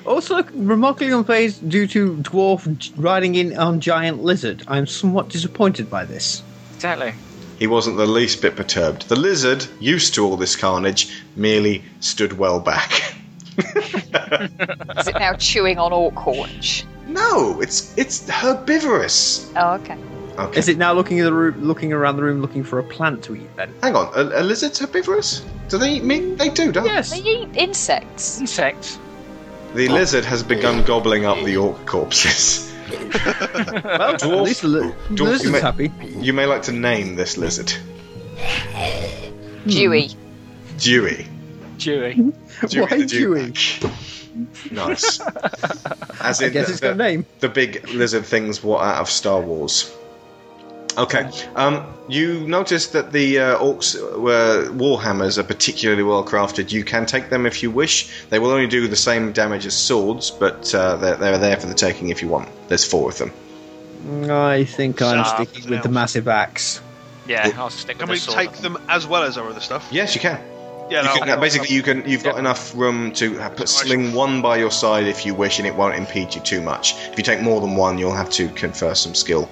Also, remarkably unfazed due to dwarf j- riding in on giant lizard. I'm somewhat disappointed by this.
Exactly.
He wasn't the least bit perturbed. The lizard, used to all this carnage, merely stood well back.
is it now chewing on orc haunch?
No, it's it's herbivorous.
Oh, okay.
Okay.
Is it now looking at the room, looking around the room, looking for a plant to eat? Then
Hang on, are, are lizards herbivorous? Do they eat meat? They do, don't they?
yes.
They eat insects.
Insects.
The lizard has begun gobbling up the orc corpses.
Well, at
Dwarf-
least the li-
dwarf- you may-
lizard's happy.
You may like to name this lizard
Dewey.
Dewey.
Dewey.
Dewey
Why
the Dew-
Dewey?
Nice. As in
I guess
the,
it's got
the-
a name.
the big lizard things what out of Star Wars. Okay, um, you noticed that the uh, orcs were warhammers are particularly well crafted. You can take them if you wish. They will only do the same damage as swords, but uh, they're, they're there for the taking if you want. There's four of them.
I think I'm
Ah,
sticking with
now.
the massive axe.
Yeah, I'll stick with
Can
the
we
sword.
take them as well as our other stuff?
Yes, you can.
Yeah,
You
no,
can-
I'll-
basically, you can. You've got enough room to ha- put sling one by your side if you wish, and it won't impede you too much. If you take more than one, you'll have to confer some skill.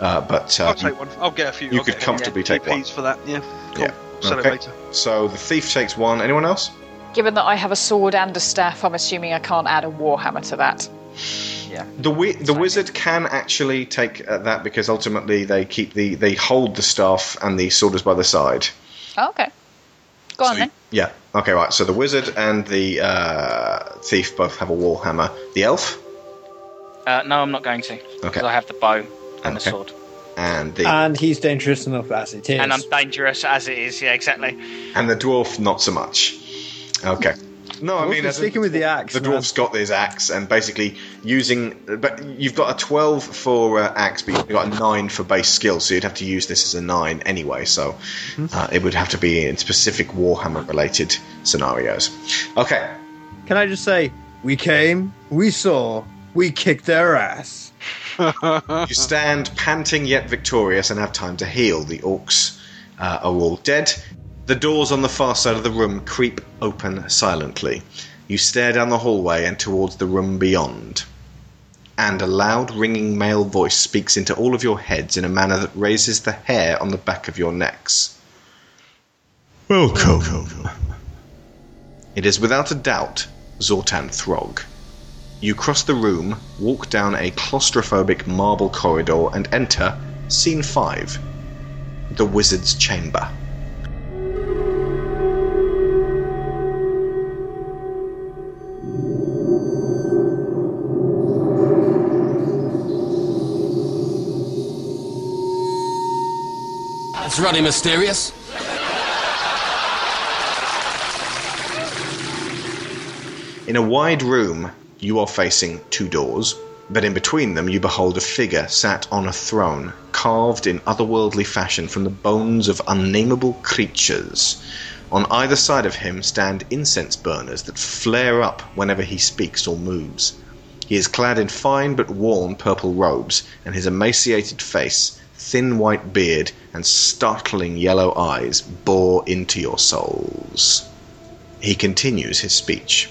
Uh, but uh,
I'll take one. I'll get a few.
you
I'll
could
get
comfortably take
GPs for that. Yeah. Cool.
Yeah.
Sell
Okay.
it later.
so the thief takes one. Anyone else?
Given that I have a sword and a staff, I'm assuming I can't add a warhammer to that.
The wi- the wizard can actually take uh, that because ultimately they keep the they hold the staff and the sword is by the side.
Oh, okay. Go on
So-
then.
Yeah. Okay. Right. So the wizard and the uh, thief both have a wall hammer. The elf
Uh, no, I'm not going to.
Okay.
Because I have the bow and the
Okay.
sword.
and the
And he's dangerous enough as it is.
And I'm dangerous as it is. Yeah, exactly.
and the dwarf not so much. Okay. No, I
Dwarf
mean
is
as in-
sticking with the axe,
The
man.
dwarf's got his axe and basically using. But you've got a twelve for uh, axe, but you've got a nine for base skill, so you'd have to use this as a nine anyway. So
Mm-hmm.
uh, it would have to be in specific Warhammer related scenarios. Okay.
Can I just say, we came, we saw, we kicked their ass.
You stand panting yet victorious and have time to heal. The orcs uh, are all dead. The doors on the far side of the room creep open silently. You stare down the hallway and towards the room beyond. And a loud, ringing male voice speaks into all of your heads in a manner that raises the hair on the back of your necks.
Welcome.
It is without a doubt Zortan Throg. You cross the room, walk down a claustrophobic marble corridor, and enter Scene 5 The Wizard's Chamber.
That's running mysterious.
In a wide room, you are facing two doors, but in between them you behold a figure sat on a throne, carved in otherworldly fashion from the bones of unnameable creatures. On either side of him stand incense burners that flare up whenever he speaks or moves. He is clad in fine but worn purple robes, and his emaciated face, thin white beard, and startling yellow eyes bore into your souls. He continues his speech.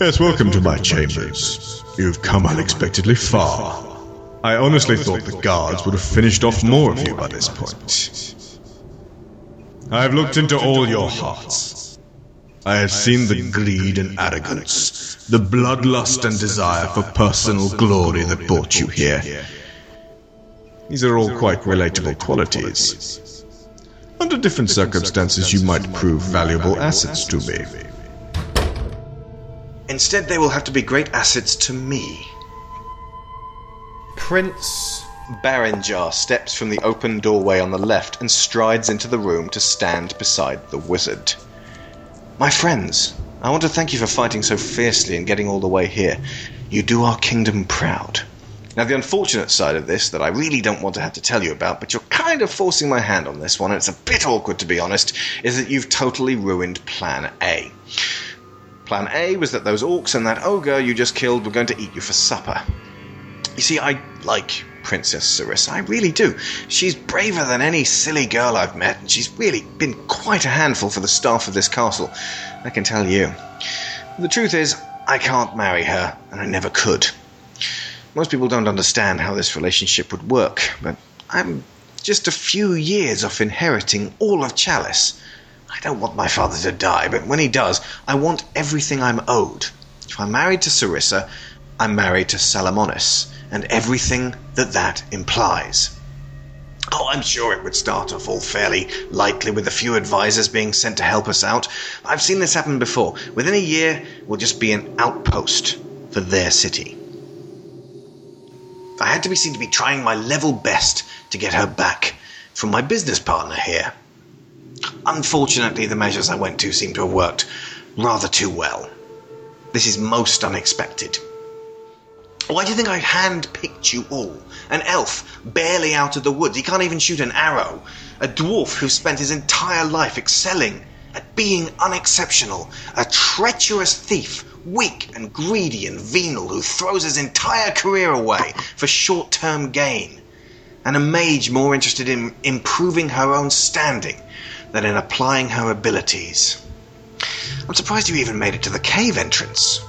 Yes, welcome to my chambers. You've come unexpectedly far. I honestly thought the guards would have finished off more of you by this point. I have looked into all your hearts. I have seen the greed and arrogance, the bloodlust and desire for personal glory that brought you here. These are all quite relatable qualities. Under different circumstances, you might prove valuable assets to me.
Instead, they will have to be great assets to me. Prince Baranjar steps from the open doorway on the left and strides into the room to stand beside the wizard. My friends, I want to thank you for fighting so fiercely and getting all the way here. You do our kingdom proud. Now, the unfortunate side of this that I really don't want to have to tell you about, but you're kind of forcing my hand on this one, and it's a bit awkward to be honest, is that you've totally ruined Plan A. Plan A was that those orcs and that ogre you just killed were going to eat you for supper. You see, I like Princess Sarissa, I really do. She's braver than any silly girl I've met, and she's really been quite a handful for the staff of this castle, I can tell you. The truth is, I can't marry her, and I never could. Most people don't understand how this relationship would work, but I'm just a few years off inheriting all of Chalice. I don't want my father to die, but when he does, I want everything I'm owed. If I'm married to Sarissa, I'm married to Salamonis, and everything that that implies. Oh, I'm sure it would start off all fairly lightly with a few advisors being sent to help us out. I've seen this happen before. Within a year, we'll just be an outpost for their city. I had to be seen to be trying my level best to get her back from my business partner here. Unfortunately, the measures I went to seem to have worked rather too well. This is most unexpected. Why do you think I handpicked you all? An elf barely out of the woods. He can't even shoot an arrow. A dwarf who spent his entire life excelling at being unexceptional. A treacherous thief, weak and greedy and venal, who throws his entire career away for short term gain. And a mage more interested in improving her own standing than in applying her abilities. I'm surprised you even made it to the cave entrance.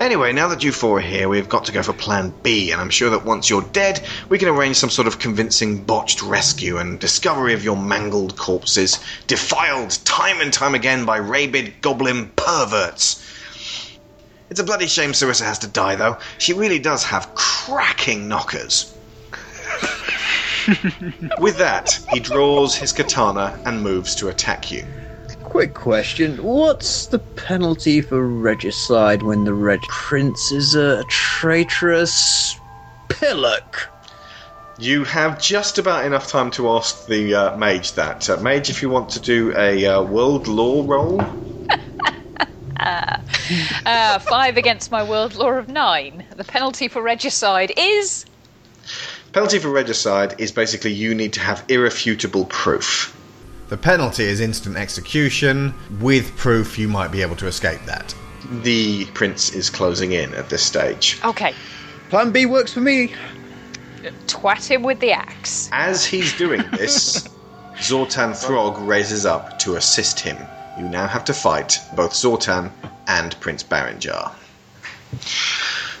Anyway, now that you four are here, we've got to go for plan B, and I'm sure that once you're dead, we can arrange some sort of convincing botched rescue and discovery of your mangled corpses, defiled time and time again by rabid goblin perverts. It's a bloody shame Sarissa has to die, though. She really does have cracking knockers. With that, he draws his katana and moves to attack you.
Quick question: What's the penalty for regicide when the Reg Prince is a traitorous pillock?
You have just about enough time to ask the uh, mage that. Uh, mage, if you want to do a uh, world law roll,
Uh, five against my world law of nine. The penalty for regicide is
penalty for regicide is basically you need to have irrefutable proof.
The penalty is instant execution. With proof, you might be able to escape that.
The prince is closing in at this stage.
okay.
Plan B works for me.
Twat him with the axe.
As he's doing this, Zortan Throg raises up to assist him. You now have to fight both Zortan and Prince Baranjar.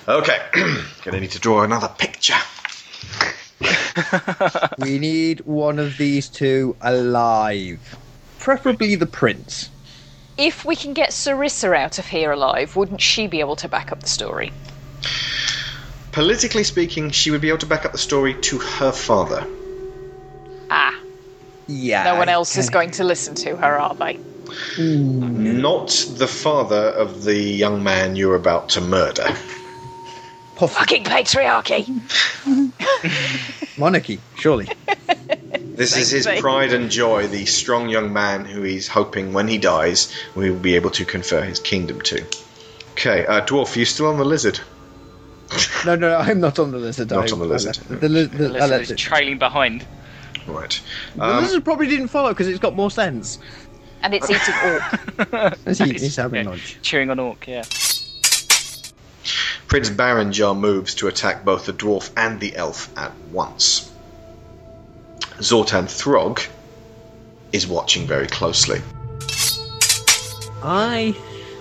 Okay, gonna need to draw another picture.
we need one of these two alive, preferably the prince.
If we can get Sarissa out of here alive, wouldn't she be able to back up the story?
Politically speaking, she would be able to back up the story to her father.
Ah,
Yeah.
no one else is going to listen to her, are they?
Not the father of the young man you're about to murder.
Fucking patriarchy!
Monarchy, surely.
This is his
thing.
pride and joy, the strong young man who he's hoping when he dies we will be able to confer his kingdom to. Okay, uh, Dwarf, are you still on the lizard?
No, no, I'm not on the lizard.
Not
I-
on the
I
lizard.
left it. The, li- the, I left
Unless
it.
it's trailing behind.
Right.
the
Um,
lizard probably didn't follow because it's got more sense.
And it's eating orc.
It's, it's having lunch.
Cheering on Orc, yeah.
Prince Baranjar moves to attack both the dwarf and the elf at once. Zortan Throg is watching very closely.
I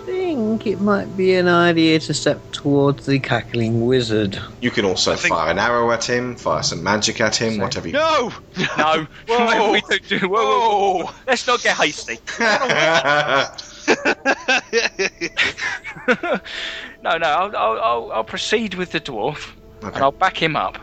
think it might be an idea to step towards the cackling wizard.
You can also fire an arrow at him, fire some magic at him, whatever you
No!
No, no, we don't do. Whoa, whoa, whoa.
Whoa!
Let's not get hasty. No, no, I'll, I'll, I'll, I'll proceed with the dwarf,
Okay.
and I'll back him up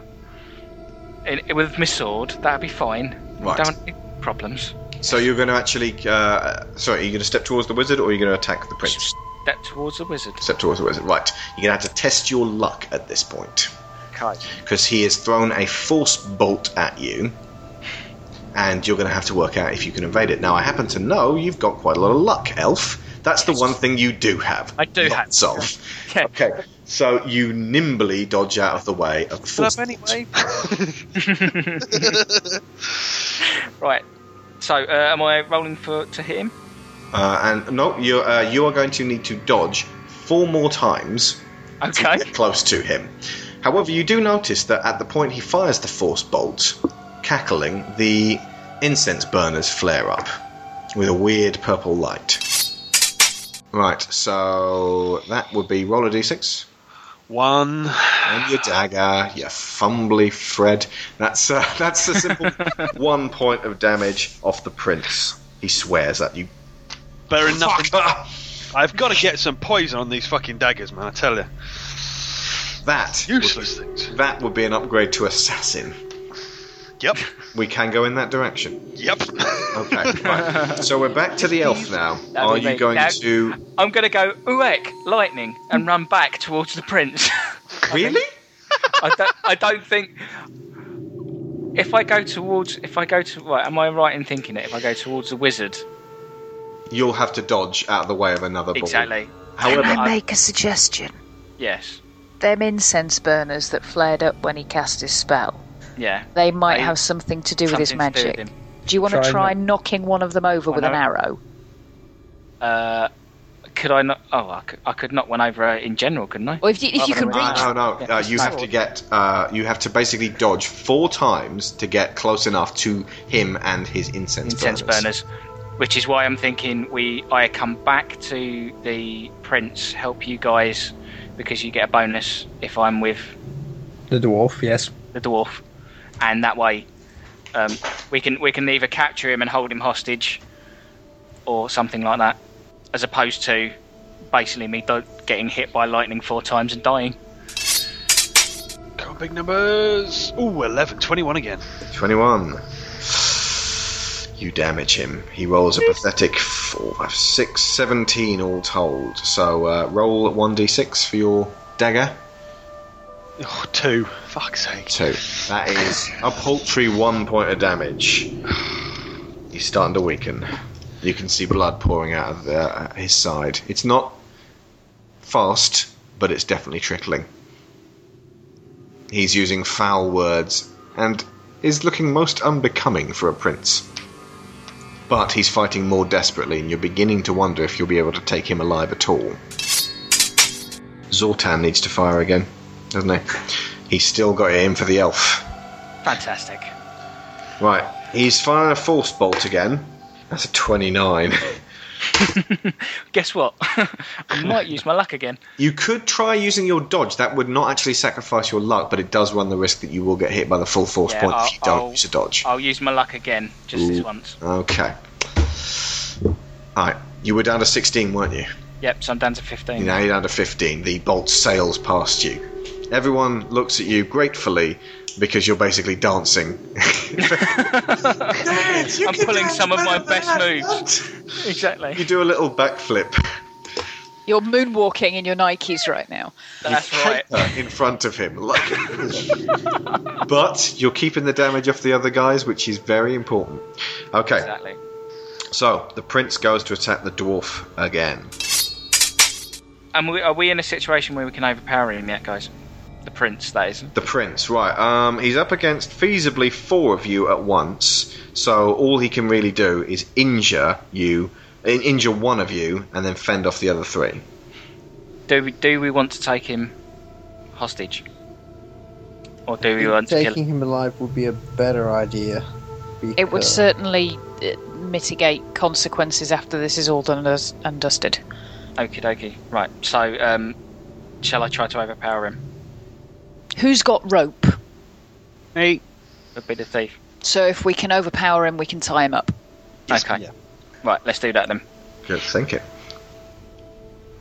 in, with my sword. That'll be fine.
Right.
Don't have any problems.
So you're going to actually. Uh, sorry, are you going to step towards the wizard or are you going to attack the prince?
Step towards the wizard.
Step towards the wizard. Right. You're going to have to test your luck at this point.
Okay.
Because he has thrown a force bolt at you. And you're going to have to work out if you can evade it. Now, I happen to know you've got quite a lot of luck, elf. That's the one thing you do have.
I do have.
Lots of.
Yeah.
Okay. So you nimbly dodge out of the way of the
Up
force.
anyway.
Right. So, uh, am I rolling for to hit him?
Uh, and no, you uh, you are going to need to dodge four more times
Okay.
get close to him. However, you do notice that at the point he fires the force bolt, cackling, the incense burners flare up with a weird purple light. Right, so that would be roll a d6
One.
and your dagger, you fumbly Fred. That's uh, that's a simple one point of damage off the prince. He swears at you.
Better than nothing.
Fuck!
I've got to get some poison on these fucking daggers, man. I tell you,
That would-
useless things.
that would be an upgrade to assassin.
Yep.
We can go in that direction.
Yep.
Okay, right. So we're back to the elf now.
That'd
Are
be
you
me.
going
No.
to.
I'm going to go uek lightning and run back towards the prince.
Really?
I don't. I don't think. If I go towards, if I go to, right, am I right in thinking it? If I go towards the wizard,
You'll have to dodge out of the way of another ball.
exactly.
However,
Can I make a suggestion?
Yes.
Them incense burners that flared up when he cast his spell,
Yeah.
they might
I-
have something to do with his
Something to do
magic.
with him.
Do you want to
Try
try,
and-
knocking one of them over with an
know.
arrow?
Uh, could I not? Oh, I could, I could knock one over uh, in general, couldn't I?
Or if you, if you can reach.
than
Ah, no, no.
Yeah,
uh, you have to get. Uh, you have to basically dodge four times to get close enough to him and his incense,
Incense burners. Which is why I'm thinking we. I come back to the prince, help you guys, because you get a bonus if I'm with
The dwarf, yes.
the dwarf, and that way um, we can we can either capture him and hold him hostage, or something like that, as opposed to basically me do- getting hit by lightning four times and dying.
Come on, big numbers. Ooh, 11, 21 again.
21. You damage him. He rolls a pathetic four, five, six, 17 all told. So uh, roll 1d6 for your dagger.
Oh, two. Fuck's sake.
two. That is a paltry one point of damage. He's starting to weaken. You can see blood pouring out of uh, his side. It's not fast, but it's definitely trickling. He's using foul words and is looking most unbecoming for a prince. But he's fighting more desperately, and you're beginning to wonder if you'll be able to take him alive at all. Zortan needs to fire again, doesn't he? He's still got it in for the elf.
Fantastic.
Right, he's firing a force bolt again. That's a 29.
Guess what? I might use my luck again.
you could try using your dodge. That would not actually sacrifice your luck, but it does run the risk that you will get hit by the full force
Yeah,
point
I'll-
if you don't
I'll-
use a dodge.
I'll use my luck again, just this
Ooh.
once.
Okay. Alright, you were down to 16, weren't you?
Yep, so I'm down to 15.
Now you're down to 15. The bolt sails past you. Everyone looks at you gratefully because you're basically dancing.
I'm pulling some of my best moves. Exactly.
You do a little backflip.
You're moonwalking in your Nikes right now.
That's
right. in front of him. Like, but you're keeping the damage off the other guys, which is very important. Okay.
Exactly.
So the prince goes to attack the dwarf again.
And we, are we in a situation where we can overpower him yet, guys? The prince, that is.
The prince, right? Um, he's up against feasibly four of you at once, so all he can really do is injure you, in- injure one of you, and then fend off the other three.
Do we do we want to take him hostage, or do we want to kill?
Taking him alive would be a better idea.
It would
because-
certainly uh, mitigate consequences after this is all done and dus- and dusted.
Okie dokie. Right. So, um, shall I try to overpower him?
Who's got rope?
Me. Would be the thief.
So if we can overpower him, we can tie him up.
okay. Right. Let's do that then.
Good thinking.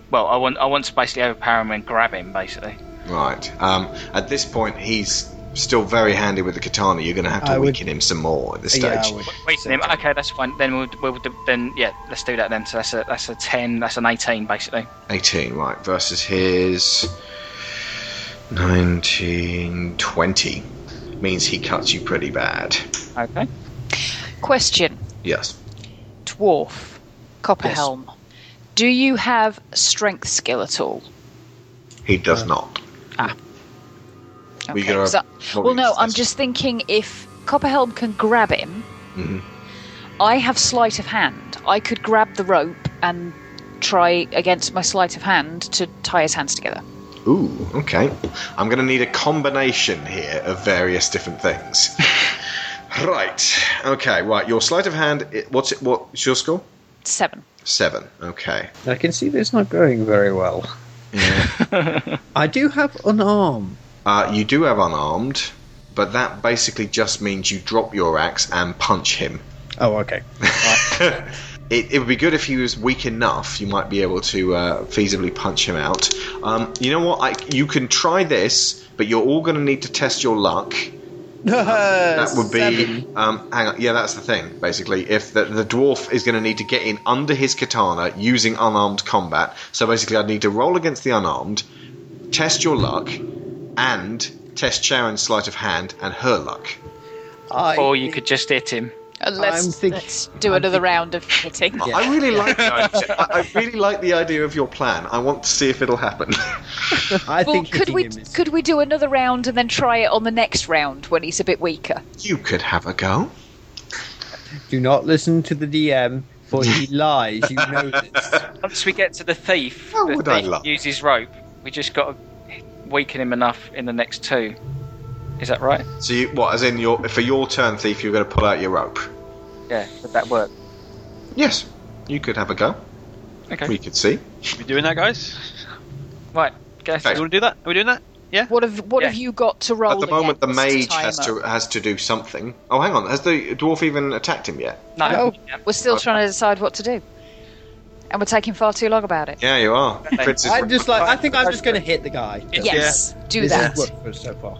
Well, I want I want to basically overpower him and grab him basically.
Right. Um, at this point, he's still very handy with the katana. You're going to have to
I would-
weaken him some more at this
Yeah, I
stage.
Weaken him. Okay, that's fine. Then we'll, we'll do- then yeah, let's do that then. So that's a that's a ten. That's an eighteen basically.
18, right, versus his 19, 20. Means he cuts you pretty bad.
Okay.
Question,
Yes.
dwarf, Copperhelm. Do you have strength skill at all?
He does not.
Ah.
We gotta-
'Cause I-
what
well,
we-
no, I'm just thinking if Copperhelm can grab him,
Mhm.
I have sleight of hand. I could grab the rope and try against my sleight of hand to tie his hands together.
Ooh, okay. I'm going to need a combination here of various different things. right. Okay, right. Your sleight of hand, i- what's it, what's your score?
Seven.
Seven. Okay.
I can see this not going very well. I do have unarmed.
Uh, you do have unarmed, but that basically just means you drop your axe and punch him.
Oh, okay.
It, it would be good if he was weak enough. You might be able to uh, feasibly punch him out. Um, you know what? I, you can try this, but you're all going to need to test your luck. Um, That would be. Um, hang on. Yeah, that's the thing. Basically, if the, the dwarf is going to need to get in under his katana using unarmed combat, so basically, I'd need to roll against the unarmed, test your luck, and test Sharon's sleight of hand and her luck.
or you could just hit him.
Uh, Let's,
I'm think-
let's do another round of hitting.
I- I really like the idea. I I really like the idea of your plan. I want to see if it'll happen.
I
well, could we could we do another round and then try it on the next round when he's a bit weaker?
you could have a go.
Do not listen to the DM, for he lies. You know this.
Once we get to the thief,
Oh,
How
the
would I
thief
love-
uses rope. We just got to weaken him enough in the next two. Is that right?
So you, what? As in your for your turn, thief, you're going to pull out your rope.
Yeah. Would that work?
Yes, you could have a go.
Okay.
We could see.
Are we doing that, guys?
Right.
Do you want to do that? Are we doing that? Yeah.
What have What have you got to roll?
At the moment, the
against
mage
tie him
has to
up?
has to do something. Oh, hang on. Has the dwarf even attacked him yet?
No, we're still trying to decide what to do, and we're taking far too long about it.
Yeah, you are. Prince is-
I just like. I think I'm just going to hit the guy.
Yes, Yeah. do
This
that.
has worked for us so far.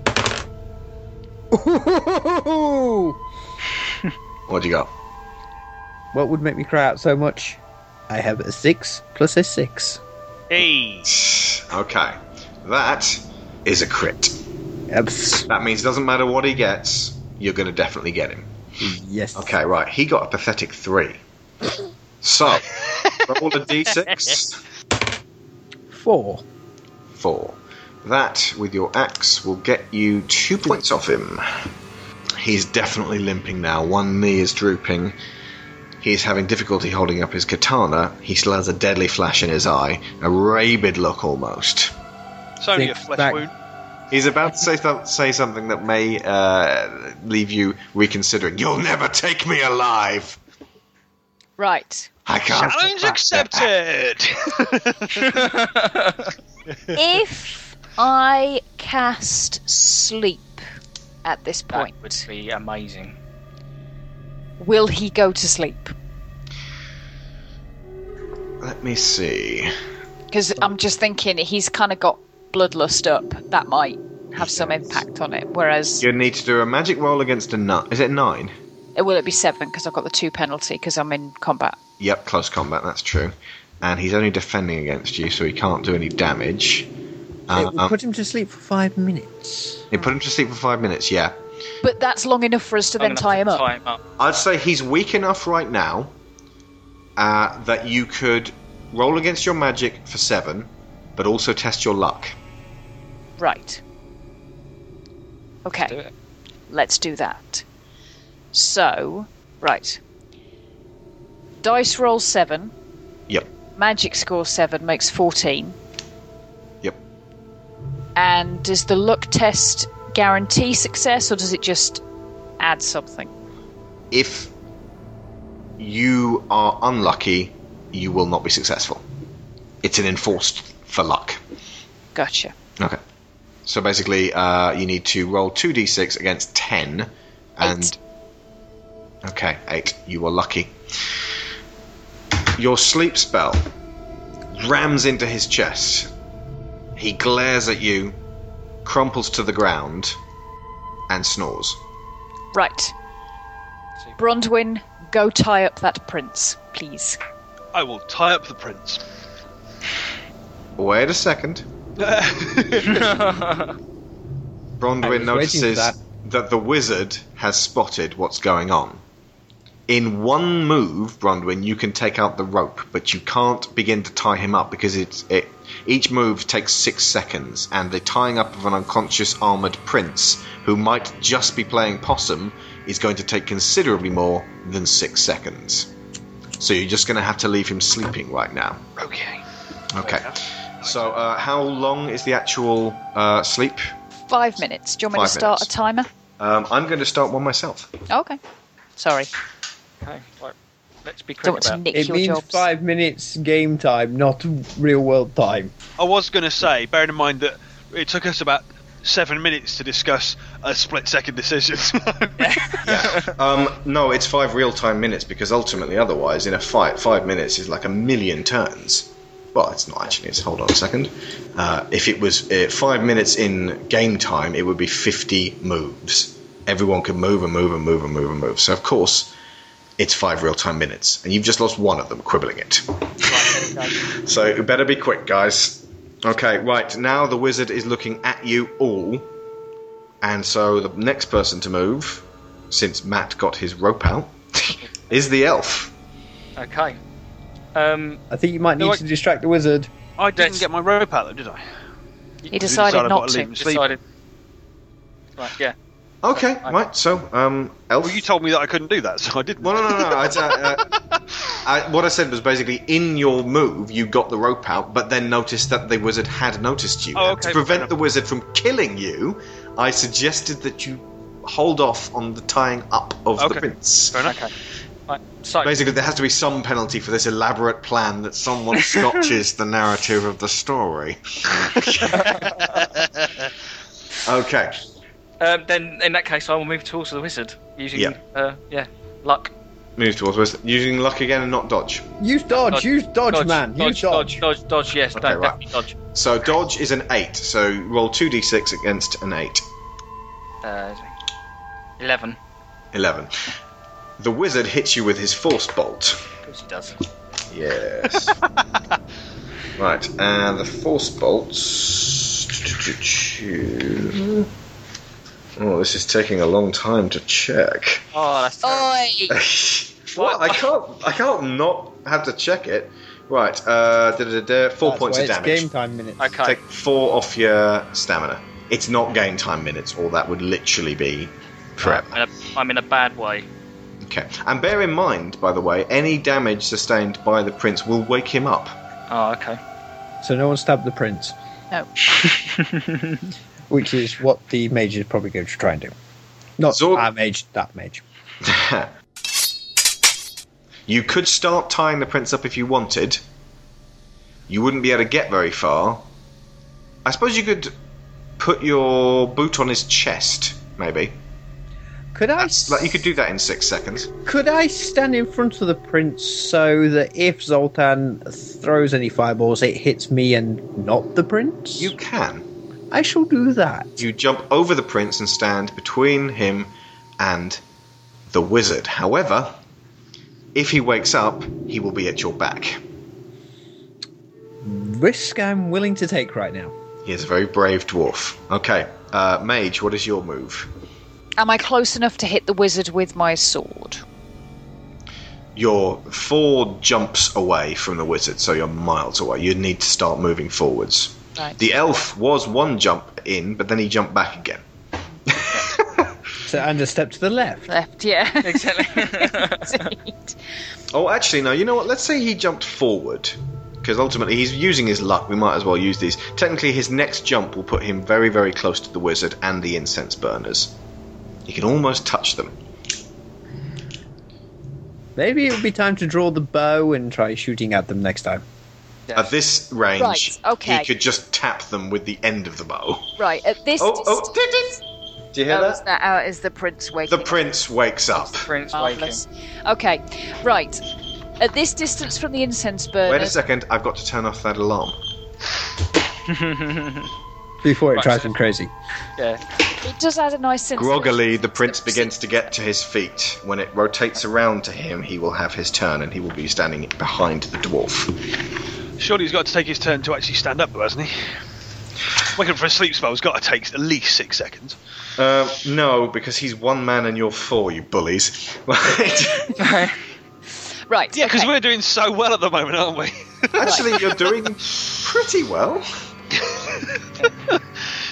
Ooh.
What do you got?
What would make me cry out so much? I have a six plus a six.
Hey.
Okay, that is a crit. That means it doesn't matter what he gets, you're going to definitely get him.
Yes.
Okay, right. He got a pathetic three. So, roll a d6.
Four.
Four. That, with your axe, will get you two points off him. He's definitely limping now. One knee is drooping. He's having difficulty holding up his katana. He still has a deadly flash in his eye, a rabid look almost.
It's only a flesh wound.
He's about to say, th- say something that may uh, leave you reconsidering. You'll never take me alive!
Right.
I can't.
Challenge accepted.
if I cast sleep at this
That
point,
would be amazing.
will he go to sleep?
Let me see.
Because I'm just thinking he's kind of got bloodlust up. That might have some impact on it. Whereas,
You need to do a magic roll against a nine. Is it nine?
uh, will it be seven? Because I've got the two penalty because I'm in combat.
Yep, close combat. That's true. and he's only defending against you, so he can't do any damage.
Uh,
It will
Um,
put him to sleep for five minutes.
He put him to sleep for five minutes. Yeah,
But that's long enough for us to then tie him up.
I'd say he's weak enough right now uh, that you could roll against your magic for seven, but also test your luck.
Right. Okay. Let's do, that. So, right. Dice roll 7.
Yep.
Magic score 7 makes 14.
Yep.
And does the luck test guarantee success or does it just add something?
If you are unlucky, you will not be successful. It's an enforced for luck.
Gotcha.
Okay. So basically, uh, you need to roll 2d6 against 10. And. Okay, 8. You were lucky. Your sleep spell rams into his chest. He glares at you, crumples to the ground, and snores.
Right. Bronwyn, go tie up that prince, please.
I will tie up the prince.
Wait a second. Bronwyn
I was waiting for
notices
that.
that. the wizard has spotted what's going on. In one move, Bronwyn, you can take out the rope, but you can't begin to tie him up because it's it. Each move takes six seconds, and the tying up of an unconscious armored prince who might just be playing possum is going to take considerably more than six seconds. So you're just going to have to leave him sleeping right now.
Okay.
Okay. So, uh, how long is the actual uh, sleep?
Five minutes. Do you want me
Five
to start
minutes.
a timer?
Um, I'm going to start one myself.
Okay. Sorry.
Okay, right. Let's be
Don't want to nick
it
your
means
jobs.
five minutes game time, not real world time.
I was going to say, bearing in mind that it took us about seven minutes to discuss a split second decision.
Um, no, it's five real time minutes because ultimately, otherwise, in a fight, five minutes is like a million turns. Well, it's not actually. It's hold on a second. Uh, if it was uh, five minutes in game time, it would be fifty moves. Everyone could move and move and move and move and move. So of course, it's five real time minutes, and you've just lost one of them quibbling it. so it better be quick, guys. Okay, right now the wizard is looking at you all, and so the next person to move since Matt got his rope out, is the elf.
Okay. Um,
I think you might
No,
need
I-
to distract the wizard.
I didn't get my rope out though, did I?
He decided not to.
Decided. Right, yeah.
Okay, right. So, um, elf.
Well, you told me that I couldn't do that, so I didn't.
Well, no, no, no. I, uh, I, what I said was basically in your move, you got the rope out, but then noticed that the wizard had noticed you.
Oh,
And
okay,
to prevent the wizard from killing you, I suggested that you hold off on the tying up of the prince.
Okay. Right, so
Basically, there has to be some penalty for this elaborate plan that someone scotches the narrative of the story. okay.
um, then in that case, I will move towards the wizard using
Yeah.
uh, yeah luck.
Move towards wizard. Using luck again and not dodge.
Use dodge, use dodge, man.
Dodge,
use dodge.
dodge, dodge, dodge. Yes, don't
right.
definitely dodge.
So dodge is an eight. So roll two d6 against an eight.
Uh, Eleven.
Eleven. The wizard hits you with his force bolt.
Of course he does.
Yes. right, and the force bolts. Oh, this is taking a long time to check.
Oh, that's
Oi!
What? I can't. I can't not have to check it. Right. Uh, da, da, da, four
That's
points
why
of
it's
damage.
game time minutes.
Take four off your stamina. It's not game time minutes, or that would literally be forever.
I'm in, a, I'm in a bad way.
Okay. And bear in mind, by the way, any damage sustained by the prince will wake him up.
Oh, okay.
So no one stabbed the prince,
No.
which is what the mage is probably going to try and do. Not our mage, that mage.
you could start tying the prince up if you wanted. You wouldn't be able to get very far. I suppose you could put your boot on his chest, maybe.
Could I?
Like you could do that in six seconds.
Could I stand in front of the prince so that if Zoltan throws any fireballs, it hits me and not the prince?
You can.
I shall do that.
You jump over the prince and stand between him and the wizard. However, if he wakes up, he will be at your back.
risk I'm willing to take right now.
He is a very brave dwarf. Okay, uh, mage, what is your move?
Am I close enough to hit the wizard with my sword?
You're four jumps away from the wizard, so you're miles away. You need to start moving forwards.
Right.
The elf was one jump in, but then he jumped back again.
So, and a step to the left.
Left, yeah.
Exactly.
Oh, actually, no. You know what? Let's say he jumped forward, because ultimately he's using his luck. We might as well use these. Technically, his next jump will put him very, very close to the wizard and the incense burners. He can almost touch them.
Maybe it would be time to draw the bow and try shooting at them next time.
At this range,
Right, okay.
he could just tap them with the end of the bow.
Right, at this Oh,
Oh, oh,
distance,
Do you hear
That was
that?
that out is the prince
The
waking.
prince wakes up.
prince
Marvellous. Okay, right. At this distance from the incense burners.
Wait a second, I've got to turn off that alarm.
Before it drives them crazy.
Yeah.
It does add a nice sense. of-
Groggily, the prince begins to get to his feet. When it rotates around to him, he will have his turn and he will be standing behind the dwarf.
Surely he's got to take his turn to actually stand up, though, hasn't he? Waking up for a sleep spell's got to take at least six seconds.
Uh, no, because he's one man and you're four, you bullies.
Right.
Yeah, because we're doing so well at the moment, aren't we?
Actually, you're doing pretty well.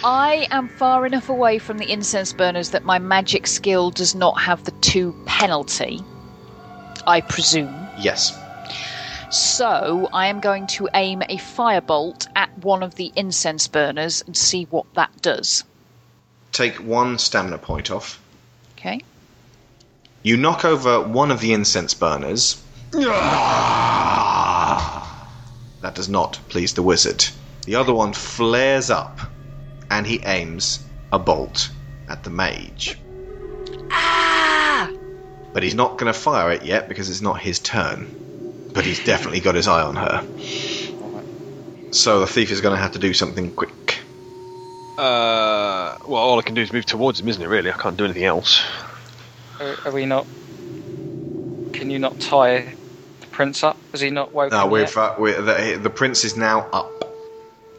I am far enough away from the incense burners that my magic skill does not have the two penalty, I presume.
Yes.
So I am going to aim a firebolt at one of the incense burners and see what that does.
Take one stamina point off.
Okay.
You knock over one of the incense burners. Ah, That does not please the wizard. The other one flares up and he aims a bolt at the mage. But he's not going to fire it yet because it's not his turn. But he's definitely got his eye on her. So the thief is going to have to do something quick.
Uh, well, all I can do is move towards him, isn't it? Really, I can't do anything else.
Uh, Are, are we not? Can you not tie the prince up? Has he not woken
No, we're,
yet?
fa- we're, the, the prince is now up.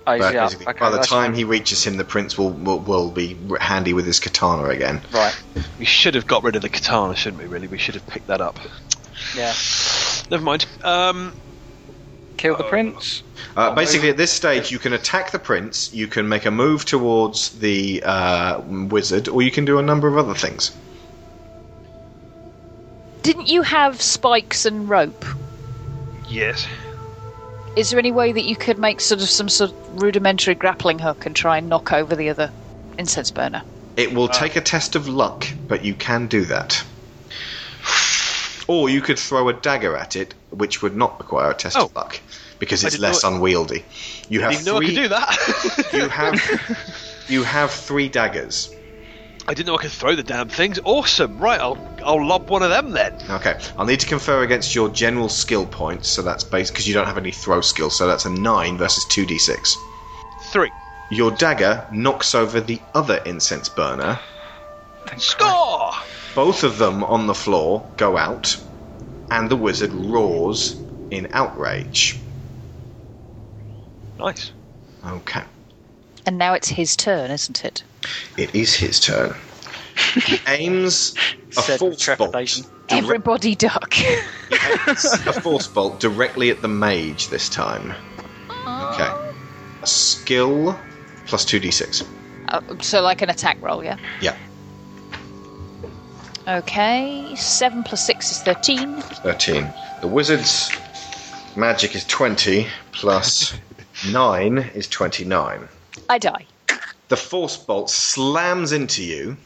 Oh, is
But
he up?
basically,
Okay,
by the
that's
time he reaches him, the prince will, will will be handy with his katana again.
Right.
We should have got rid of the katana, shouldn't we? Really, we should have picked that up.
Uh,
Yeah.
Never mind. Um,
Kill the prince.
Uh, basically, at this stage, you can attack the prince, you can make a move towards the uh, wizard, or you can do a number of other things.
Didn't you have spikes and rope?
yes.
Is there any way that you could make sort of some sort of rudimentary grappling hook and try and knock over the other incense burner?
It will
Ah.
take a test of luck, but you can do that. Or you could throw a dagger at it, which would not require a test of luck because
Oh. I
it's
didn't know
less
it-
unwieldy. You
I
have
didn't know I could
three.
do that.
you have you have three daggers.
I didn't know I could throw the damn things. Awesome. Right, I'll I'll lob one of them then.
Okay, I'll need to confer against your general skill points, so that's based because you don't have any throw skill, so that's a nine versus two d six.
Three.
Your dagger knocks over the other incense burner.
Score.
Both of them on the floor go out, and the wizard roars in outrage.
Nice.
Okay,
And now it's his turn, isn't it?
it is his turn. He aims a force bolt.
Everybody duck.
a force bolt directly at the mage this time. Okay, skill plus two d six.
Uh, so, like an attack roll, yeah?
Yeah.
Okay, 7 plus 6 is 13.
13. The wizard's magic is 20, plus 9 is 29.
I die.
The force bolt slams into you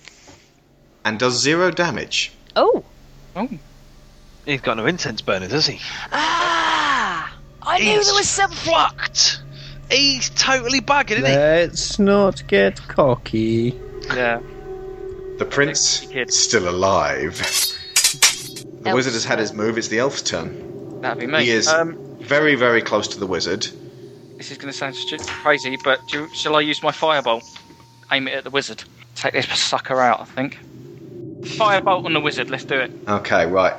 and does zero damage.
Oh,
He's got no incense burners, has he?
Ah! I knew there was some
fucked. He's totally bugging, isn't
Let's not get cocky.
Yeah.
The prince is still alive. The wizard has had his move, it's the elf's turn.
That'd be me.
He is
Um,
very, very close to the wizard.
this is going to sound stu- crazy, but do, you- shall I use my fireball? Aim it at the wizard. Take this sucker out, I think. Firebolt on the wizard. Let's do it.
Okay, right.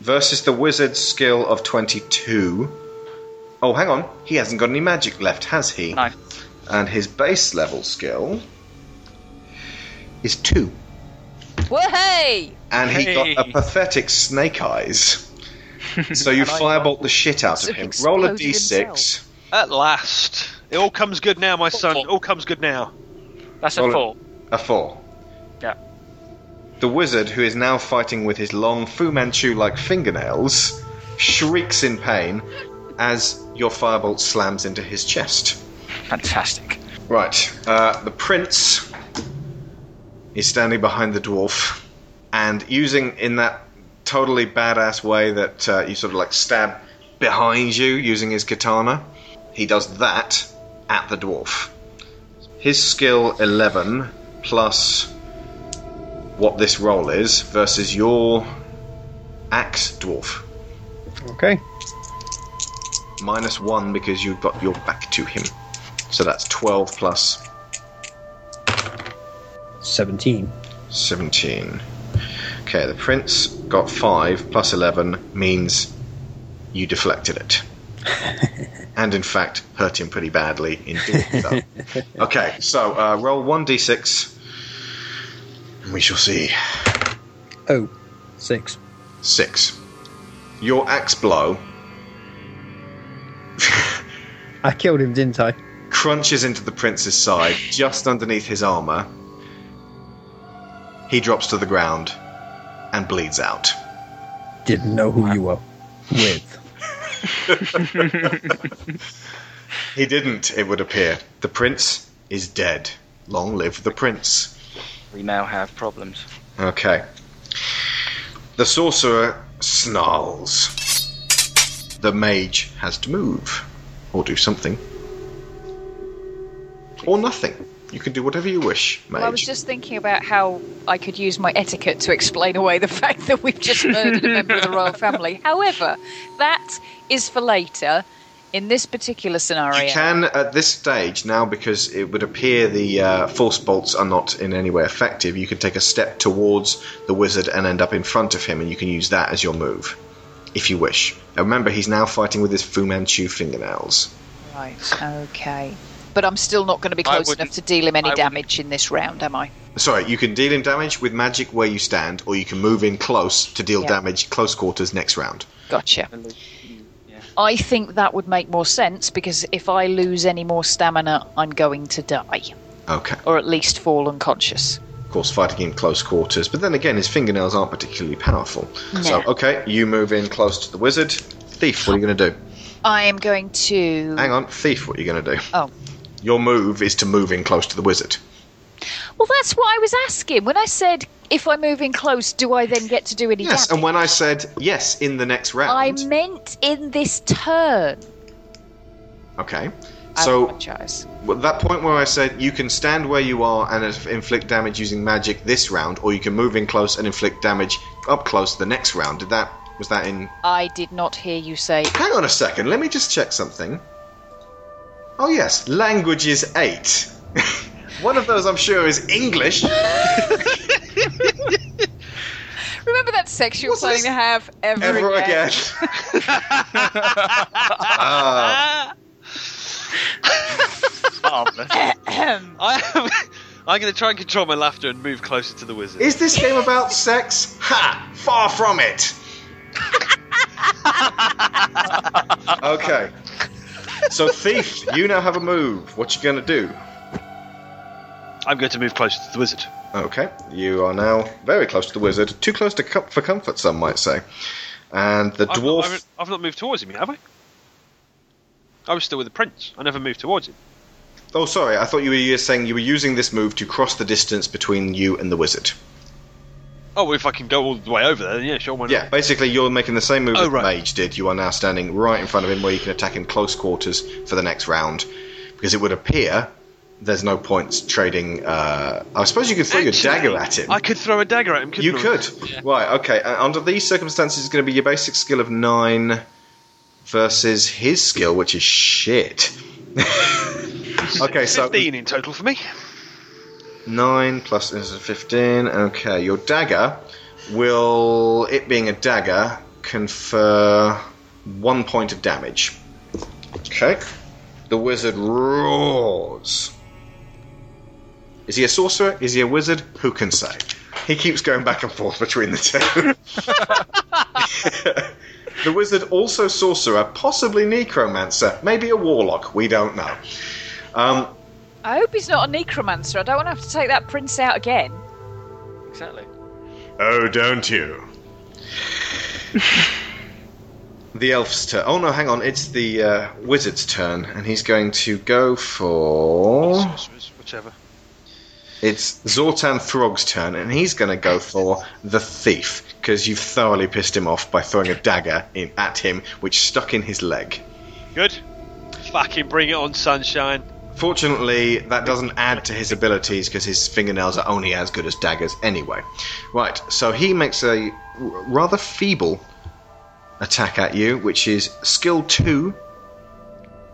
Versus the wizard's skill of 22, Oh, hang on. He hasn't got any magic left, has he? No. And his base level skill is two.
Whoa!
And he got a pathetic snake eyes. So you firebolt the shit out of him. Roll a
Exploded
d6.
At last. It all comes good now, my son. It all comes good now.
That's
Roll A four.
Yeah.
The wizard, who is now fighting with his long Fu Manchu like fingernails, shrieks in pain as your firebolt slams into his chest.
Fantastic.
Right. Uh, the prince is standing behind the dwarf and using in that totally badass way that uh, you sort of like stab behind you using his katana, he does that at the dwarf. His skill 11 plus what this roll is versus your axe dwarf.
Okay.
Minus 1 because you've got your back to him. So that's 12 plus
17.
17. Okay, the prince got 5 plus 11 means you deflected it. and in fact, hurt him pretty badly in doing so. okay, so uh, roll 1d6 and we shall see.
Oh, six.
Six. Your axe blow
I killed him, didn't I?
crunches into the prince's side, just underneath his armor. He drops to the ground and bleeds out.
Didn't know who you were with.
He didn't, it would appear. The prince is dead. Long live the prince.
We now have problems.
Okay. The sorcerer snarls. The mage has to move or do something. Or nothing. You can do whatever you wish, mage.
Well, I was just thinking about how I could use my etiquette to explain away the fact that we've just murdered a member of the royal family. However, that is for later in this particular scenario.
You can at this stage now because it would appear the uh, force bolts are not in any way effective. You can take a step towards the wizard and end up in front of him, and you can use that as your move if you wish. Now remember, he's now fighting with his Fu Manchu fingernails.
Right, okay. But I'm still not going to be close enough to deal him any damage in this round, am I?
Sorry, you can deal him damage with magic where you stand, or you can move in close to deal
Yeah.
damage close quarters next round.
Gotcha. I think that would make more sense because if I lose any more stamina, I'm going to die.
Okay.
Or at least fall unconscious.
Of course, fighting in close quarters, but then again, his fingernails aren't particularly powerful. So,
Nah.
okay, you move in close to the wizard. Thief, what are you going to do?
I am going to.
Hang on, thief, what are you going to do?
Oh.
Your move is to move in close to the wizard.
Well, that's what I was asking. When I said, if I move in close, do I then get to do any
Yes,
damage?
and when I said yes in the next round,
I meant in this turn.
okay.
I
So
apologise.
well, that point where I said you can stand where you are and inf- inflict damage using magic this round, or you can move in close and inflict damage up close the next round. Did that was that in?
I did not hear you say.
Hang on a second. Let me just check something. Oh yes, language is eight. One of those I'm sure is English.
Remember that sex you were planning to have ever,
Ever again. Ah. uh,
Marvellous. I am, I'm going to try and control my laughter and move closer to the wizard.
Is this game about sex? Ha! Far from it! okay. So, Thief, you now have a move. What you gonna do?
I'm going to move closer to the wizard.
Okay, you are now very close to the wizard. Too close to com- for comfort, some might say. And the
I've
dwarf.
Not, I've- I've not moved towards him yet, have I? I was still with the prince. I never moved towards him.
Oh, sorry, I thought you were saying you were using this move to cross the distance between you and the wizard.
Oh, well, if I can go all the way over there, then yeah, sure, why not?
Yeah, basically, you're making the same move
Oh,
that
right.
Mage did. You are now standing right in front of him where you can attack him close quarters for the next round. Because it would appear there's no point trading. Uh, I suppose you could throw
Actually,
your dagger at him.
I could throw a dagger at him, couldn't
you
I?
could. Right, okay. Uh, under these circumstances, it's going to be your basic skill of 9 versus his skill, which is shit. okay, so
15 in total for me.
9 plus is 15. Okay, your dagger will, it being a dagger, confer one point of damage. Okay. The wizard roars. Is he a sorcerer? Is he a wizard? Who can say? He keeps going back and forth between the two. the wizard, also sorcerer, possibly necromancer, maybe a warlock, we don't know. Um,
I hope he's not a necromancer. I don't want to have to take that prince out again.
Exactly.
Oh, don't you? the elf's turn. Oh no, hang on. It's the uh, wizard's turn, and he's going to go for.
Whichever.
It's Zortan Throg's turn, and he's going to go for the thief because you've thoroughly pissed him off by throwing a dagger in, at him, which stuck in his leg.
Good. Fucking bring it on, sunshine.
Fortunately, that doesn't add to his abilities because his fingernails are only as good as daggers anyway. Right, so he makes a r- rather feeble attack at you, which is skill 2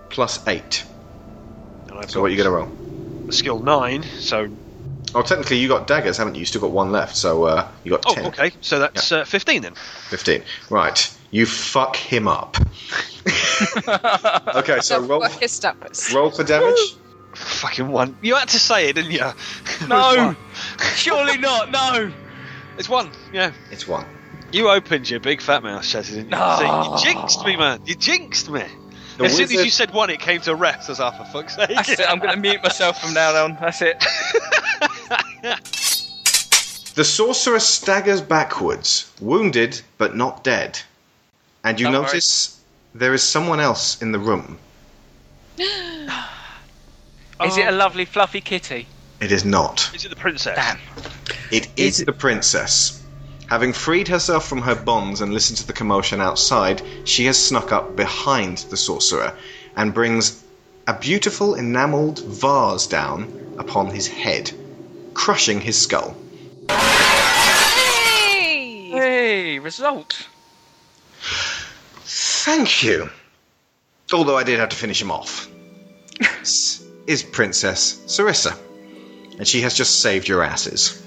plus 8. So what are you going to roll?
Oh, Skill 9, so.
Oh, technically, you got daggers, haven't you? You still got one left, so uh, you got
Oh,
10.
okay. So that's uh, 15 then.
15. Right, you fuck him up. okay, so roll, roll for damage.
Fucking one. You had to say it, didn't you?
No! Surely not, no!
It's one, yeah.
It's one.
You opened your big fat mouth, Shazzy, didn't you?
No.
See, you jinxed me, man. You jinxed me.
The
as soon as
wizard-
you said one, it came to rest. I was like, for fuck's sake.
That's it. I'm going to mute myself from now on. That's it.
The sorcerer staggers backwards, wounded but not dead. And you
Don't worry.
notice there is someone else in the room.
Is it a lovely fluffy kitty?
It is not.
Is it the princess?
Damn.
It is the princess. Having freed herself from her bonds and listened to the commotion outside, she has snuck up behind the sorcerer and brings a beautiful enameled vase down upon his head, crushing his skull.
Hey! Hey, result.
Thank you. Although I did have to finish him off. This is Princess Sarissa. And she has just saved your asses.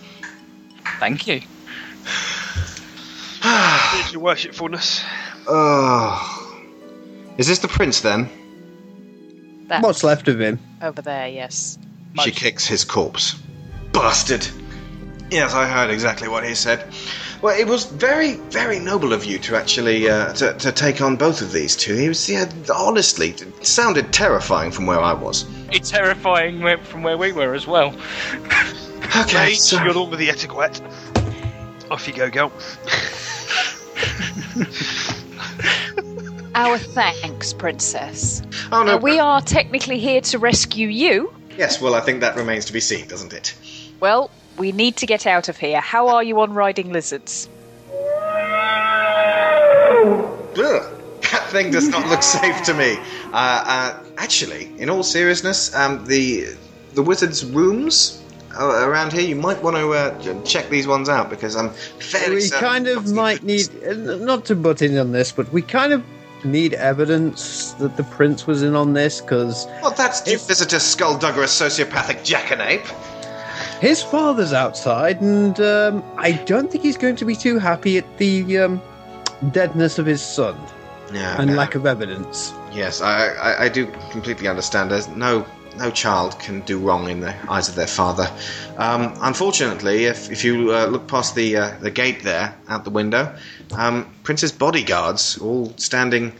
Thank you.
Did your worshipfulness.
Oh. Is this the prince then?
That
What's left of him?
over there, yes.
She kicks his corpse. Bastard! Yes, I heard exactly what he said. Well, it was very, very noble of you to actually uh, to, to take on both of these two. He was, yeah, honestly, it sounded terrifying from where I was.
It's terrifying where- from where we were as well.
Okay,
Rage,
so-
you're on with the etiquette. Off you go, girl.
Our thanks, princess.
Oh
Now,
no,
we are technically here to rescue you.
Yes, well, I think that remains to be seen, doesn't it?
Well, we need to get out of here. How are you on riding lizards?
Ugh, that thing does not look safe to me. Uh, uh, actually, in all seriousness, um, the the wizard's rooms uh, around here, you might want to uh, j- check these ones out because I'm fairly
We
certain-
kind of might need, uh, not to butt in on this, but we kind of need evidence that the prince was in on this because
Well, that's you visitor skulldugger, a sociopathic jackanape.
his father's outside, and um, I don't think he's going to be too happy at the um, deadness of his son
Yeah.
and lack of evidence.
Yes, I, I, I do completely understand. There's no no child can do wrong in the eyes of their father. Um, unfortunately, if, if you uh, look past the uh, the gate there out the window, um, Prince's bodyguards all standing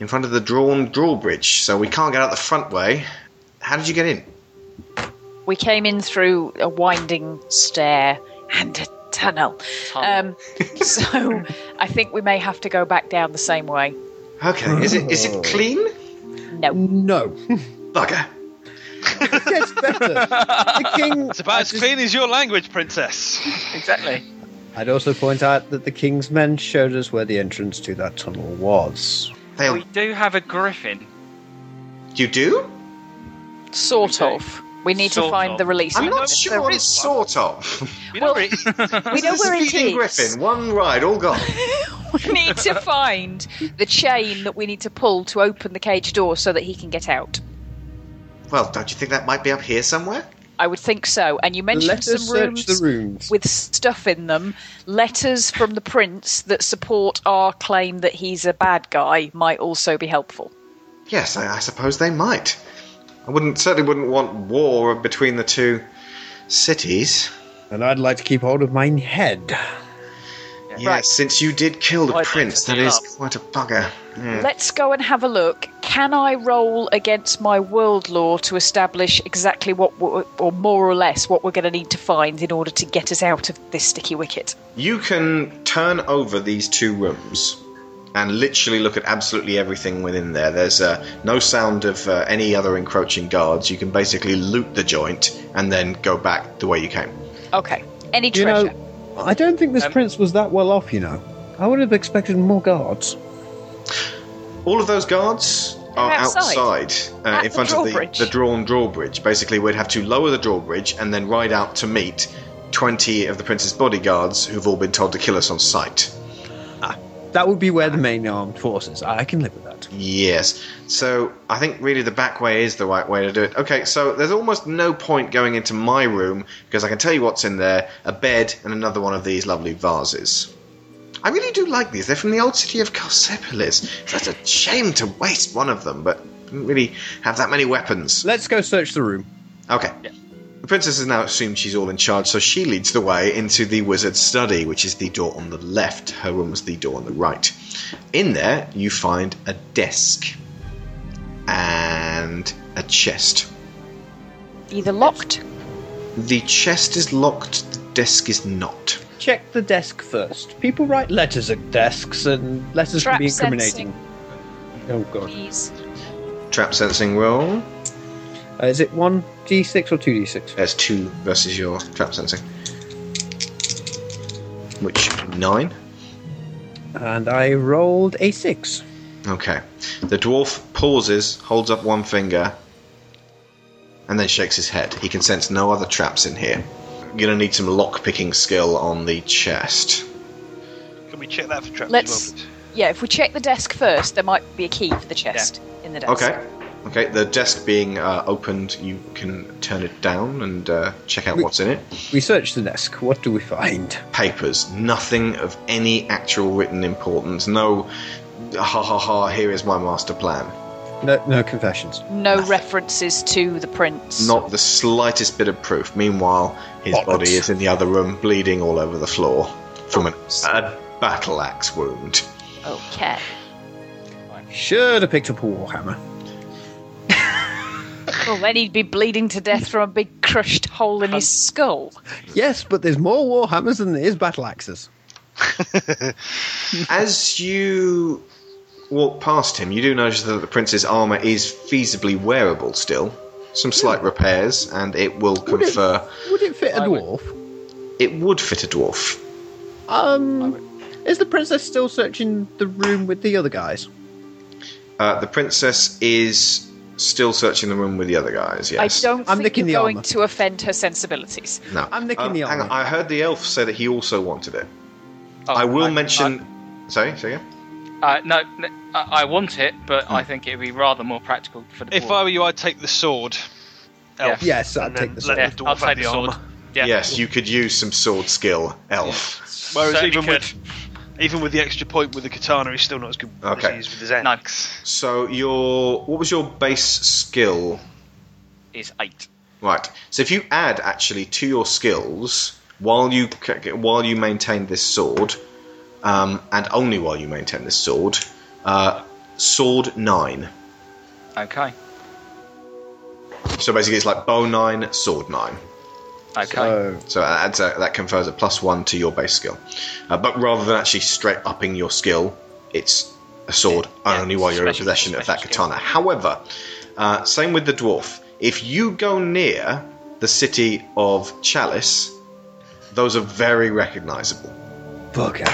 in front of the drawn drawbridge, so we can't get out the front way. How did you get in?
We came in through a winding stair and a tunnel. Um, so I think we may have to go back down the same way.
Okay, is it is it clean?
No.
Oh. No.
Bugger.
It's better. the king.
It's about as clean as your language, princess.
Exactly.
I'd also point out that the king's men showed us where the entrance to that tunnel was.
We do have a griffin.
You do?
Sort of. We need to
Sort
find
of.
the release.
I'm
window
not
if
sure.
there
It's
is
sort of.
We know where it is.
one. We know where it
Speeding
is.
Griffin, one ride, all gone.
We need to find the chain that we need to pull to open the cage door so that he can get out.
Well, don't you think that might be up here somewhere?
I would think so. And you mentioned
Let us
some rooms
search the rooms.
with stuff in them. Letters from the prince that support our claim that he's a bad guy might also be helpful.
Yes, I, I suppose they might. I wouldn't certainly wouldn't want war between the two cities.
And I'd like to keep hold of my head.
Yes, since you did kill the prince, that is quite a bugger. Hmm.
Let's go and have a look. Can I roll against my world law to establish exactly what, we're, or more or less, what we're going to need to find in order to get us out of this sticky wicket?
You can turn over these two rooms and literally look at absolutely everything within there. There's uh, no sound of uh, any other encroaching guards. You can basically loot the joint and then go back the way you came.
Okay. Any
You
treasure?
know, I don't think
Um,
this prince was that well off, you know. I would have expected more guards.
All of those guards are
outside.
outside, uh,
At
in
the
front of
drawbridge.
the, the drawn drawbridge. Basically, we'd have to lower the drawbridge and then ride out to meet 20 of the prince's bodyguards who've all been told to kill us on sight.
Ah, That would be where the main armed forces. I can live with that.
Yes. So I think really the back way is the right way to do it. Okay, so there's almost no point going into my room because I can tell you what's in there a bed and another one of these lovely vases. I really do like these. They're from the old city of Carsepolis. Such a shame to waste one of them, but didn't really have that many weapons.
Let's go search the room.
Okay. The princess has now assumed she's all in charge, so she leads the way into the wizard's study, which is the door on the left. Her room was the door on the right. In there, you find a desk and a chest.
Either locked.
The chest is locked, the desk is not.
Check the desk first. People write letters at desks, and letters
Trap
can be incriminating. Oh god.
Trap sensing roll.
Uh, is it one d6 or two d6?
That's two versus your trap sensing. Which, nine?
And I rolled a six.
Okay. The dwarf pauses, holds up one finger, and then shakes his head. He can sense no other traps in here. You're gonna need some lock picking skill on the chest.
Can we check that for traps?
Let's. yeah, if we check the desk first, there might be a key for the chest in the desk.
Okay. Okay. The desk being uh, opened, you can turn it down and uh, check out what's in it.
We search the desk. What do we find?
Papers. Nothing of any actual written importance. No. Ha ha ha! Here is my master plan.
No, no confessions.
No references to the prince.
Not the slightest bit of proof. Meanwhile, his body is in the other room, bleeding all over the floor from an, a battle axe wound.
Okay.
Should have picked up a warhammer.
Well, then he'd be bleeding to death from a big crushed hole in his skull.
Yes, but there's more warhammers than there is battle axes.
As you walk past him, you do notice that the prince's armor is feasibly wearable still. Some slight repairs, and it will confer.
Would it fit a dwarf?
It would fit a dwarf.
Um, is the princess still searching the room with the other guys?
Uh, the princess is still searching the room with the other guys. Yes.
I don't
I'm
think
nicking
you're
the
going
armour.
to offend her sensibilities.
No.
I'm nicking
Um,
the
hang on,
armor.
I heard the elf say that he also wanted it.
Oh,
I will mention. Sorry, say again.
Uh, no, n- I I want it, but
Hmm.
I think it would be rather more practical for the.
If I were you, I'd take the sword. Elf.
Yeah. Yes,
I'd take the sword. Let the
Yeah, I'll
dwarf have
take the
the
sword.
armor.
Yes, you could use some sword skill, elf.
Whereas
Certainly
even with even with the extra point with the katana, he's still not as good as
Okay.
he is with his axe.
So your what was your base skill?
Is eight.
Right. So if you add actually to your skills while you c- while you maintain this sword, um, and only while you maintain this sword, uh, sword nine.
Okay.
So basically, it's like bow nine, sword nine.
Okay.
So that adds a, that confers a plus one to your base skill. Uh, but rather than actually straight upping your skill, it's a sword only while you're in possession of that katana. However, uh, same with the dwarf. If you go near the city of Chalice, those are very recognizable.
Bugger.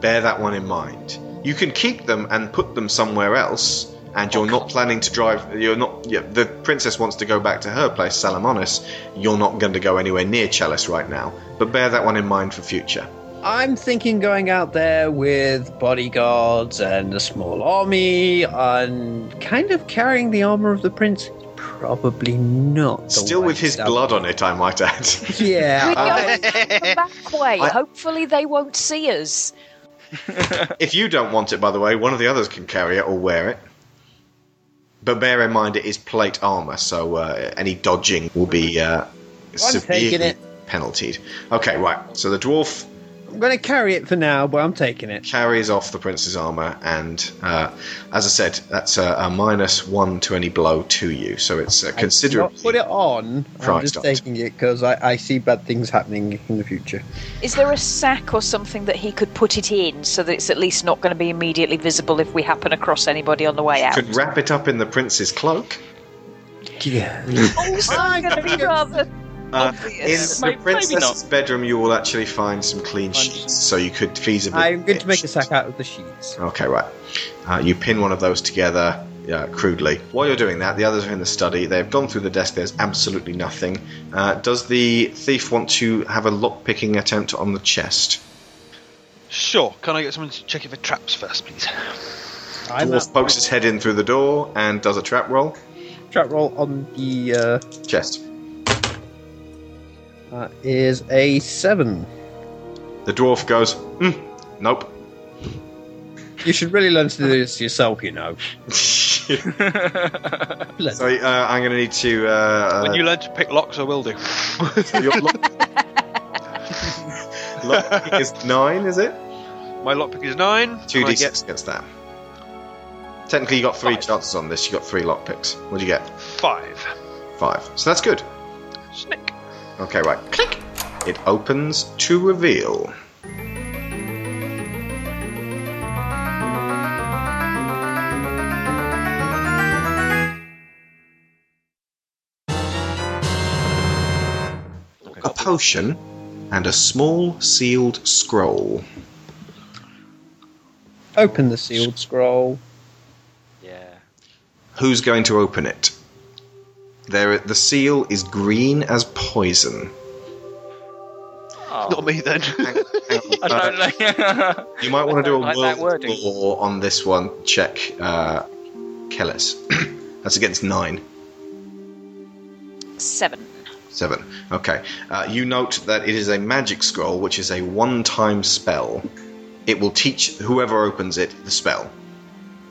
Bear that one in mind. You can keep them and put them somewhere else, and you're not planning to drive. You're not. Yeah, the princess wants to go back to her place, Salamonis. You're not going to go anywhere near Chalice right now. But bear that one in mind for future.
I'm thinking going out there with bodyguards and a small army and kind of carrying the armor of the prince. Probably not.
Still with his blood on it, I might add.
Yeah.
Uh-huh.
We're going the back way.
I-
Hopefully, they won't see us.
if you don't want it, by the way, one of the others can carry it or wear it. But bear in mind, it is plate armor, so uh, any dodging will be uh,
taking
severely
it.
penaltied. Okay, right. So the dwarf
I'm going to carry it for now, but I'm taking it.
carries off the prince's armor, and uh, as I said, that's a, a minus one to any blow to you. So it's uh,
Not
considerably.
put it on. I'm
Christ,
just
Doctor.
taking it because I, I see bad things happening in the future.
Is there a sack or something that he could put it in so that it's at least not going to be immediately visible if we happen across anybody on the way out?
Could wrap it up in the prince's cloak.
Yeah.
Oh, I'm going to be rather.
Uh, in
Oh,
Obvious.
the
Maybe- maybe
princess's
not.
bedroom, you will actually find some clean sheets, so you could feasibly.
I'm going to make a sack out of the sheets.
Okay, right. Uh, you pin one of those together uh, crudely. While you're doing that, the others are in the study. They've gone through the desk. There's absolutely nothing. Uh, does the thief want to have a lockpicking attempt on the chest?
Sure. Can I get someone to check it for traps first, please?
Dwarf pokes his head in through the door and does a trap roll.
Trap roll on the uh,
Chest.
that is a seven.
The dwarf goes, mm, nope.
You should really learn to do this yourself, you know.
so uh, I'm going to need to. Uh,
when you learn to pick locks, I will do.
your lock- lockpick is nine, is it?
My lockpick is nine.
Two
and I
d6 against that. Technically, you got three chances on this. You got three lockpicks. What do you get?
Five.
Five. So that's good.
Snick.
Okay, right. Click. It opens to reveal. A potion and a small sealed scroll.
Open the sealed scroll.
Yeah.
Who's going to open it? There, the seal is green as poison.
Not me then.
I don't like.
You might want to do a
like that
world law on this one. Check uh, Kellis. That's against nine,
Seven.
seven. Okay. Uh, you note that it is a magic scroll, which is a one-time spell. It will teach whoever opens it the spell.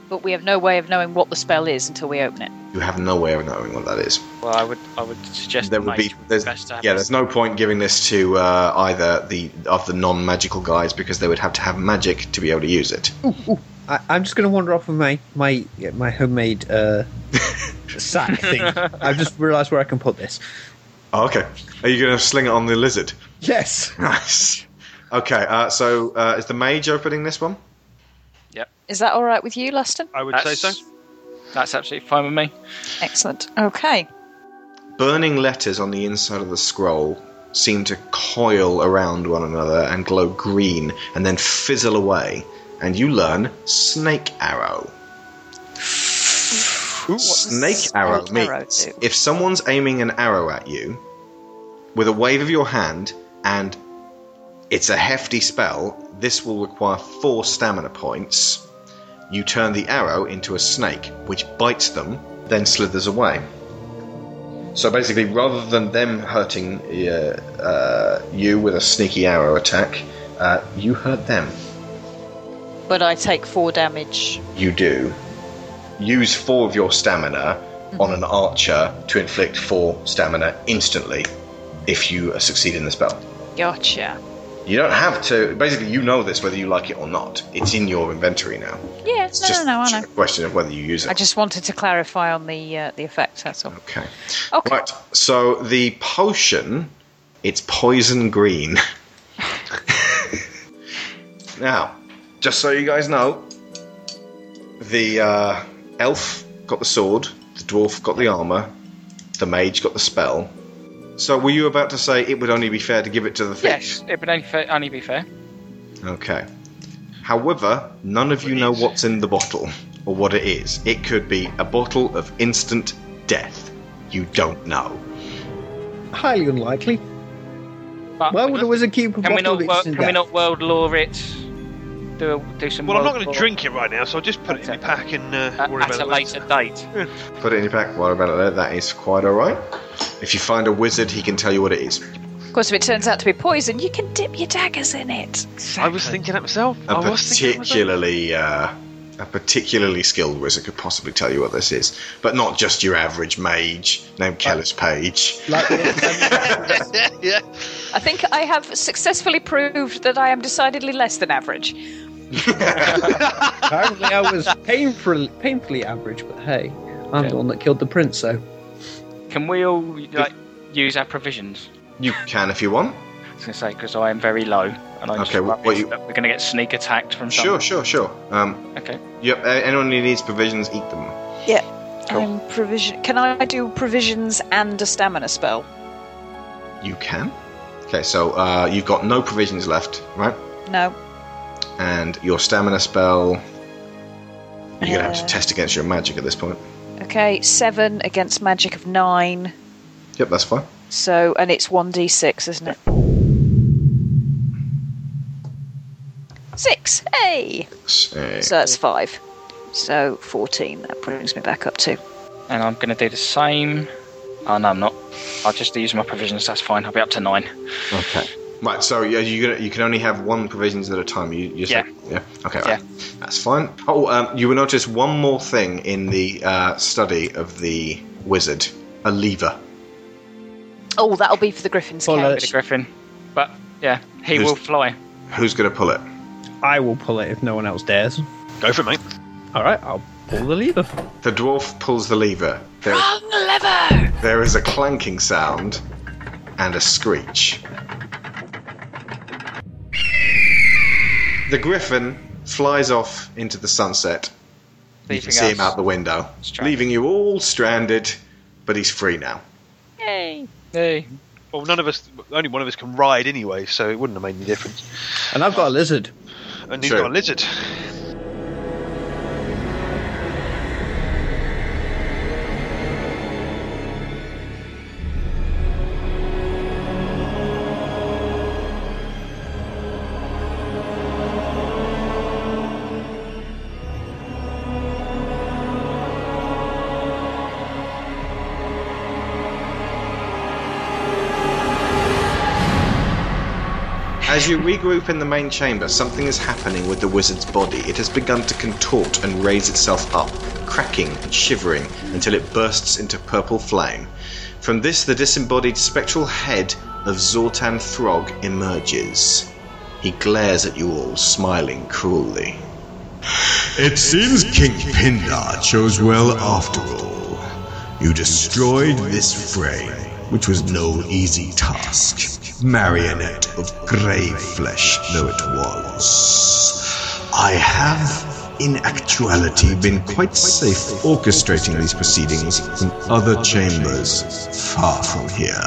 But we have no way of knowing what the spell is until we open it.
You have no way of knowing what that is.
Well, I would, I would suggest
There would be, there's,
best to have
yeah. There's no point giving this to uh, either the of the non-magical guys because they would have to have magic to be able to use it.
I, I'm just going to wander off with my my yeah, my homemade uh, sack thing. I've just realised where I can put this.
Oh, okay. Are you going to sling it on the lizard?
Yes.
Nice. Okay, uh, so uh, is the mage opening this one?
Is that all right with you, Luston?
I would say so.
That's absolutely fine with me.
Excellent. Okay.
Burning letters on the inside of the scroll seem to coil around one another and glow green and then fizzle away. And you learn Snake Arrow. snake Arrow means if someone's aiming an arrow at you with a wave of your hand and it's a hefty spell, this will require four stamina points. You turn the arrow into a snake, which bites them, then slithers away. So basically, rather than them hurting uh, uh, you with a sneaky arrow attack, uh, you hurt them.
But I take four damage.
You do. Use four of your stamina on an archer to inflict four stamina instantly if you uh, succeed in the spell.
Gotcha.
You don't have to. Basically, you know this whether you like it or not. It's in your inventory now.
Yeah, no, no,
just
no, I
a
know.
question of whether you use it.
I just wanted to clarify on the uh, the effect. That's all.
Okay. Right. So the potion, it's poison green. now, just so you guys know, the uh, elf got the sword, the dwarf got the armor, the mage got the spell. So were you about to say it would only be fair to give it to the thief?
Yes, it would only, fa- only be fair.
Okay. However, none of you know what's in the bottle or what it is. It could be a bottle of instant death. You don't know.
Highly unlikely.
But
Why would a wizard keep a
Can we
bottle
not?
of
Wor-
instant
can
death?
we not world law it? Do a, do some.
Well, I'm not
world
going
law
to drink it right now, so I'll just put it in my pack and uh,
at,
worry
at
about
a
it
later
later.
date.
Put it in your pack. What about it? That is quite all right. If you find a wizard, he can tell you what it is.
course, if it turns out to be poison, you can dip your daggers in it.
I was thinking that myself.
A
I was thinking that myself.
particularly uh, a particularly skilled wizard could possibly tell you what this is, but not just your average mage named Kellis Page.
yeah. I think I have successfully proved that I am decidedly less than average.
Apparently, I was painfully, painfully average, but hey, I'm the one that killed the prince, so.
Can we all like use our provisions?
You can if you want.
I was going to say because I am very low, and I'm
Okay,
just
wh- what
worried
you-
that we're going to get sneak attacked from someone.
Sure, sure, sure. Um,
Okay.
Yep. a- Anyone who needs provisions, eat them.
Yeah.
Cool.
Um, provision. Can I do provisions and a stamina spell?
You can. Okay, so uh, you've got no provisions left, right?
No.
And your stamina spell. You're gonna have to
Uh.
test against your magic at this point.
Okay, seven against magic of nine.
Yep, that's fine.
So, and it's one d six, isn't it? Six. Hey. So that's five. So fourteen. That brings me back up to.
And I'm going to do the same. Oh no, I'm not. I'll just use my provisions. That's fine. I'll be up to nine.
Okay. Right, so yeah, you gonna, you can only have one provisions at a time. You, you said, yeah. Okay. right. That's fine. Oh, um, you will notice one more thing in the uh, study of the wizard: a lever.
Oh, that'll be for the griffin's
The
cage.
griffin. But yeah, he
Who's-
will fly.
Who's gonna pull it?
I will pull it if no one else dares.
Go for it, mate.
All right, I'll pull the lever.
The dwarf pulls the lever. There,
Wrong lever.
there is a clanking sound and a screech. The griffin flies off into the sunset. You
Leaving
can see him
us
out the window, leaving you all stranded. But he's free now.
Yay.
Hey.
Well, none of us, only one of us can ride anyway, so it wouldn't have made any difference.
And I've got a lizard.
And he's
True.
got a lizard.
As you regroup in the main chamber, something is happening with the wizard's body. It has begun to contort and raise itself up, cracking and shivering until it bursts into purple flame. From this, the disembodied spectral head of Zortan Throg emerges. He glares at you all, smiling cruelly.
It seems King Pindar chose well after all. You destroyed this frame, which was no easy task. Marionette of grey flesh though it was. I have, in actuality, been quite safe orchestrating these proceedings in other chambers far from here.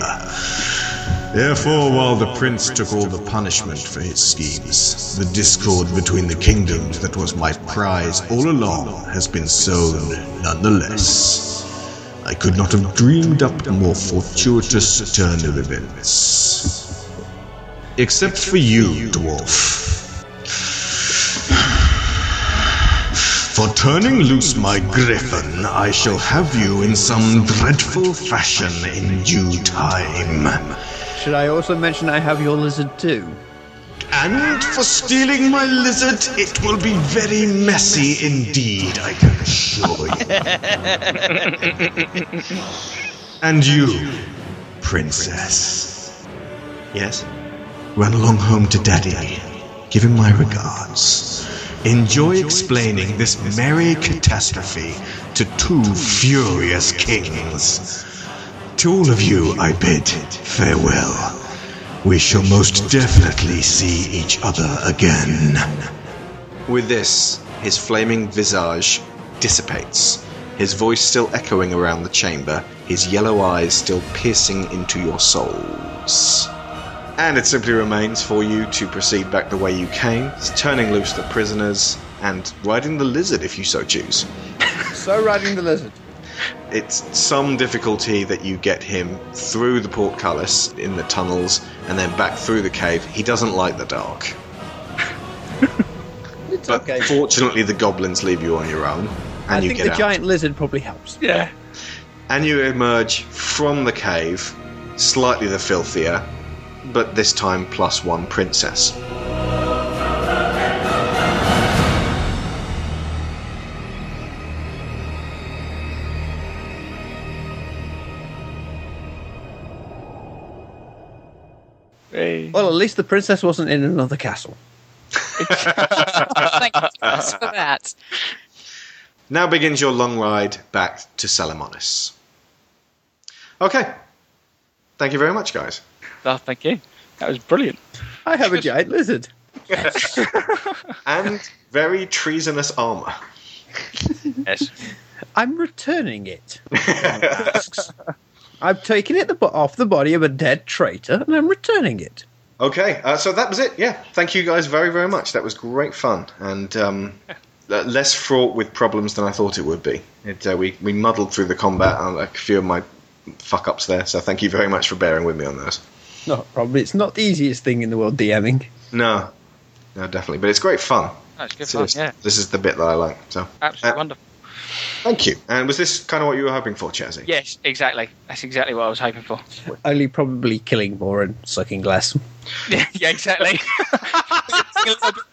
Therefore, while the prince took all the punishment for his schemes, the discord between the kingdoms that was my prize all along has been sown nonetheless. I could not have dreamed up a more fortuitous turn of events. Except for you, dwarf. For turning loose my griffin, I shall have you in some dreadful fashion in due time.
Should I also mention I have your lizard too?
And for stealing my lizard, it will be very messy indeed, I can assure you. and you, princess.
Yes?
Run along home to daddy. Give him my regards. Enjoy explaining this merry catastrophe to two furious kings. To all of you, I bid farewell. We shall most definitely see each other again.
With this, his flaming visage dissipates, his voice still echoing around the chamber, his yellow eyes still piercing into your souls. And it simply remains for you to proceed back the way you came, turning loose the prisoners and riding the lizard if you so choose.
So riding the lizard.
It's some difficulty that you get him through the portcullis in the tunnels and then back through the cave. He doesn't like the dark. but fortunately, the goblins leave you on your own, and
I
you
think
get
the
out.
giant lizard probably helps.
Yeah.
And you emerge from the cave, slightly the filthier, but this time plus one princess.
Well, at least the princess wasn't in another castle.
Thank goodness for that.
Now begins your long ride back to Salamonis. Okay. Thank you very much, guys.
Oh, thank you. That was brilliant.
I have a giant lizard.
and very treasonous armor.
Yes.
I'm returning it. I've taken it the, bo- off the body of a dead traitor and I'm returning it.
Okay, uh, so that was it. Yeah, thank you guys very, very much. That was great fun and um, uh, less fraught with problems than I thought it would be. It, uh, we we muddled through the combat and a few of my fuck ups there. So thank you very much for bearing with me on those.
Not probably. It's not the easiest thing in the world, DMing.
No, no, Uh, definitely, but it's great fun.
That's good fun,
Seriously,
yeah.
This is the bit that I like. So
Uh,
Absolutely wonderful.
thank you. And was this kind of what you were hoping for, Chazzy?
Yes, exactly. That's exactly what I was hoping for.
Only probably killing more and sucking less.
yeah, exactly.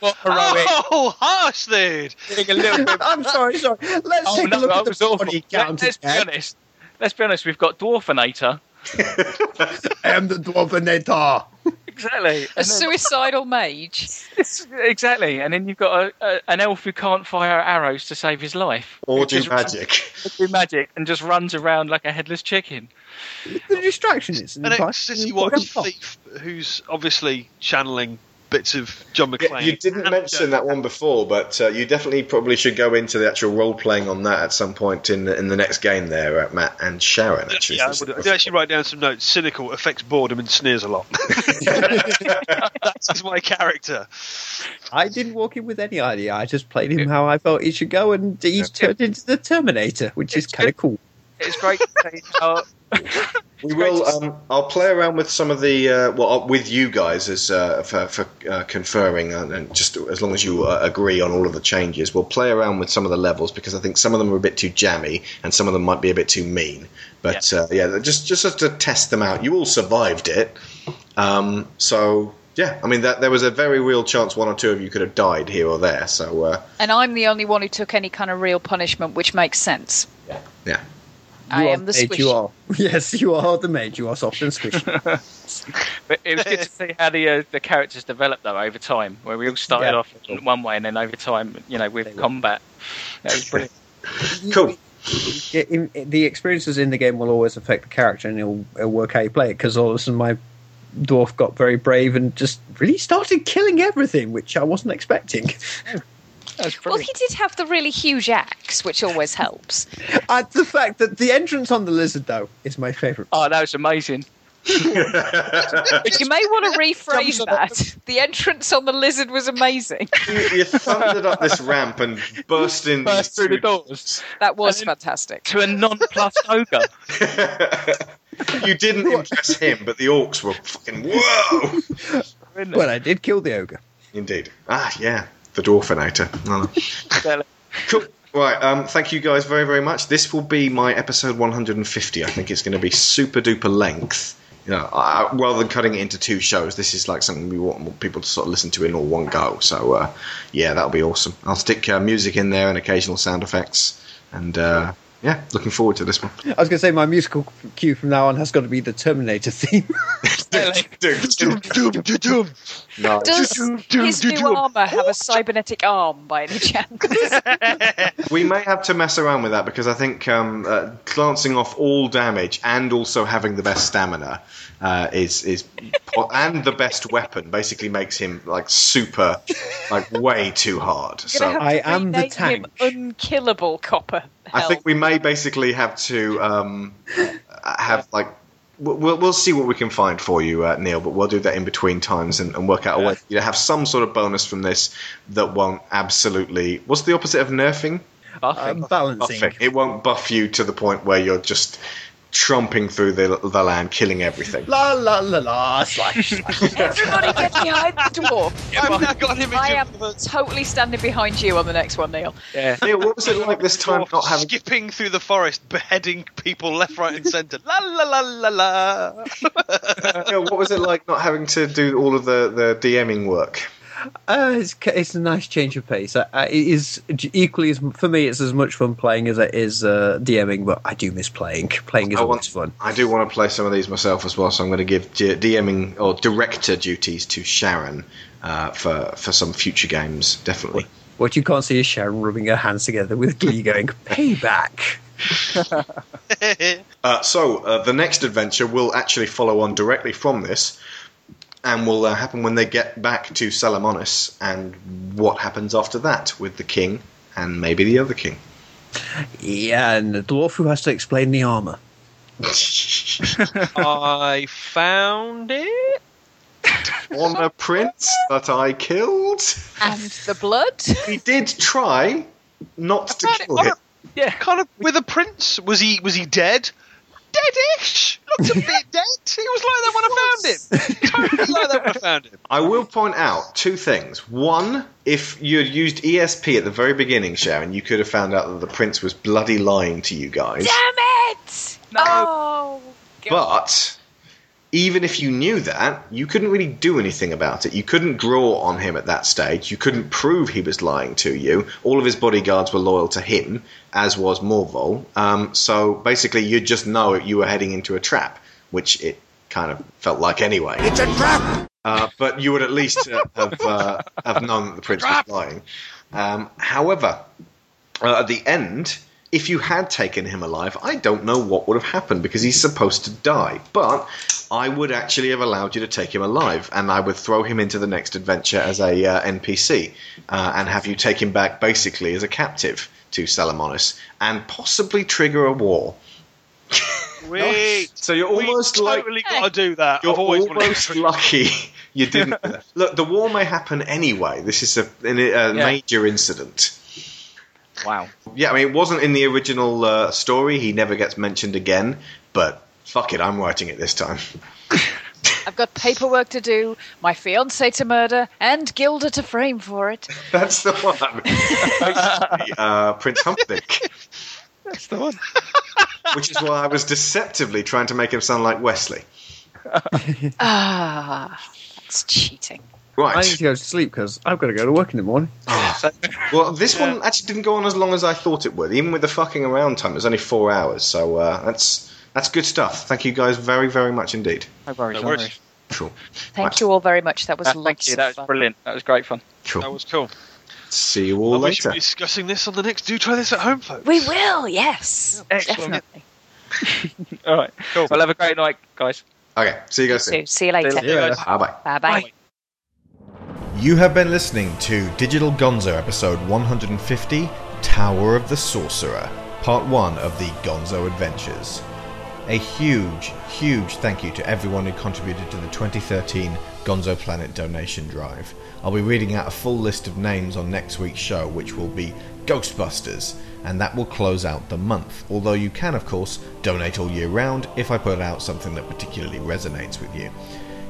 Oh, harsh, dude.
I'm sorry, sorry. Let's
Oh,
take
no,
a look
that
at
was
the
awful.
body
Let,
count.
us be honest. Let's be honest. We've got Dwarfinator.
I am the Dwarfinator.
Exactly.
A
And then-
suicidal mage.
exactly. And then you've got a, a, an elf who can't fire arrows to save his life.
Or
who
do
just-
magic.
who do magic and just runs around like a headless chicken.
The distraction is
An ex-city watch thief who's obviously channeling bits of John
Yeah,
McClane.
you didn't mention that one before, but uh, you definitely probably should go into the actual role playing on that at some point in the, in the next game there, uh, Matt and Sharon. Actually,
Yeah, I, would, I did actually write down some notes. Cynical affects boredom and sneers a lot. that is my character.
I didn't walk in with any idea. I just played him how I felt he should go, and he's turned into the Terminator, which is kind of cool.
It's great to see how
we will. Um, I'll play around with some of the uh, well uh, with you guys as uh, for, for uh, conferring, and, and just as long as you uh, agree on all of the changes, we'll play around with some of the levels because I think some of them are a bit too jammy, and some of them might be a bit too mean. But yeah, uh, yeah just just to test them out. You all survived it, um, so. Yeah, I mean that there was a very real chance one or two of you could have died here or there. So uh,
And I'm the only one who took any kind of real punishment, which makes sense.
yeah,
I am the
mage you
squishy.
are. Yes, you are the mage. You are soft and squishy.
But it was good to see how the uh, the characters developed though over time, where we all started
Yeah.
off in one way and then over time, you know, with combat. That was brilliant.
cool.
the experiences in the game will always affect the character, and it'll, it'll work how you play it. Because all of a sudden, my dwarf got very brave and just really started killing everything, which I wasn't expecting.
Well, he did have the really huge axe, which always helps.
Uh, the fact that the entrance on the lizard, though, is my favourite.
Oh, that was amazing.
you may want to rephrase that. The entrance on the lizard was amazing.
you, you thundered up this ramp and burst in these
through the
two-
doors
That was fantastic.
to a non-plus ogre.
You didn't impress him, but the orcs were fucking whoa.
Well, I did kill the ogre.
Indeed. Ah, yeah, the dwarfinator. No, no. Cool. Right. Um, thank you guys very very much. This will be my episode 150. I think it's going to be super duper length. You know, I, rather than cutting it into two shows, this is like something we want more people to sort of listen to in all one go. So, uh, yeah, that'll be awesome. I'll stick uh, music in there and occasional sound effects. And uh, yeah, looking forward to this one.
I was going to say my musical cue from now on has got to be the Terminator theme.
No.
Does his new armour have a cybernetic arm by any chance?
we may have to mess around with that because I think um, uh, glancing off all damage and also having the best stamina uh, is is po- and the best weapon basically makes him like super, like way too hard. So
have to
I am the
rename him
tank.
Unkillable Copper.
I
Hell.
think we may basically have to um, uh, have like. We'll, we'll- we'll see what we can find for you, uh, Neil, but we'll do that in between times and, and work out a way to have some sort of bonus from this that won't absolutely. What's the opposite of nerfing?
I think
balancing.
Buffing. It won't buff you to the point where you're just tromping through the, the land, killing everything.
La la la la, slash, slash.
Everybody get behind the dwarf.
I,
am totally standing behind you on the next one, Neil.
Yeah. what was it like this time not having
skipping through the forest, beheading people left, right, and centre? La la la la la.
Neil, what was it like not having to do all of the, the DMing work?
Uh, it's, ca- it's a nice change of pace. I, I, it is j- equally as for me. It's as much fun playing as it is uh, DMing, but I do miss playing. Playing is
I
always
want-
fun.
I do want to play some of these myself as well, so I'm going to give D- DMing or director duties to Sharon uh, for for some future games, definitely.
What you can't see is Sharon rubbing her hands together with glee, going payback.
Uh, so uh, the next adventure will actually follow on directly from this, and will uh, happen when they get back to Salamonis, and what happens after that with the king and maybe the other king.
Yeah, and the dwarf who has to explain the armor.
I found it.
On a prince that I killed.
And the blood.
He did try not to kill him.
Yeah, kind of with a prince. Was he was he dead? Deadish. Looked a bit dead. He was like that when I found him. Totally like that when I found him.
I will point out two things. One, if you had used ESP at the very beginning, Sharon, you could have found out that the prince was bloody lying to you guys.
it! No. Oh,
But even if you knew that, you couldn't really do anything about it. You couldn't draw on him at that stage. You couldn't prove he was lying to you. All of his bodyguards were loyal to him, as was Morvol. Um, so basically, you just know you were heading into a trap, which it kind of felt like anyway. It's a trap! Uh, but you would at least uh, have, uh, have known that the prince was lying. Um, however, uh, at the end, if you had taken him alive, I don't know what would have happened because he's supposed to die. But I would actually have allowed you to take him alive, and I would throw him into the next adventure as a uh, NPC, uh, and have you take him back basically as a captive to Salamonis, and possibly trigger a war.
Wait.
So you're almost
we
like-
totally got to do that.
You're
I've always wanted to
almost lucky you didn't. Look, the war may happen anyway. This is a, an, a major incident.
Wow.
Yeah, I mean, it wasn't in the original uh, story. He never gets mentioned again, but fuck it, I'm writing it this time.
I've got paperwork to do, my fiance to murder, and Gilda to frame for it.
That's the one. Basically, uh, Prince Humpdick.
That's the one.
Which is why I was deceptively trying to make him sound like Wesley.
Ah, that's cheating.
Right.
I need to go to sleep because I've got to go to work in the morning.
Well, this one actually didn't go on as long as I thought it would. Even with the fucking around time, it was only four hours. So uh, that's that's good stuff. Thank you guys very very much indeed.
No worries.
No
No
worries.
worries.
Cool.
Thank you all very much. That was
Uh, thank
lots
you.
of
That was
fun.
brilliant. That was great fun.
Cool.
That was cool.
See you all
We should
later.
be discussing this on the next. Do try this at home, folks.
We will, yes. Definitely.
All right. Cool. Well, have a great night, guys.
Okay. See you guys
So,
soon.
see you later.
See you later.
Bye bye.
Bye bye.
You have been listening to Digital Gonzo episode 150 Tower of the Sorcerer, part one of the Gonzo Adventures. A huge, huge thank you to everyone who contributed to the 2013 Gonzo Planet donation drive. I'll be reading out a full list of names on next week's show, which will be Ghostbusters, and that will close out the month. Although you can, of course, donate all year round if I put out something that particularly resonates with you.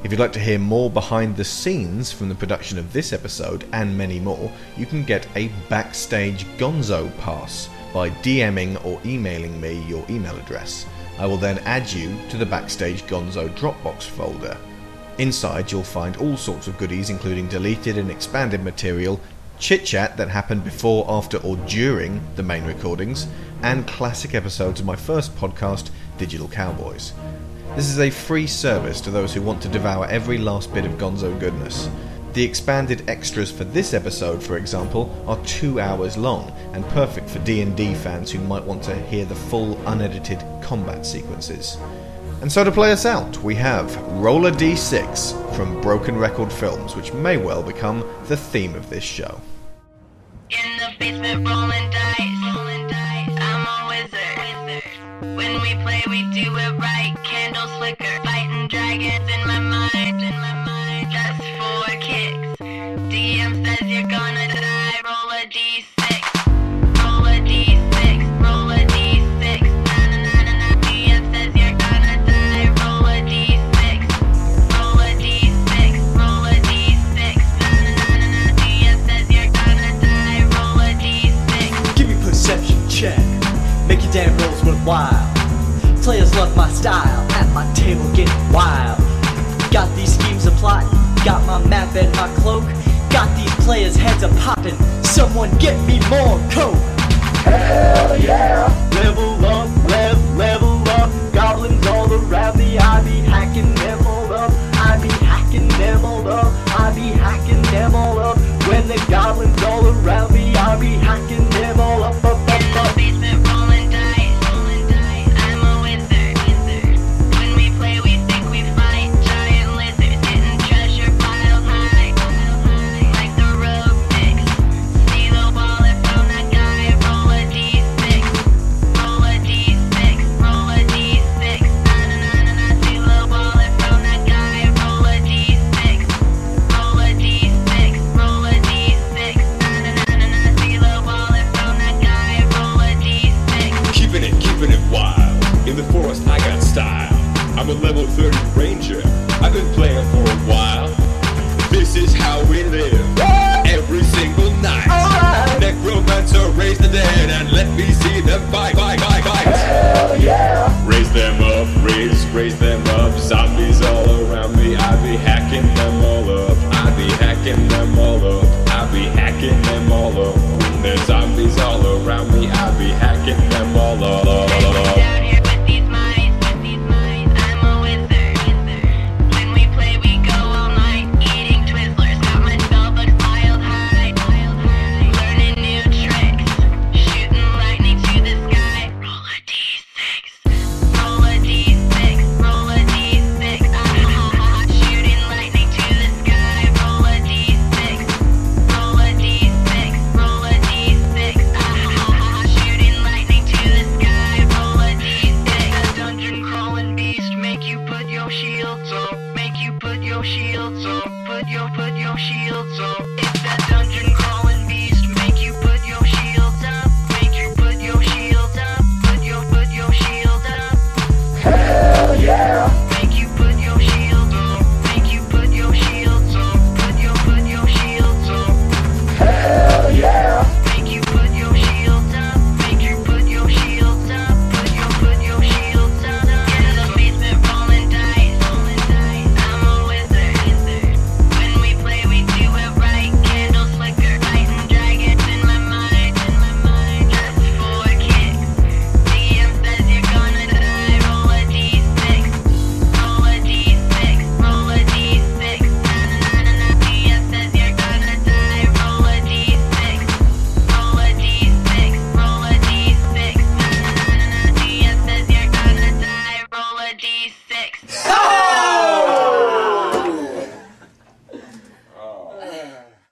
If you'd like to hear more behind the scenes from the production of this episode and many more, you can get a backstage gonzo pass by DMing or emailing me your email address. I will then add you to the backstage gonzo Dropbox folder. Inside, you'll find all sorts of goodies, including deleted and expanded material, chit chat that happened before, after, or during the main recordings, and classic episodes of my first podcast, Digital Cowboys. This is a free service to those who want to devour every last bit of gonzo goodness. The expanded extras for this episode, for example, are 2 hours long and perfect for D&D fans who might want to hear the full unedited combat sequences. And so to play us out, we have Roller D6 from Broken Record Films, which may well become the theme of this show.
In the basement rolling dice, rolling dice. I'm a wizard. When we play, we do it right. Candles flicker, fighting dragons in my mind, in my mind. Just for kicks. DM says you're gonna die. Roll a d6. Roll a d6. Roll a d6. Na na na na na. DM says you're
devils were wild. Players love my style, at my table get wild. Got these schemes a plot, got my map and my cloak. Got these players' heads a poppin'. Someone get me more coke. Hell yeah! Level up.